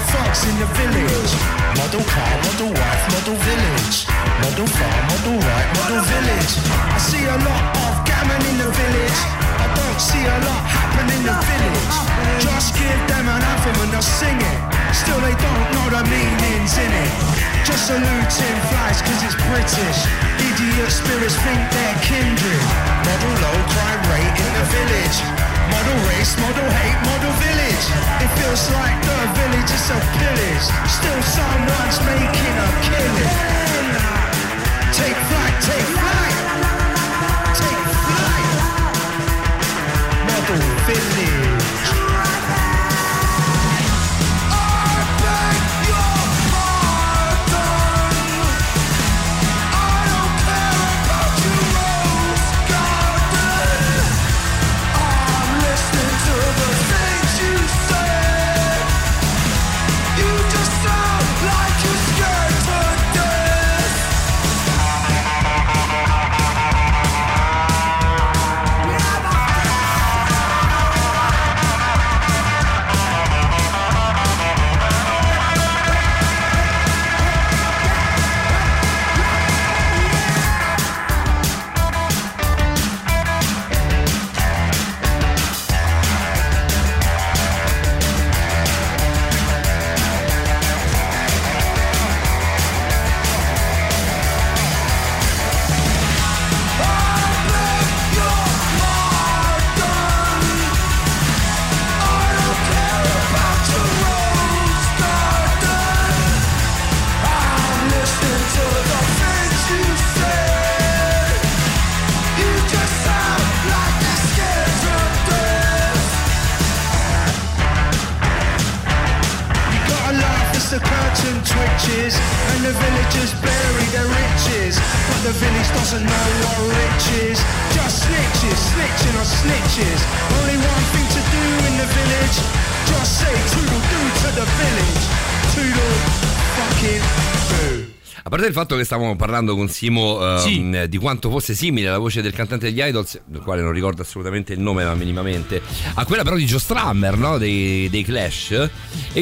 Speaker 8: village. Model car, model wife, model village. Model farm, model right, model village. I see a lot of gammon in the village. I don't see a lot happen in the village. Just give them an anthem and they'll sing it. Still they don't know the meanings in it. Just saluting flies cause it's British. Idiot spirits think they're kindred. Model low crime rate in the village. Model race, model hate, model village. It feels like the village is a pillage. Still someone's making a killing. Take flight, take flight. Take flight. Model village. You gotta laugh as the curtain twitches And the villagers bury their riches But the village doesn't know what rich is Just snitches, snitching on snitches Only one thing to do in the village Just say toodle-doo to the village Toodle fucking doo
Speaker 3: A parte il fatto che stavamo parlando con Simo ehm,
Speaker 8: Sì.
Speaker 3: di quanto fosse simile la voce del cantante degli Idols, del quale non ricordo assolutamente il nome, ma minimamente, a quella però di Joe Strummer, no? dei, dei Clash. E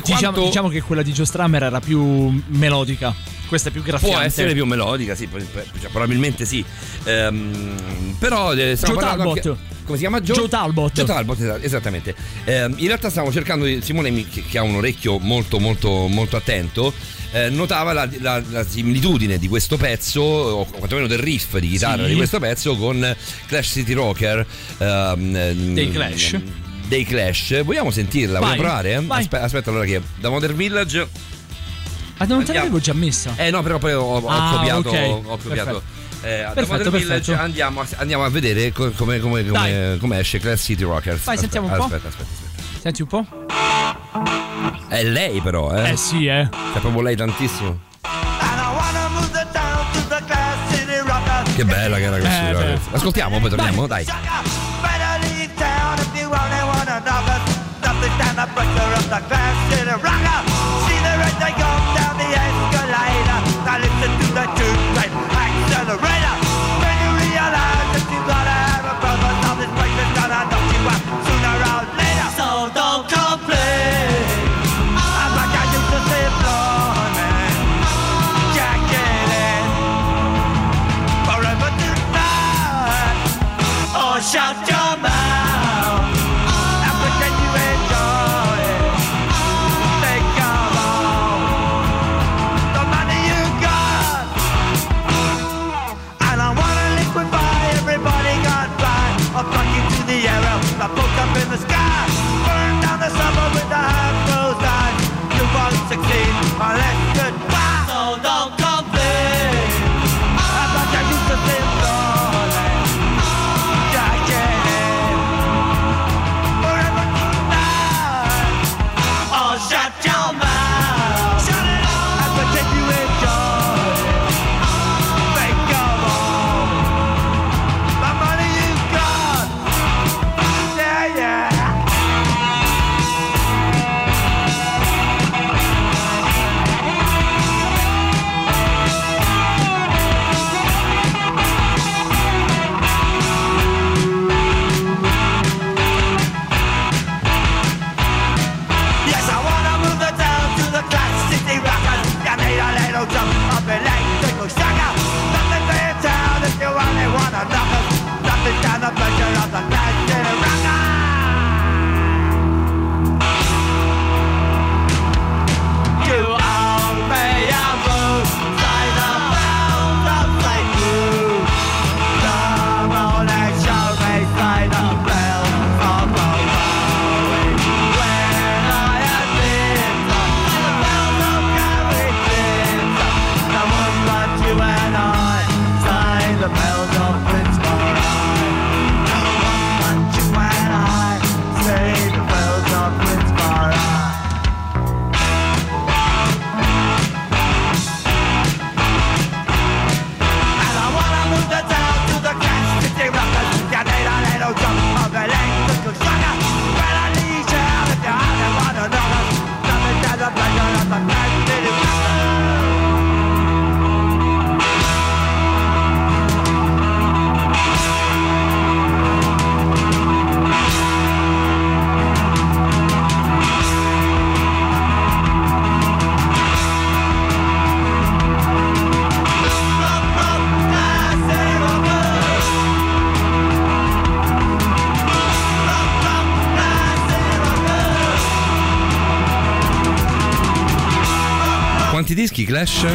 Speaker 4: Diciamo,
Speaker 3: quanto
Speaker 4: diciamo che quella di Joe Strummer era più melodica. Questa è più graffiante.
Speaker 3: può essere più melodica, sì, poi- poi- cioè, probabilmente sì. Ehm, però eh, stiamo
Speaker 4: Joe
Speaker 3: parlando
Speaker 4: Talbot.
Speaker 3: anche- come si chiama Joe?
Speaker 4: Joe Talbot.
Speaker 3: Joe Talbot, esa- esattamente. Ehm, in realtà stavamo cercando di- Simone mi- che, che ha un orecchio molto molto molto attento. eh, notava la, la- la similitudine di questo pezzo, o quantomeno del riff di chitarra
Speaker 4: Sì.
Speaker 3: di questo pezzo, con Clash City Rocker ehm,
Speaker 4: Dei Clash.
Speaker 3: Dei Clash. Vogliamo sentirla?
Speaker 4: Vai,
Speaker 3: vogliamo provare?
Speaker 4: vai.
Speaker 3: Aspe- aspetta, allora che da Modern Village.
Speaker 4: Ah, non te l'avevo già messa.
Speaker 3: Eh no, però poi ho, ho
Speaker 4: Ah,
Speaker 3: copiato.
Speaker 4: ok,
Speaker 3: ho copiato. Eh, da
Speaker 4: Perfetto,
Speaker 3: Modern Village
Speaker 4: perfetto.
Speaker 3: Andiamo, a, andiamo a vedere co- come, come- come- come esce Class City Rockers.
Speaker 4: Vai, sentiamo un po'.
Speaker 3: aspetta, Aspetta, aspetta.
Speaker 4: Senti un po'.
Speaker 3: È lei però, eh? Eh
Speaker 4: sì, eh.
Speaker 3: È proprio lei tantissimo. Che bella che era Class City
Speaker 8: Eh,
Speaker 4: cioè.
Speaker 8: beh.
Speaker 3: Rockers. Ascoltiamo, poi torniamo, dai.
Speaker 8: Forever tonight Oh, shout your mouth And pretend you enjoy it
Speaker 3: chi Clash?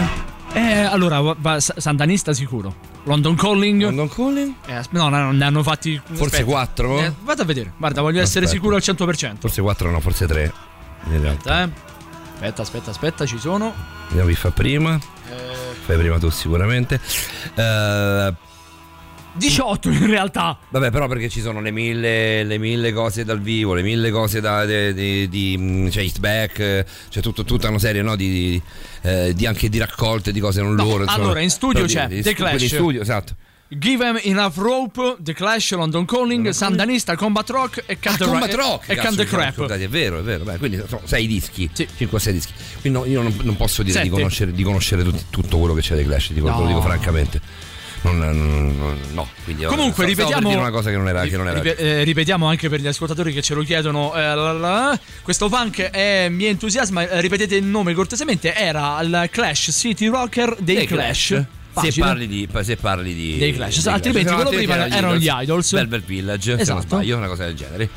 Speaker 4: Eh, allora, va- va- S- Santanista sicuro. London Calling. London
Speaker 3: Calling?
Speaker 4: no, no, ne hanno fatti.
Speaker 3: Forse quattro?
Speaker 4: Eh, vado a vedere. Guarda, voglio essere
Speaker 3: Aspetta.
Speaker 4: sicuro al 100%.
Speaker 3: Forse 4 no, forse 3. In realtà.
Speaker 4: Aspetta, eh. Aspetta, aspetta, aspetta, ci sono.
Speaker 3: Vediamo chi fa prima. Fai prima tu sicuramente. Eh,
Speaker 4: 18 in realtà.
Speaker 3: Vabbè, però perché ci sono le mille, le mille cose dal vivo, le mille cose da, de- di, di, mm, cioè, hit back, eh, cioè tutto- tutta una serie no, di, di, eh, di anche di raccolte di cose non loro. insomma.
Speaker 4: allora, in studio
Speaker 3: Però di-
Speaker 4: c'è
Speaker 3: di-
Speaker 4: The
Speaker 3: di- quelli in
Speaker 4: Clash.
Speaker 3: studio, esatto.
Speaker 4: Give Em Enough Rope, The Clash, London Calling, Sandanista, Combat Rock e Can
Speaker 3: Ah,
Speaker 4: the
Speaker 3: Combat
Speaker 4: Ra-
Speaker 3: Rock,
Speaker 4: e
Speaker 3: cazzo,
Speaker 4: Can the
Speaker 3: mi sono
Speaker 4: Crap.
Speaker 3: scordato, È vero, è vero. Beh, quindi sono sei dischi, 5 o 6 dischi. Quindi no, io non, non posso dire di
Speaker 4: Sette.
Speaker 3: conoscere, di conoscere tutti- tutto quello che c'è dei Clash, dico-
Speaker 4: No.
Speaker 3: lo dico francamente. Non, non- non- no, quindi stavo-
Speaker 4: Comunque,
Speaker 3: stavo per
Speaker 4: ripetiamo-
Speaker 3: dire una cosa che non era. Che non era
Speaker 4: Ripe- eh, ripetiamo anche per gli ascoltatori che ce lo chiedono. eh, la- la- la. questo funk è, mi entusiasma. eh, Ripetete il nome cortesemente. Era il Clash City Rocker dei, Clash.
Speaker 3: Se
Speaker 4: Facile.
Speaker 3: parli di. Se parli di
Speaker 4: Dei Clash, altrimenti
Speaker 3: Se no,
Speaker 4: quello prima
Speaker 3: altrimenti
Speaker 4: erano gli Idols.
Speaker 3: Velvet Village, se non
Speaker 4: Esatto.
Speaker 3: sbaglio, una cosa del genere.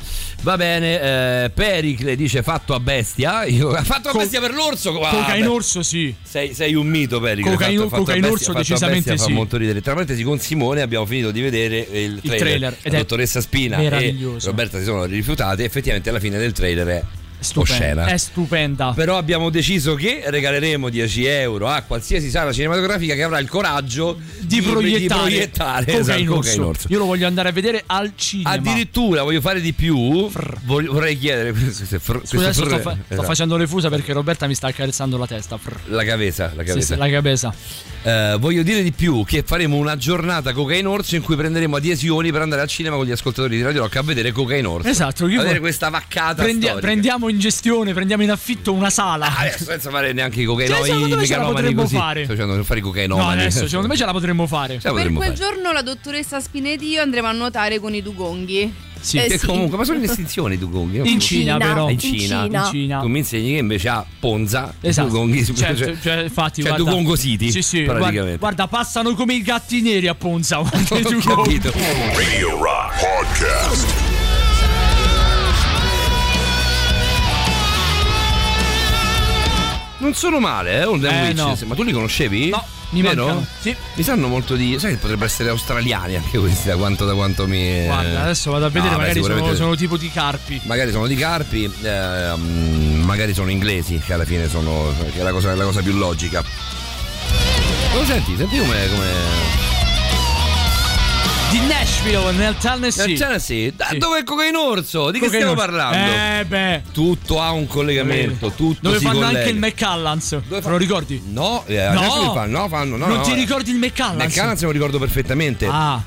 Speaker 3: Va bene, eh, Pericle dice fatto a bestia. Io, fatto a
Speaker 4: Co-
Speaker 3: bestia per l'orso. guarda.
Speaker 4: Coca in orso, sì.
Speaker 3: Sei, sei un mito, Pericle. Fatto-
Speaker 4: Cocaino-
Speaker 3: fatto a
Speaker 4: cocaino
Speaker 3: bestia,
Speaker 4: orso,
Speaker 3: fatto a
Speaker 4: decisamente
Speaker 3: bestia,
Speaker 4: sì.
Speaker 3: Fa molto ridere. Tra parentesi, con Simone abbiamo finito di vedere il trailer.
Speaker 4: trailer, ed
Speaker 3: La
Speaker 4: è
Speaker 3: dottoressa Spina e
Speaker 4: meraviglioso.
Speaker 3: Roberta si sono rifiutate. Effettivamente, alla fine del trailer è
Speaker 4: Stupenda.
Speaker 3: oscena.
Speaker 4: È stupenda.
Speaker 3: Però abbiamo deciso che regaleremo 10 euro a qualsiasi sala cinematografica che avrà il coraggio
Speaker 4: Di proiettare,
Speaker 3: di proiettare
Speaker 4: Coca
Speaker 3: esatto,
Speaker 4: in
Speaker 3: Coca
Speaker 4: orso.
Speaker 3: in orso.
Speaker 4: Io lo voglio andare a vedere al cinema.
Speaker 3: Addirittura voglio fare di più. voglio- vorrei chiedere. se fr- questo
Speaker 4: Scusa, adesso
Speaker 3: fr-
Speaker 4: sto, fa- sto
Speaker 3: esatto,
Speaker 4: facendo le fusa perché Roberta mi sta accarezzando la testa. Prr.
Speaker 3: La cavesa, la
Speaker 4: Sì,
Speaker 3: cavesa.
Speaker 4: sì, la cabeza.
Speaker 3: Eh, voglio dire di più che faremo una giornata Coca in Orso in cui prenderemo adesioni per andare al cinema con gli ascoltatori di Radio Rock a vedere Coca in Orso.
Speaker 4: Esatto,
Speaker 3: a
Speaker 4: chi
Speaker 3: vedere
Speaker 4: vuole-
Speaker 3: questa vaccata
Speaker 4: Prendi-
Speaker 3: storica.
Speaker 4: prendiamo in gestione, prendiamo in affitto una sala.
Speaker 3: ah, Adesso senza fare neanche i
Speaker 4: Cioè,
Speaker 3: cocainoi,
Speaker 4: secondo me ce
Speaker 3: i
Speaker 4: la
Speaker 3: meganomani
Speaker 4: potremmo
Speaker 3: così. Cioè,
Speaker 4: fare.
Speaker 3: Sto facendo fare i
Speaker 4: no,
Speaker 3: cocainomani.
Speaker 4: adesso secondo me ce la potremmo
Speaker 3: Ce
Speaker 4: fare.
Speaker 3: la
Speaker 6: Per
Speaker 3: potremmo
Speaker 6: quel
Speaker 3: fare.
Speaker 6: giorno la dottoressa Spinetti e io andremo a nuotare con i dugonghi.
Speaker 3: Sì,
Speaker 6: Eh
Speaker 3: che comunque, ma sono in estinzione i dugonghi? io non
Speaker 4: In
Speaker 3: so.
Speaker 4: Cina,
Speaker 6: Cina,
Speaker 4: però.
Speaker 3: In Cina.
Speaker 6: in Cina.
Speaker 3: eh. Tu mi insegni che invece ha Ponza, i
Speaker 4: Esatto.
Speaker 3: dugonghi,
Speaker 4: Cioè, cioè, infatti,
Speaker 3: cioè
Speaker 4: guarda-
Speaker 3: Dugongo City,
Speaker 4: Sì, sì, guarda,
Speaker 3: praticamente.
Speaker 4: guarda, passano come i gatti neri a Ponza. guarda, i dugonghi.
Speaker 2: Radio Rock Podcast.
Speaker 3: Non sono male, eh, Old and
Speaker 4: Eh,
Speaker 3: Witches.
Speaker 4: no.
Speaker 3: Ma tu li conoscevi? No,
Speaker 4: mi mancano.
Speaker 3: Mi sanno molto di. Sai che potrebbero essere australiani anche questi, da quanto, da quanto mi.
Speaker 4: Guarda, adesso vado a vedere,
Speaker 3: Eh. No, beh,
Speaker 4: magari sono,
Speaker 3: sicuramente-
Speaker 4: sono tipo di carpi.
Speaker 3: Magari sono di carpi, ehm, magari sono inglesi, che alla fine sono. che è la cosa, la cosa più logica. Lo senti? Senti come. come...
Speaker 4: Di Nashville, nel Tennessee.
Speaker 3: Nel Tennessee? Da- dove è Cocaine Orso? Di che
Speaker 4: Cocaine
Speaker 3: stiamo
Speaker 4: Orso.
Speaker 3: parlando?
Speaker 4: Eh, beh.
Speaker 3: Tutto ha un collegamento, tutto
Speaker 4: Dove
Speaker 3: si
Speaker 4: fanno
Speaker 3: collega.
Speaker 4: anche il McCallans. Te lo ricordi?
Speaker 3: No, eh, adesso li fanno, no, fanno, no,
Speaker 4: non
Speaker 3: no,
Speaker 4: ti
Speaker 3: eh.
Speaker 4: ricordi il McCallans?
Speaker 3: McCallans me lo ricordo perfettamente.
Speaker 4: Ah.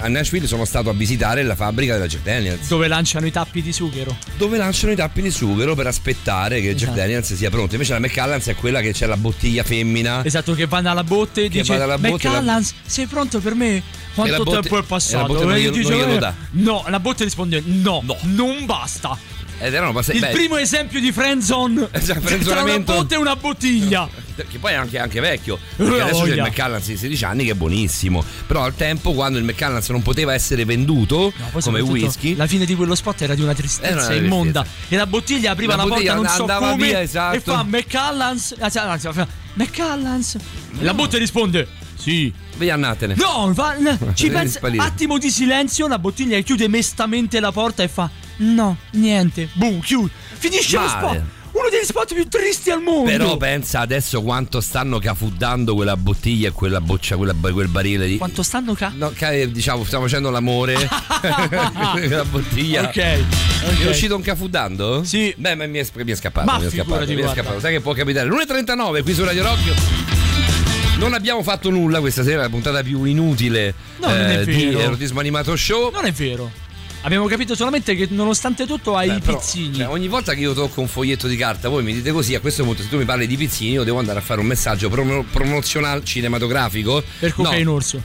Speaker 3: A Nashville sono stato a visitare la fabbrica della Jack Daniels.
Speaker 4: Dove lanciano i tappi di sughero.
Speaker 3: Dove lanciano i tappi di sughero per aspettare che Jack
Speaker 4: Esatto.
Speaker 3: Daniels sia pronto. Invece la McCallans è quella che c'è la bottiglia femmina.
Speaker 4: Esatto, che vanno alla botte e
Speaker 3: Che
Speaker 4: dice
Speaker 3: va dalla botte, la-
Speaker 4: McCallans, sei pronto per me?
Speaker 3: E
Speaker 4: Quanto
Speaker 3: la botte-
Speaker 4: tempo
Speaker 3: e
Speaker 4: è
Speaker 3: la
Speaker 4: passato?
Speaker 3: botte non
Speaker 4: E
Speaker 3: glielo-
Speaker 4: dice,
Speaker 3: non glielo
Speaker 4: "Eh,
Speaker 3: dà."
Speaker 4: No, la botte risponde no, non basta.
Speaker 3: Ed erano passati.
Speaker 4: Il
Speaker 3: beh,
Speaker 4: primo esempio di friendzone
Speaker 3: Esatto,
Speaker 4: tra una
Speaker 3: friendzoneamento.
Speaker 4: botte e una bottiglia.
Speaker 3: Che poi è anche, anche vecchio.
Speaker 4: Eh,
Speaker 3: Perché adesso c'è il
Speaker 4: voglia.
Speaker 3: McCallans di 16 anni che è buonissimo. Però al tempo, quando il McCallans non poteva essere venduto
Speaker 4: Poi
Speaker 3: come
Speaker 4: soprattutto,
Speaker 3: whisky.
Speaker 4: La fine di quello spot era di una tristezza
Speaker 3: Era una tristezza.
Speaker 4: immonda. E la bottiglia apriva
Speaker 3: La
Speaker 4: la,
Speaker 3: bottiglia
Speaker 4: porta, non so
Speaker 3: andava
Speaker 4: come,
Speaker 3: via, esatto.
Speaker 4: e fa McCallans. Ah, Anzi, anzi, fa McCallans. E la botte risponde: Sì.
Speaker 3: Vedi, andatene.
Speaker 4: No, va- n- ci
Speaker 3: Devi
Speaker 4: pensa.
Speaker 3: Eh. spalire.
Speaker 4: Attimo di silenzio, la bottiglia chiude mestamente la porta e fa: No, niente. Boom, chiude. Finisce lo
Speaker 3: Male.
Speaker 4: spot. Uno degli spot più tristi al mondo.
Speaker 3: Però pensa adesso quanto stanno cafuddando quella bottiglia e quella boccia, quella- quel barile di.
Speaker 4: Quanto stanno ca?
Speaker 3: No, ca- eh, diciamo, stiamo facendo l'amore. la bottiglia.
Speaker 4: Ok, ok.
Speaker 3: È uscito un cafuddando?
Speaker 4: Sì.
Speaker 3: Beh, ma mi è, mi è scappato.
Speaker 4: Ma
Speaker 3: mi è scappato.
Speaker 4: figurati,
Speaker 3: Mi è
Speaker 4: guarda.
Speaker 3: scappato. Sai che può capitare? 1.39 qui su Radio Rock. Non abbiamo fatto nulla questa sera, la puntata più inutile eh,
Speaker 4: No, non è
Speaker 3: di
Speaker 4: vero.
Speaker 3: Erotismo Animato Show.
Speaker 4: Non è vero. Abbiamo capito solamente che nonostante tutto hai
Speaker 3: Beh,
Speaker 4: i
Speaker 3: però,
Speaker 4: pizzini.
Speaker 3: cioè, ogni volta che io tocco un foglietto di carta, voi mi dite così, a questo punto se tu mi parli di pizzini io devo andare a fare un messaggio promo- promozional cinematografico.
Speaker 4: per
Speaker 3: No,
Speaker 4: cocaina in orso.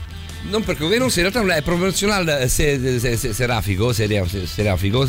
Speaker 3: non per cocaina orso, in realtà non è promozional eh, se- se- se- serafico, seria- se- serafico.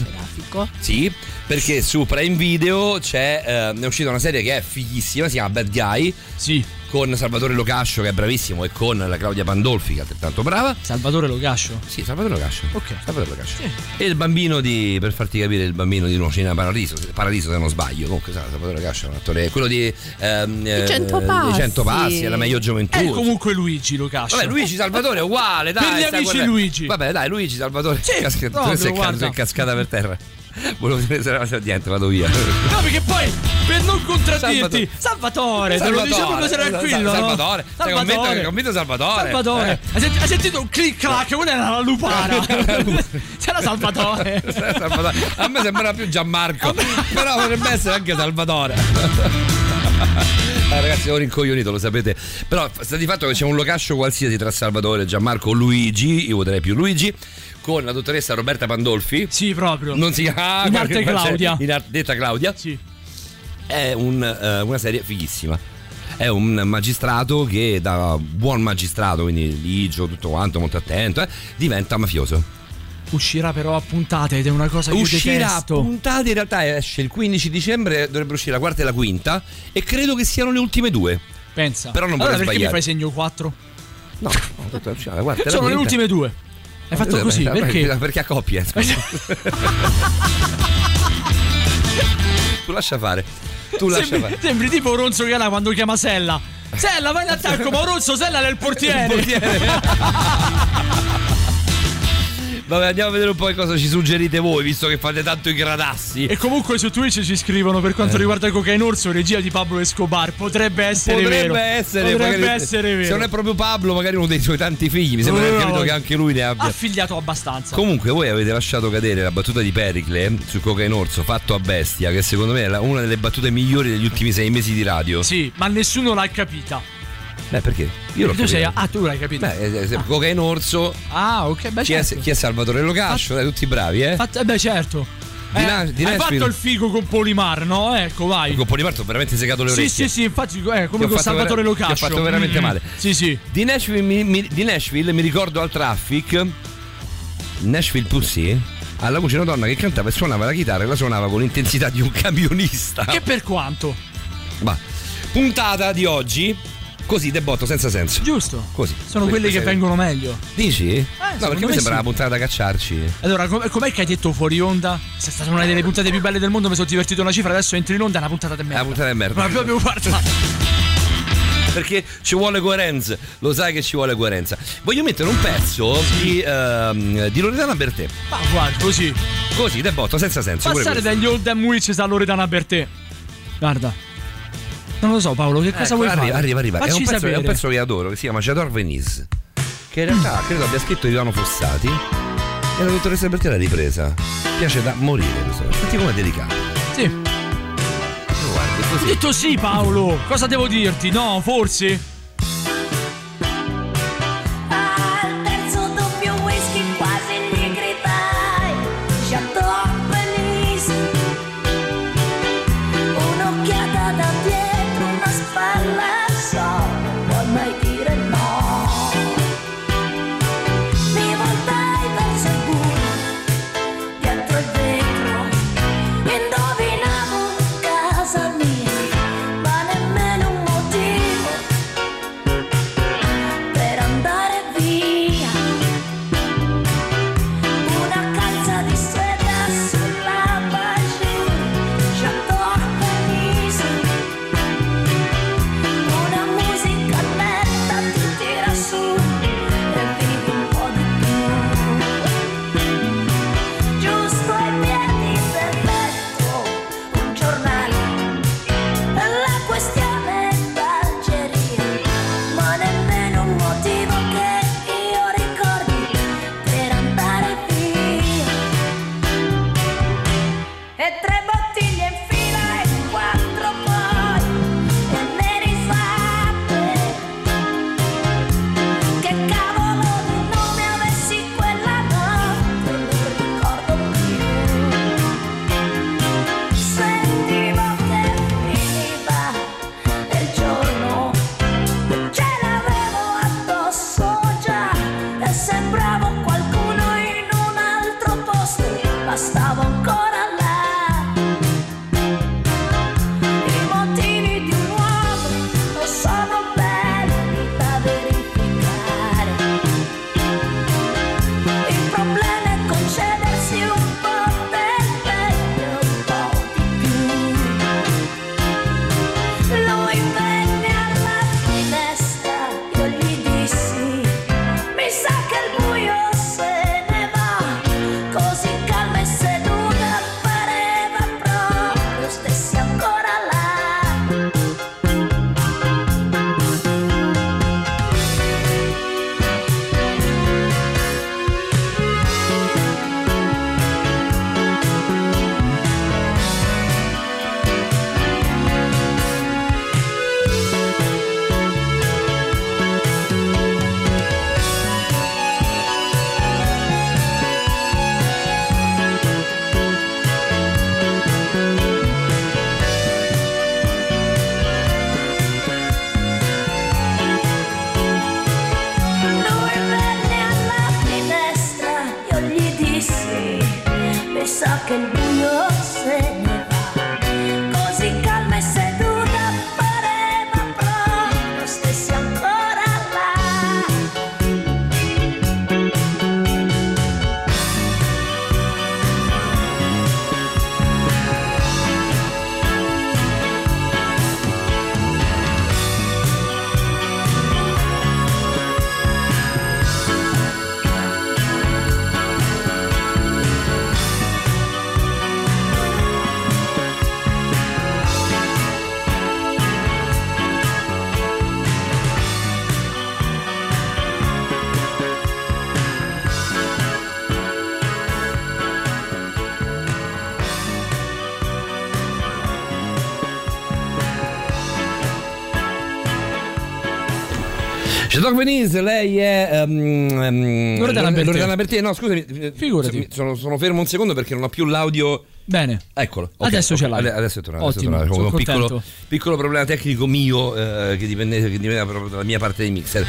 Speaker 3: Sì, Perché su Prime Video c'è, ehm, è uscita una serie che è fighissima, si chiama Bad Guy.
Speaker 4: Sì.
Speaker 3: Con Salvatore Locascio che è bravissimo e con la Claudia Pandolfi che è altrettanto brava.
Speaker 4: Salvatore Locascio?
Speaker 3: Sì, Salvatore Locascio.
Speaker 4: Ok.
Speaker 3: Salvatore Locascio. E il bambino di, per farti capire, il bambino di Nuocina Paradiso, Paradiso se non sbaglio, comunque sa, Salvatore Locascio è un attore, quello di... Ehm, eh,
Speaker 4: Cento
Speaker 3: dei
Speaker 4: Passi.
Speaker 3: Cento passi, è la meglio gioventù.
Speaker 4: È Eh, comunque Luigi Locascio.
Speaker 3: Vabbè, Luigi Salvatore è uguale, dai.
Speaker 4: Per gli
Speaker 3: sta
Speaker 4: amici
Speaker 3: corretto.
Speaker 4: Luigi.
Speaker 3: Vabbè, dai, Luigi Salvatore.
Speaker 4: Sì,
Speaker 3: Casca-
Speaker 4: proprio,
Speaker 3: tu sei ca-
Speaker 4: guarda.
Speaker 3: sei cascata per terra. Volevo dire se era niente, vado via.
Speaker 4: No, perché poi per non contraddirti, Salvatore, te lo
Speaker 3: Salvatore,
Speaker 4: diciamo proprio
Speaker 3: Sal-
Speaker 4: tranquillo. no?
Speaker 3: Salvatore, sei convinto che- convinto Salvatore?
Speaker 4: Salvatore.
Speaker 3: Eh.
Speaker 4: Hai, sent- hai sentito un click clack? Quella era la lupara. C'era Salvatore.
Speaker 3: Eh, Salvatore. A me sembrava più Gianmarco, però potrebbe essere anche Salvatore. Ah, ragazzi, sono rincoglionito, lo sapete. Però sta di fatto che c'è un locascio qualsiasi tra Salvatore, Gianmarco, Luigi, io voterei più Luigi, con la dottoressa Roberta Pandolfi.
Speaker 4: Sì, proprio.
Speaker 3: Non si Ah, chiama
Speaker 4: In arte Claudia.
Speaker 3: In arte- detta Claudia.
Speaker 4: Sì.
Speaker 3: È un, eh, una serie fighissima. È un magistrato che da buon magistrato, quindi ligio, tutto quanto, molto attento, eh, diventa mafioso.
Speaker 4: Uscirà però a puntate ed è una cosa che io
Speaker 3: Uscirà
Speaker 4: detesto.
Speaker 3: puntata, in realtà esce il 15 dicembre, dovrebbero uscire la quarta e la quinta e credo che siano le ultime due.
Speaker 4: Pensa.
Speaker 3: Però non
Speaker 4: allora
Speaker 3: vorrei
Speaker 4: perché mi
Speaker 3: sbagliare.
Speaker 4: fai segno 4?
Speaker 3: No, no, tutto- uscirà la quarta e la
Speaker 4: Sono le
Speaker 3: quinta.
Speaker 4: ultime due. Hai fatto
Speaker 3: Vabbè,
Speaker 4: così,
Speaker 3: vabbè,
Speaker 4: perché?
Speaker 3: Perché a coppie. scusa. tu lascia fare. Tu lascia
Speaker 4: Sembri,
Speaker 3: fare.
Speaker 4: sembri tipo Ronzo Gala quando chiama Sella. Sella, vai in attacco, ma Ronzo Sella era il portiere.
Speaker 3: Vabbè, andiamo a vedere un po' che cosa ci suggerite voi, visto che fate tanto i gradassi.
Speaker 4: E comunque su Twitch ci scrivono per
Speaker 3: Eh.
Speaker 4: quanto riguarda Cocaine Orso, regia di Pablo Escobar. Potrebbe essere
Speaker 3: Potrebbe
Speaker 4: vero.
Speaker 3: essere,
Speaker 4: Potrebbe
Speaker 3: magari-
Speaker 4: essere vero. Oh,
Speaker 3: Se non è proprio Pablo, magari uno dei suoi tanti figli. Mi sembra di aver capito che anche lui ne abbia.
Speaker 4: Ha figliato abbastanza.
Speaker 3: Comunque voi avete lasciato cadere la battuta di Pericle eh, su Cocaine Orso fatto a bestia, che secondo me è la- una delle battute migliori degli ultimi sei mesi di radio.
Speaker 4: Sì, ma nessuno l'ha capita.
Speaker 3: Beh, perché? Io l'ho
Speaker 4: tu sei.
Speaker 3: capito.
Speaker 4: Ah, tu l'hai capita.
Speaker 3: Beh, eh, eh, Cocaine Orso,
Speaker 4: Ah, ok, beh,
Speaker 3: chi è,
Speaker 4: certo.
Speaker 3: chi è Salvatore Locascio, dai, tutti bravi, eh?
Speaker 4: Fatto- eh, beh, certo.
Speaker 3: Di
Speaker 4: Eh,
Speaker 3: Na- di
Speaker 4: hai
Speaker 3: Nashville.
Speaker 4: fatto il figo con Polimar, no? Ecco, vai.
Speaker 3: Con Polimarto ho veramente segato le
Speaker 4: Sì,
Speaker 3: orecchie.
Speaker 4: sì, sì, infatti, eh,
Speaker 3: Ti
Speaker 4: come
Speaker 3: ho
Speaker 4: con
Speaker 3: fatto
Speaker 4: Salvatore
Speaker 3: vera-
Speaker 4: Locascio.
Speaker 3: ti ho fatto veramente
Speaker 4: Mm.
Speaker 3: male.
Speaker 4: Sì, sì.
Speaker 3: Di Nashville mi, mi- di Nashville mi ricordo al Traffic Nashville Pussy alla voce di una donna che cantava e suonava la chitarra e la suonava con l'intensità di un camionista.
Speaker 4: Che per quanto?
Speaker 3: Ma puntata di oggi così debotto senza senso.
Speaker 4: Giusto.
Speaker 3: Così.
Speaker 4: Sono quelli che
Speaker 3: Questa-
Speaker 4: vengono meglio.
Speaker 3: Dici? no,
Speaker 4: secondo
Speaker 3: perché
Speaker 4: me
Speaker 3: mi
Speaker 4: sì.
Speaker 3: sembra una puntata da cacciarci.
Speaker 4: Allora, com- com'è che hai detto fuori onda? Se è stata una delle puntate più belle del mondo, mi sono divertito una cifra, adesso entri in onda, è una puntata di
Speaker 3: È una
Speaker 4: merda.
Speaker 3: puntata di merda.
Speaker 4: Ma proprio guarda.
Speaker 3: perché ci vuole coerenza. Lo sai che ci vuole coerenza. Voglio mettere un pezzo di, ehm, di Loredana Bertè.
Speaker 4: Ma guarda, così.
Speaker 3: Così, debotto, senza senso. pure
Speaker 4: Passare
Speaker 3: questo.
Speaker 4: dagli Old Damn Witches a Loredana per te. Guarda. Non lo so, Paolo, che cosa
Speaker 3: Ecco,
Speaker 4: vuoi
Speaker 3: arriva,
Speaker 4: fare?
Speaker 3: Arriva, arriva. È
Speaker 4: Facci
Speaker 3: un, pezzo, è
Speaker 4: sapere.
Speaker 3: un pezzo che adoro, che si chiama J'adore Venise. Che in realtà credo abbia scritto Ivano Fossati. E la dottoressa Bertè l'ha ripresa. Piace da morire questo. pezzo. Senti com'è delicato.
Speaker 4: Sì. Ho detto sì, Paolo. Cosa devo dirti? No,
Speaker 3: Mm,
Speaker 4: forse?
Speaker 11: Al terzo doppio whisky quasi gli gridai Chateau Penis Un'occhiata da dietro, una spalla so Vuoi mai dire no? Mi voltai verso il muro Dietro il vetro Indovinavo casa mia Ma nemmeno un motivo che il buio se ne va Così calma e seduta pareva proprio stessi ancora là
Speaker 3: Chateau Venise, lei è. ehm, ehm,
Speaker 4: Loredana
Speaker 3: Lore-
Speaker 4: Bertè.
Speaker 3: Loredana Bertè. No, scusami. eh,
Speaker 4: Figurati.
Speaker 3: mi- Sono, sono fermo un secondo perché non ho più l'audio.
Speaker 4: Bene.
Speaker 3: Eccolo. Ok,
Speaker 4: Adesso
Speaker 3: ok,
Speaker 4: ce l'hai.
Speaker 3: ade- Adesso è tornato. adesso è
Speaker 4: Ottimo,
Speaker 3: tornato. Ho
Speaker 4: sono
Speaker 3: un piccolo,
Speaker 4: contento.
Speaker 3: piccolo problema tecnico mio eh, che dipendeva che dipendeva proprio dalla mia parte di mixer.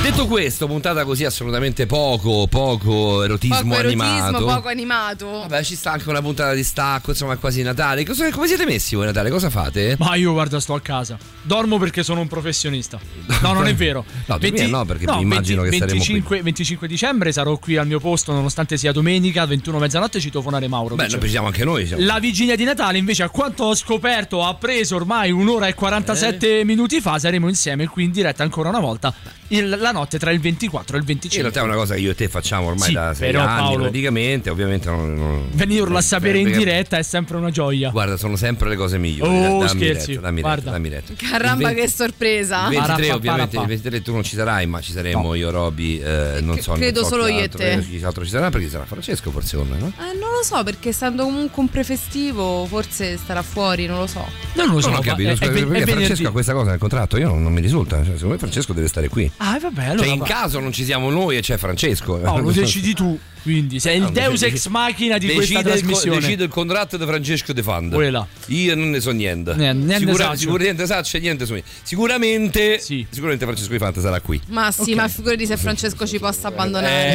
Speaker 3: Detto questo, puntata così assolutamente poco, poco erotismo
Speaker 6: Poco erotismo,
Speaker 3: animato.
Speaker 6: poco animato.
Speaker 3: Vabbè, ci sta anche una puntata di stacco, insomma, è quasi Natale. Cosa- come siete messi voi Natale? Cosa fate?
Speaker 4: Ma io guarda, sto a casa. Dormo perché sono un professionista. No, non è vero.
Speaker 3: No, dormire no, perché immagino che saremo qui.
Speaker 4: 25, 25 dicembre sarò qui al mio posto, nonostante sia domenica, 21 mezzanotte ci tofonare Mauro.
Speaker 3: Beh,
Speaker 4: dice.
Speaker 3: noi siamo anche noi. siamo-
Speaker 4: La vigilia di Natale, invece, a quanto ho scoperto, ha preso ormai un'ora e 47 minuti fa. Saremo insieme qui in diretta ancora una volta il- la notte tra il 24 e il
Speaker 3: In
Speaker 4: 25.
Speaker 3: realtà è una cosa che io e te facciamo ormai
Speaker 4: Sì,
Speaker 3: da sei
Speaker 4: però,
Speaker 3: anni
Speaker 4: Paolo-
Speaker 3: praticamente, ovviamente non, non-
Speaker 4: Venirlo a
Speaker 3: non-
Speaker 4: sapere in
Speaker 3: Eh, perché-
Speaker 4: diretta è sempre una gioia.
Speaker 3: Guarda, sono sempre le cose migliori.
Speaker 4: Oh,
Speaker 3: dammi
Speaker 4: scherzi,
Speaker 3: retta, dammi
Speaker 4: guarda.
Speaker 3: retta, dammi retta.
Speaker 6: Caramba,
Speaker 3: Il
Speaker 6: che sorpresa!
Speaker 3: Il 23
Speaker 4: Ah. Parappa,
Speaker 3: ovviamente, il
Speaker 4: parappa.
Speaker 3: 23 tu non ci sarai, ma ci saremo io, Roby, eh, non so. non
Speaker 6: credo
Speaker 3: so chi
Speaker 6: solo io e
Speaker 3: altro,
Speaker 6: te.
Speaker 3: eh, Chi altro ci sarà? Perché ci sarà Francesco forse con me, no?
Speaker 6: Eh, non lo so perché essendo comunque un prefestivo forse starà fuori, non lo so.
Speaker 4: Non lo so,
Speaker 3: ho
Speaker 4: ma
Speaker 3: capito.
Speaker 4: è-
Speaker 3: scusa,
Speaker 4: è ven- è
Speaker 3: perché
Speaker 4: venerdì.
Speaker 3: Francesco ha questa cosa nel contratto, io non, non mi risulta. Cioè, secondo me Francesco deve stare qui.
Speaker 4: Ah, vabbè, allora.
Speaker 3: cioè, in
Speaker 4: va.
Speaker 3: caso non ci siamo noi e c'è Francesco.
Speaker 4: Paolo, decidi tu. Quindi, sei il
Speaker 3: Allora,
Speaker 4: Deus
Speaker 3: decidi-
Speaker 4: ex machina di
Speaker 3: Ah, Decide
Speaker 4: questa
Speaker 3: il co-
Speaker 4: trasmissione.
Speaker 3: decido il contratto di Francesco De Fand.
Speaker 4: Quella.
Speaker 3: Io non ne so niente.
Speaker 4: Niente, niente saggio.
Speaker 3: sicuramente sacce, niente so niente. Sicuramente, sicuramente Francesco De Fant sarà qui.
Speaker 6: Ma sì, ma figurati se Francesco ci possa abbandonare.
Speaker 3: Eh,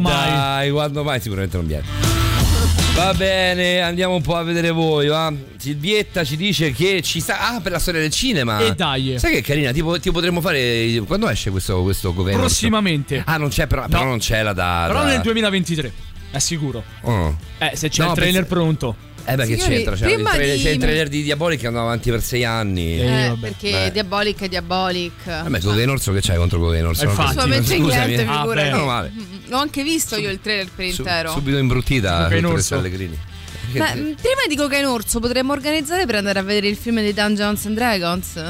Speaker 3: Dai, quando mai sicuramente non viene. Va bene, andiamo un po' a vedere voi. Va. Silvietta ci dice che ci sta. Ah, per la storia del cinema.
Speaker 4: E dai.
Speaker 3: Ah. Sai che carina, tipo, tipo potremmo fare. Quando esce questo, questo governo?
Speaker 4: Prossimamente.
Speaker 3: Ah, non c'è, però, però non c'è la data.
Speaker 4: Però nel 2023, è sicuro.
Speaker 3: Oh.
Speaker 4: Eh, se c'è
Speaker 3: eh? No,
Speaker 4: il trailer
Speaker 3: pensa-
Speaker 4: pronto.
Speaker 3: Eh, beh, che
Speaker 6: Signori,
Speaker 3: c'entra? C'è il,
Speaker 6: prima
Speaker 3: trailer,
Speaker 6: di-
Speaker 3: c'è il trailer di Diabolic che andava avanti per sei anni. Eh,
Speaker 6: Eh, perché Diabolic è Diabolic.
Speaker 3: Vabbè, Goguen Orso che c'hai contro Goguen Orso?
Speaker 4: Eh, Infatti. Ah,
Speaker 6: Assolutamente niente, figurati.
Speaker 3: Meno male.
Speaker 6: Mm, L'ho anche visto io il trailer per
Speaker 3: Su-
Speaker 6: intero.
Speaker 3: subito imbruttita
Speaker 4: Goguen
Speaker 3: dottoressa
Speaker 4: Orso.
Speaker 3: Allegrini.
Speaker 6: Beh, mh, prima dico che in orso potremmo organizzare per andare a vedere il film di Dungeons and Dragons.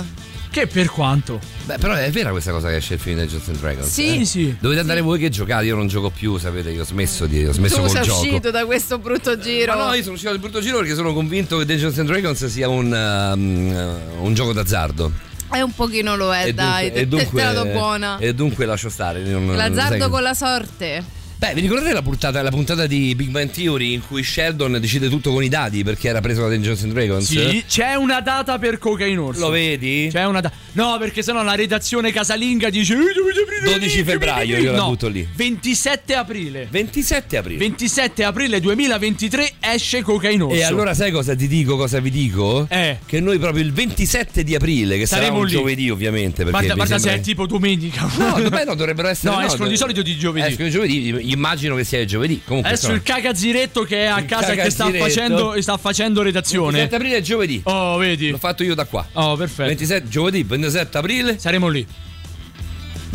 Speaker 4: Che per quanto?
Speaker 3: Beh, però è vera questa cosa che esce il film di Johnson Dragons.
Speaker 6: Sì.
Speaker 3: eh?
Speaker 6: Sì, sì.
Speaker 3: Dovete andare voi che giocate, io non gioco più, sapete, io ho smesso di ho smesso
Speaker 6: tu
Speaker 3: col
Speaker 6: sei
Speaker 3: gioco. Eh,
Speaker 6: uscito da questo brutto giro.
Speaker 3: Ma no, io sono uscito dal brutto giro perché sono convinto che Dungeons and Dragons sia un, um, un gioco d'azzardo.
Speaker 6: È un pochino lo è, Eh, dai. te- te, te la do buona.
Speaker 3: e dunque lascio stare. non- non- Eh, sai
Speaker 6: L'azzardo
Speaker 3: che-
Speaker 6: con la sorte.
Speaker 3: Beh, vi ricordate la puntata, la puntata di Big Bang Theory in cui Sheldon decide tutto con i dadi perché era preso da Dungeons and Dragons?
Speaker 4: Sì, c'è una data per Cocaine Orso.
Speaker 3: Lo vedi?
Speaker 4: C'è una data. No, perché sennò la redazione casalinga dice "Eh, dovete aprire
Speaker 3: 12
Speaker 4: lì,
Speaker 3: febbraio,
Speaker 4: aprire
Speaker 3: Ah, io la
Speaker 4: No,
Speaker 3: butto lì.
Speaker 4: 27 aprile.
Speaker 3: 27 aprile.
Speaker 4: 27 aprile 2023 esce Cocaine Orso.
Speaker 3: E allora sai cosa ti dico, cosa vi dico?
Speaker 4: Eh.
Speaker 3: Che noi proprio il 27 di aprile, che sarà
Speaker 4: Saremo
Speaker 3: un
Speaker 4: lì.
Speaker 3: giovedì ovviamente, perché
Speaker 4: guarda,
Speaker 3: mi
Speaker 4: guarda se
Speaker 3: sembra-
Speaker 4: è tipo domenica.
Speaker 3: No, vabbè, no, dovrebbero essere
Speaker 4: No, escono di solito di giovedì.
Speaker 3: Escono di giovedì, immagino che sia giovedì. Comunque
Speaker 4: Adesso
Speaker 3: insomma.
Speaker 4: il cagazziretto che è a casa e che sta
Speaker 3: cagazziretto.
Speaker 4: facendo, sta facendo redazione.
Speaker 3: 27 Cioè, aprile è giovedì.
Speaker 4: Oh, vedi.
Speaker 3: L'ho fatto io da qua.
Speaker 4: Oh, perfetto.
Speaker 3: 27 giovedì, 27 aprile.
Speaker 4: Saremo lì.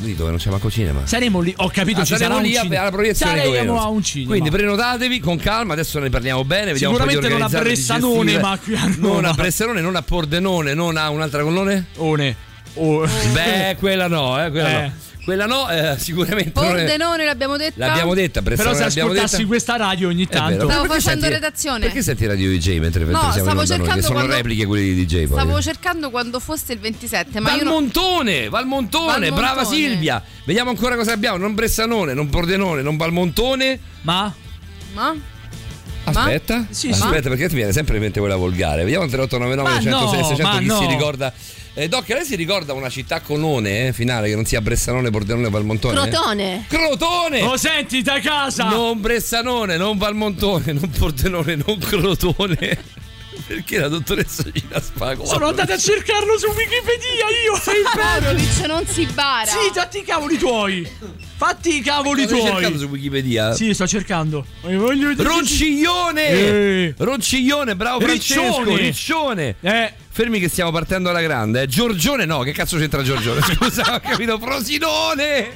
Speaker 3: Lì dove non c'è manco cinema.
Speaker 4: Saremo lì. Ho capito,
Speaker 3: Ah,
Speaker 4: ci
Speaker 3: saremo
Speaker 4: sarà
Speaker 3: lì
Speaker 4: un
Speaker 3: a-
Speaker 4: cinema.
Speaker 3: alla proiezione di
Speaker 4: Saremo
Speaker 3: Governo.
Speaker 4: a un cinema.
Speaker 3: Quindi prenotatevi con calma, adesso ne parliamo bene. Vediamo un po' di
Speaker 4: Sicuramente non a
Speaker 3: organizzare, di
Speaker 4: Bressanone,
Speaker 3: gestire.
Speaker 4: ma qui a
Speaker 3: Non
Speaker 4: Roma.
Speaker 3: a Bressanone, non a Pordenone, non a un'altra colone?
Speaker 4: One. Oh.
Speaker 3: Beh, quella no, eh, quella
Speaker 4: Eh.
Speaker 3: no. Quella no, eh, sicuramente. non è-
Speaker 6: Pordenone l'abbiamo detta.
Speaker 3: L'abbiamo detta,
Speaker 4: Però
Speaker 3: Bressanone
Speaker 4: se
Speaker 3: l'abbiamo detta.
Speaker 4: ascoltassi questa radio ogni tanto.
Speaker 3: vero.
Speaker 6: Stavo
Speaker 3: Perché
Speaker 6: facendo
Speaker 3: senti-
Speaker 6: redazione.
Speaker 3: Perché senti Radio DJ mentre
Speaker 6: No,
Speaker 3: mentre siamo in
Speaker 6: stavo
Speaker 3: onda noi? Che
Speaker 6: cercando
Speaker 3: sono
Speaker 6: quando-
Speaker 3: repliche quelle di DJ poi.
Speaker 6: Stavo cercando quando fosse il 27, ma io non...
Speaker 3: Valmontone, Valmontone,
Speaker 6: Valmontone.
Speaker 3: brava Silvia. Vediamo ancora cosa abbiamo. Non Bressanone, non Pordenone, non Valmontone.
Speaker 4: Ma?
Speaker 6: Ma?
Speaker 3: Aspetta,
Speaker 6: Sì, sì.
Speaker 3: aspetta, perché ti viene sempre in mente quella volgare. Vediamo 3899
Speaker 4: Ma no,
Speaker 3: 106 600
Speaker 4: ma
Speaker 3: chi
Speaker 4: no.
Speaker 3: si ricorda Eh, Doc, lei si ricorda una città conone eh, finale che non sia Bressanone, Pordenone, Valmontone?
Speaker 5: Crotone.
Speaker 3: eh? Crotone!
Speaker 4: Lo senti da casa?
Speaker 3: Non Bressanone, non Valmontone, non Pordenone, non Crotone. Perché la dottoressa Gina Spago?
Speaker 4: Sono andata a cercarlo su Wikipedia io. Sei
Speaker 6: Pavlovic non si bara.
Speaker 4: Sì, fatti i cavoli tuoi. Fatti i cavoli
Speaker 3: Stai cercando
Speaker 4: tuoi.
Speaker 3: su Wikipedia?
Speaker 4: Sì, sto cercando. Voglio vedere-
Speaker 3: Ronciglione!
Speaker 4: Eh.
Speaker 3: Ronciglione, bravo Francesco!
Speaker 4: Riccione. Eh!
Speaker 3: Riccione! Fermi che stiamo partendo alla grande. eh. Giorgione no, che cazzo c'entra Giorgione? Scusa, ho capito. Frosinone!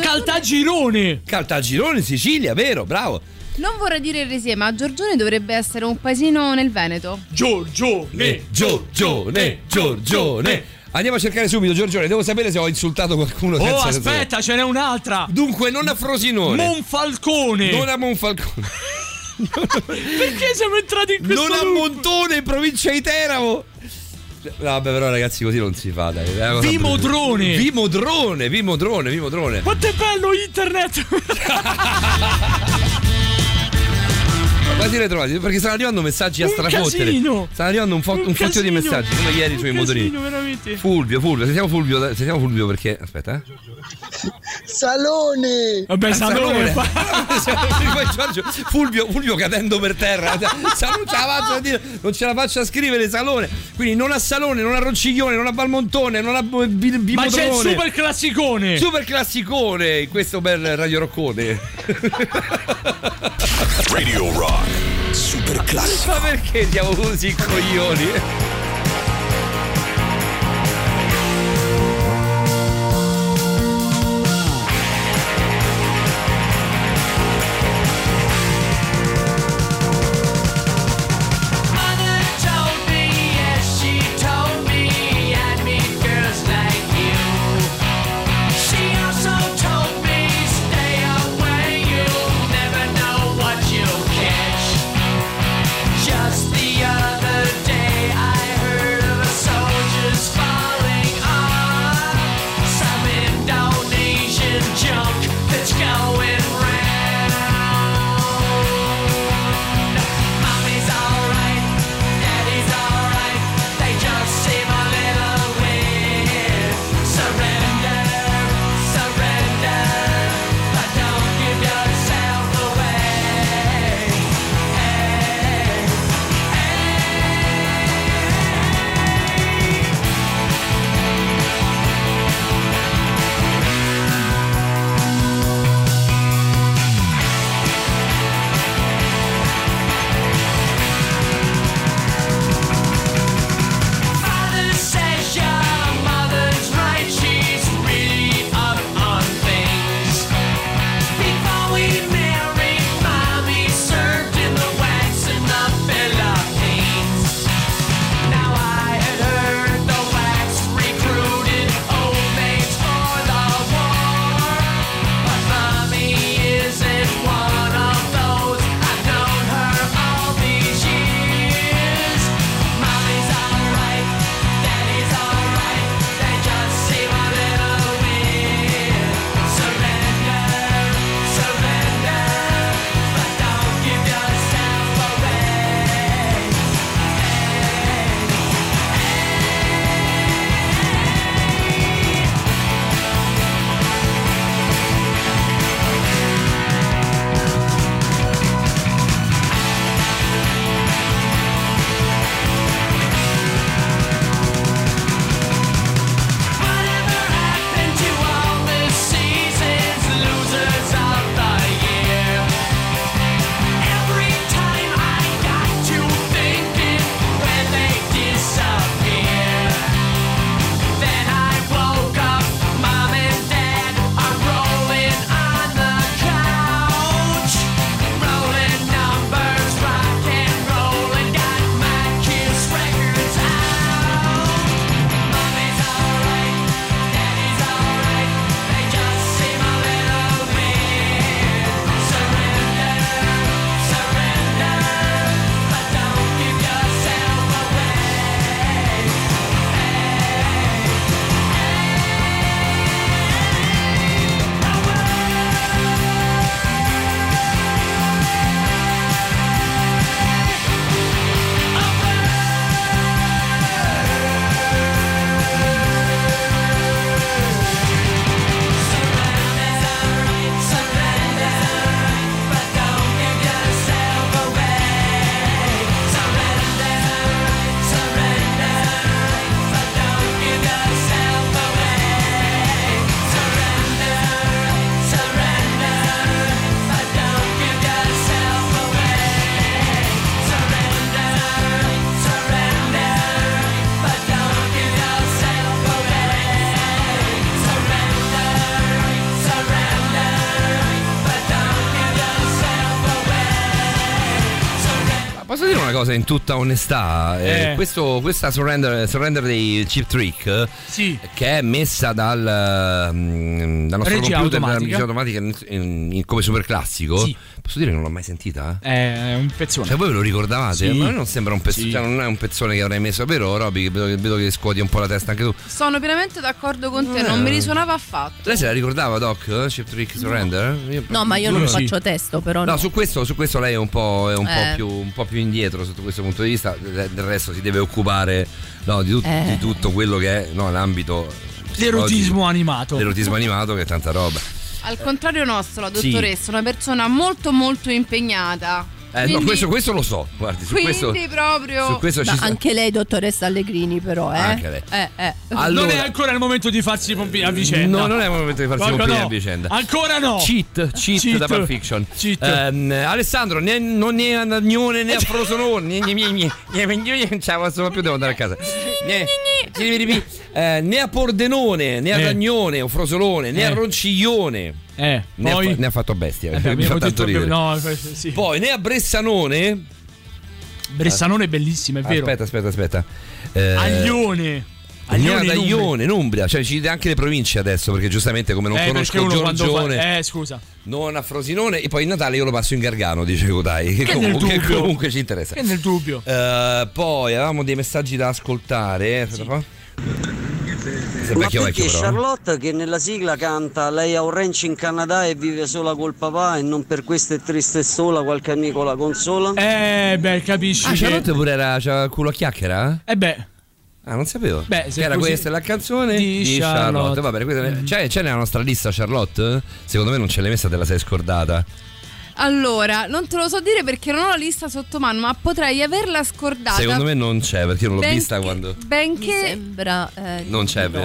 Speaker 4: Caltagirone!
Speaker 3: Caltagirone, Sicilia, vero, bravo.
Speaker 6: Non vorrei dire eresie, ma Giorgione dovrebbe essere un paesino nel Veneto.
Speaker 4: Giorgione!
Speaker 3: Eh, Giorgione! Giorgione! Andiamo a cercare subito, Giorgione. Devo sapere se ho insultato qualcuno.
Speaker 4: Oh,
Speaker 3: senza-
Speaker 4: aspetta, ce n'è un'altra.
Speaker 3: Cioè, Dunque, non a Frosinone.
Speaker 4: Monfalcone.
Speaker 3: Non a Monfalcone.
Speaker 4: Perché siamo entrati in questo
Speaker 3: Non a
Speaker 4: loop?
Speaker 3: Montone, in provincia di Teramo. Vabbè, però, ragazzi, così non si fa. Dai. È una cosa
Speaker 4: Vimodrone.
Speaker 3: brutta. Vimodrone, Vimodrone, Vimodrone.
Speaker 4: Quanto è bello internet!
Speaker 3: Quasi ritrovati, perché stanno arrivando messaggi a
Speaker 4: Un
Speaker 3: strafottere.
Speaker 4: casino.
Speaker 3: Stanno arrivando un, fo- un fottio di
Speaker 4: casino.
Speaker 3: messaggi, come ieri sui
Speaker 4: Un
Speaker 3: motorini.
Speaker 4: casino, veramente.
Speaker 3: Fulvio, Fulvio, sentiamo Fulvio, dai, sentiamo Fulvio perché. Aspetta, eh.
Speaker 14: Salone!
Speaker 4: Vabbè,
Speaker 3: Salone. Poi Giorgio, Fulvio, Fulvio cadendo per terra. Sa- Non ce la faccio a dire, non ce la faccio a scrivere Salone. Quindi non a Salone, non a Ronciglione, non a Valmontone, non a Bo- Bi- Bimodrone.
Speaker 4: Ma c'è il super classicone!
Speaker 3: Super classicone, questo bel Radio Roccone.
Speaker 15: Radio Rock. Super classico.
Speaker 3: Ma perché siamo così coglioni?
Speaker 8: Mother told me, yes, she told me I'd meet girls like you. She also told me, stay away, you'll never know what you'll catch. Just the other day I
Speaker 3: Posso dire una cosa in tutta onestà? Eh,
Speaker 4: Eh.
Speaker 3: questo- questa surrender, surrender dei Chip Trick, eh, che è messa dal, mm, dal nostro
Speaker 4: Regia
Speaker 3: computer, dalla
Speaker 4: automatica.
Speaker 3: regia automatica in- in- in- come super classico, posso dire che non l'ho mai sentita?
Speaker 4: È un pezzone.
Speaker 3: Cioè, voi ve lo ricordavate?
Speaker 4: Eh, Sì.
Speaker 3: Ma a me non sembra un pezzone, cioè, non è un pezzone che avrei messo, vero Roby? Che vedo, che vedo che scuoti un po' la testa anche tu.
Speaker 6: Sono pienamente d'accordo con te, non mi
Speaker 3: Eh.
Speaker 6: risuonava affatto.
Speaker 3: Lei se la ricordava, Doc? eh? Chip Trick Surrender? Io-
Speaker 5: No, ma io non
Speaker 3: Sì.
Speaker 5: faccio testo, però.
Speaker 3: No,
Speaker 5: no.
Speaker 3: su, questo, su questo lei è un, po', è un po'
Speaker 5: Eh.
Speaker 3: più, un po' più indietro sotto questo punto di vista, del del resto si deve occupare no, di, tut-
Speaker 4: Eh.
Speaker 3: di tutto quello che è no, l'ambito psicologico,
Speaker 4: L'erotismo animato.
Speaker 3: l'erotismo animato che è tanta roba. Eh,
Speaker 6: Al contrario nostro, la
Speaker 3: Sì.
Speaker 6: dottoressa è una persona molto molto impegnata.
Speaker 3: Eh, no,
Speaker 6: Quindi-
Speaker 3: questo, questo lo so, guardi, su
Speaker 6: Quindi
Speaker 3: questo...
Speaker 6: proprio
Speaker 3: su questo ci
Speaker 5: Ma
Speaker 3: sta-
Speaker 5: anche lei, dottoressa Allegrini, però, eh.
Speaker 3: Anche lei.
Speaker 5: Eh, eh.
Speaker 3: Allora-
Speaker 4: Non è ancora il momento di farsi pompini a vicenda.
Speaker 3: No, non è il momento di farsi
Speaker 4: Proprio
Speaker 3: compagnia
Speaker 4: no.
Speaker 3: a vicenda.
Speaker 4: Ancora no.
Speaker 3: Cheat, cheat,
Speaker 4: Cheat.
Speaker 3: da Pulp Fiction.
Speaker 4: Cheat.
Speaker 3: Ehm, Alessandro, né, non ne ha gnone né a frosonone. né- né- né- né- né- né- né- né- Ciao, sono più devo andare a casa. Né- eh, né a Pordenone, né a
Speaker 4: Eh.
Speaker 3: Dagnone o Frosolone, né
Speaker 4: Eh.
Speaker 3: a Ronciglione.
Speaker 4: Eh,
Speaker 3: Ne, ha,
Speaker 4: poi-
Speaker 3: fa- ne ha fatto bestia.
Speaker 4: Eh, beh,
Speaker 3: mi fa
Speaker 4: abbiamo
Speaker 3: tanto
Speaker 4: detto-
Speaker 3: ridere.
Speaker 4: no, eh, sì.
Speaker 3: Poi né a Bressanone.
Speaker 4: Bressanone è bellissimo, è vero.
Speaker 3: Aspetta, aspetta, aspetta. Eh,
Speaker 4: Aglione.
Speaker 3: Aglione,
Speaker 4: in Umbria.
Speaker 3: Aglione, in Umbria, cioè ci dite anche le province adesso perché giustamente come non
Speaker 4: Eh, perché
Speaker 3: conosco
Speaker 4: uno quando
Speaker 3: Giorgione,
Speaker 4: fa- Eh, scusa.
Speaker 3: non a Frosinone e poi il Natale io lo passo in Gargano, dice Godai, che,
Speaker 4: Che nel
Speaker 3: comunque,
Speaker 4: dubbio.
Speaker 3: comunque ci interessa.
Speaker 4: Che nel dubbio.
Speaker 3: Eh, poi avevamo dei messaggi da ascoltare. eh, Aspetta un po'. Questo è
Speaker 16: Ma
Speaker 3: vecchio,
Speaker 16: perché
Speaker 3: vecchio, però.
Speaker 16: Charlotte che nella sigla canta lei ha un ranch in Canada e vive sola col papà e non per questo è triste e sola, qualche amico la consola?
Speaker 4: Eh beh, capisci.
Speaker 3: Ah, Charlotte pure era c'era il culo a chiacchiera?
Speaker 4: Eh beh.
Speaker 3: Ah, non sapevo.
Speaker 4: Beh, se
Speaker 3: Che era
Speaker 4: così-
Speaker 3: questa la canzone
Speaker 4: di Charlotte. Mm.
Speaker 3: Va bene, questa- c'è, c'è nella nostra lista Charlotte? Secondo me non ce l'hai messa, te la sei scordata.
Speaker 6: Allora, non te lo so dire perché non ho la lista sotto mano, ma potrei averla scordata.
Speaker 3: Secondo me non c'è perché io non l'ho
Speaker 6: Ben-
Speaker 3: vista quando.
Speaker 6: Benché mi sembra,
Speaker 5: eh,
Speaker 3: Non c'è, vero?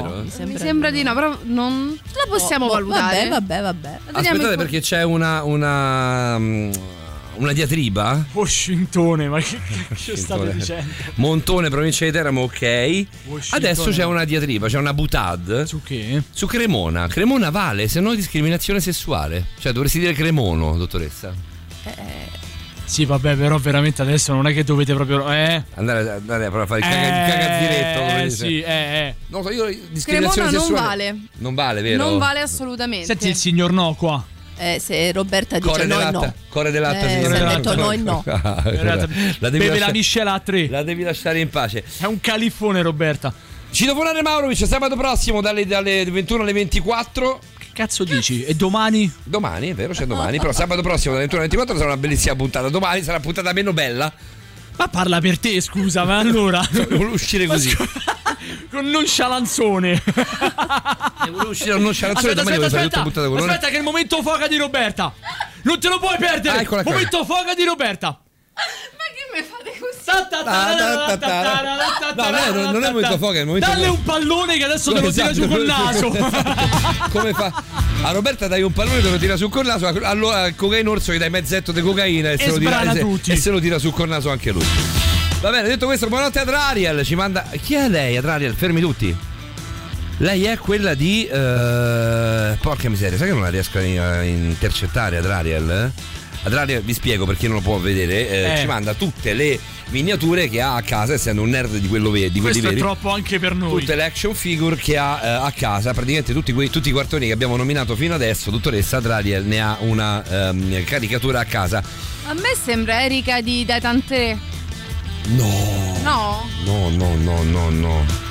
Speaker 6: di no, però non la possiamo
Speaker 5: Boh, boh,
Speaker 6: valutare.
Speaker 5: Vabbè, vabbè, vabbè.
Speaker 3: Aspettate perché c'è una. una. mm, una diatriba.
Speaker 4: Washingtone, ma che cacchio state
Speaker 3: Washingtone.
Speaker 4: dicendo?
Speaker 3: Montone, provincia di Teramo, ok.
Speaker 4: Washington.
Speaker 3: Adesso c'è una diatriba, c'è una butad. Su
Speaker 4: che?
Speaker 3: Su Cremona. Cremona vale, se no discriminazione sessuale. Cioè dovresti dire Cremono, dottoressa.
Speaker 4: Sì, vabbè, però veramente adesso non è che dovete proprio. Eh.
Speaker 3: Andare, andare proprio a fare il caga- il cagazziretto, come
Speaker 4: Eh,
Speaker 3: dice.
Speaker 4: sì, eh, eh.
Speaker 3: No, so, io discriminazione
Speaker 6: Cremona non
Speaker 3: sessuale-
Speaker 6: vale.
Speaker 3: Non vale, vero?
Speaker 6: Non vale assolutamente.
Speaker 4: Senti il signor no qua.
Speaker 5: Eh, se Roberta dice
Speaker 3: Corre
Speaker 5: no,
Speaker 3: dell'atta,
Speaker 5: è no.
Speaker 3: corre dell'atta,
Speaker 5: Eh,
Speaker 3: signora.
Speaker 5: se ha detto no, è no.
Speaker 3: la devi
Speaker 4: Beve la
Speaker 3: lasciare-
Speaker 4: miscela a tre.
Speaker 3: La devi lasciare in pace.
Speaker 4: È un califone, Roberta.
Speaker 3: Citofonare Maurovic sabato prossimo dalle, dalle 21 alle 24.
Speaker 4: Che cazzo dici? E domani?
Speaker 3: Domani, è vero, c'è domani. Però sabato prossimo dalle 21 alle 24 sarà una bellissima puntata. Domani sarà puntata meno bella.
Speaker 4: Ma parla per te, scusa, ma allora.
Speaker 3: Volevo uscire così.
Speaker 4: Con nonchalanzone.
Speaker 3: Eh, Volevo uscire con nonchalanzone, domani voglio fare tutta puntata con loro.
Speaker 4: aspetta, che è il momento foca di Roberta. Non te lo puoi perdere.
Speaker 3: Ah, eccola qua.
Speaker 4: momento foca di Roberta.
Speaker 6: Ma che mi fate così?
Speaker 3: No, no, non- non è il momento foca, è il momento
Speaker 4: Dalle
Speaker 3: foca.
Speaker 4: un pallone che adesso te lo tira
Speaker 3: Esatto.
Speaker 4: giù col naso.
Speaker 3: Come fa? A Roberta dai un pallone te lo tira su col naso, allora al cocaino orso gli dai mezzetto di cocaina e, se lo tira,
Speaker 4: sbrana
Speaker 3: e se-
Speaker 4: tutti.
Speaker 3: e se lo tira su col naso anche lui. Va bene, detto questo, buonanotte ad Ariel. Ci manda. Chi è lei, ad Ariel? Fermi tutti. Lei è quella di. eh, Porca miseria, sai che non la riesco a a intercettare ad Ariel? Ad Ariel, vi spiego per chi non lo può vedere, eh,
Speaker 4: Eh.
Speaker 3: ci manda tutte le miniature che ha a casa, essendo un nerd di, quello ve- di quelli
Speaker 4: Questo è
Speaker 3: veri
Speaker 4: troppo anche per noi.
Speaker 3: tutte le action figure che ha eh, a casa, praticamente tutti, quei, tutti i quartoni che abbiamo nominato fino adesso, dottoressa Dradiel ne ha una ehm, caricatura a casa.
Speaker 6: A me sembra Erika di Dai Tante.
Speaker 3: No,
Speaker 6: No?
Speaker 3: no, no, no, no, no.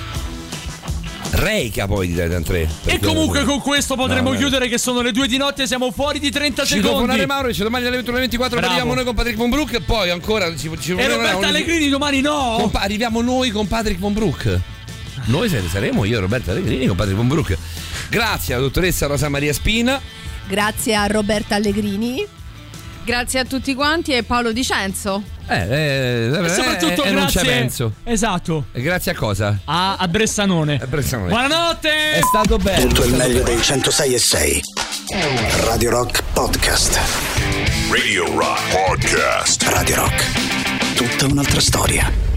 Speaker 3: Reika poi di Titan 3.
Speaker 4: E comunque con questo potremmo
Speaker 3: No, no.
Speaker 4: chiudere che sono le due di notte, siamo fuori di 30
Speaker 3: Citofonare
Speaker 4: secondi.
Speaker 3: Mauro dice domani alle 21.24
Speaker 4: Bravo.
Speaker 3: arriviamo noi con Patrick Von Broek e poi ancora ci, ci
Speaker 4: E Roberta Allegrini domani no.
Speaker 3: Con pa- arriviamo noi con Patrick Von Broek. Noi se- saremo io e Roberta Allegrini con Patrick Von Broek. Grazie alla dottoressa Rosa Maria Spina.
Speaker 5: Grazie a Roberta Allegrini.
Speaker 6: Grazie a tutti quanti e Paolo Dicenzo.
Speaker 3: Eh, eh,
Speaker 4: E soprattutto
Speaker 3: eh, eh, non ci
Speaker 4: grazie.
Speaker 3: penso.
Speaker 4: Esatto.
Speaker 3: E grazie a cosa?
Speaker 4: A, a Bressanone.
Speaker 3: Bressanone.
Speaker 4: Buonanotte.
Speaker 3: È stato bello.
Speaker 1: Tutto il meglio dei 106 e 6. Radio Rock Podcast.
Speaker 2: Radio Rock Podcast.
Speaker 1: Radio Rock. Tutta un'altra storia.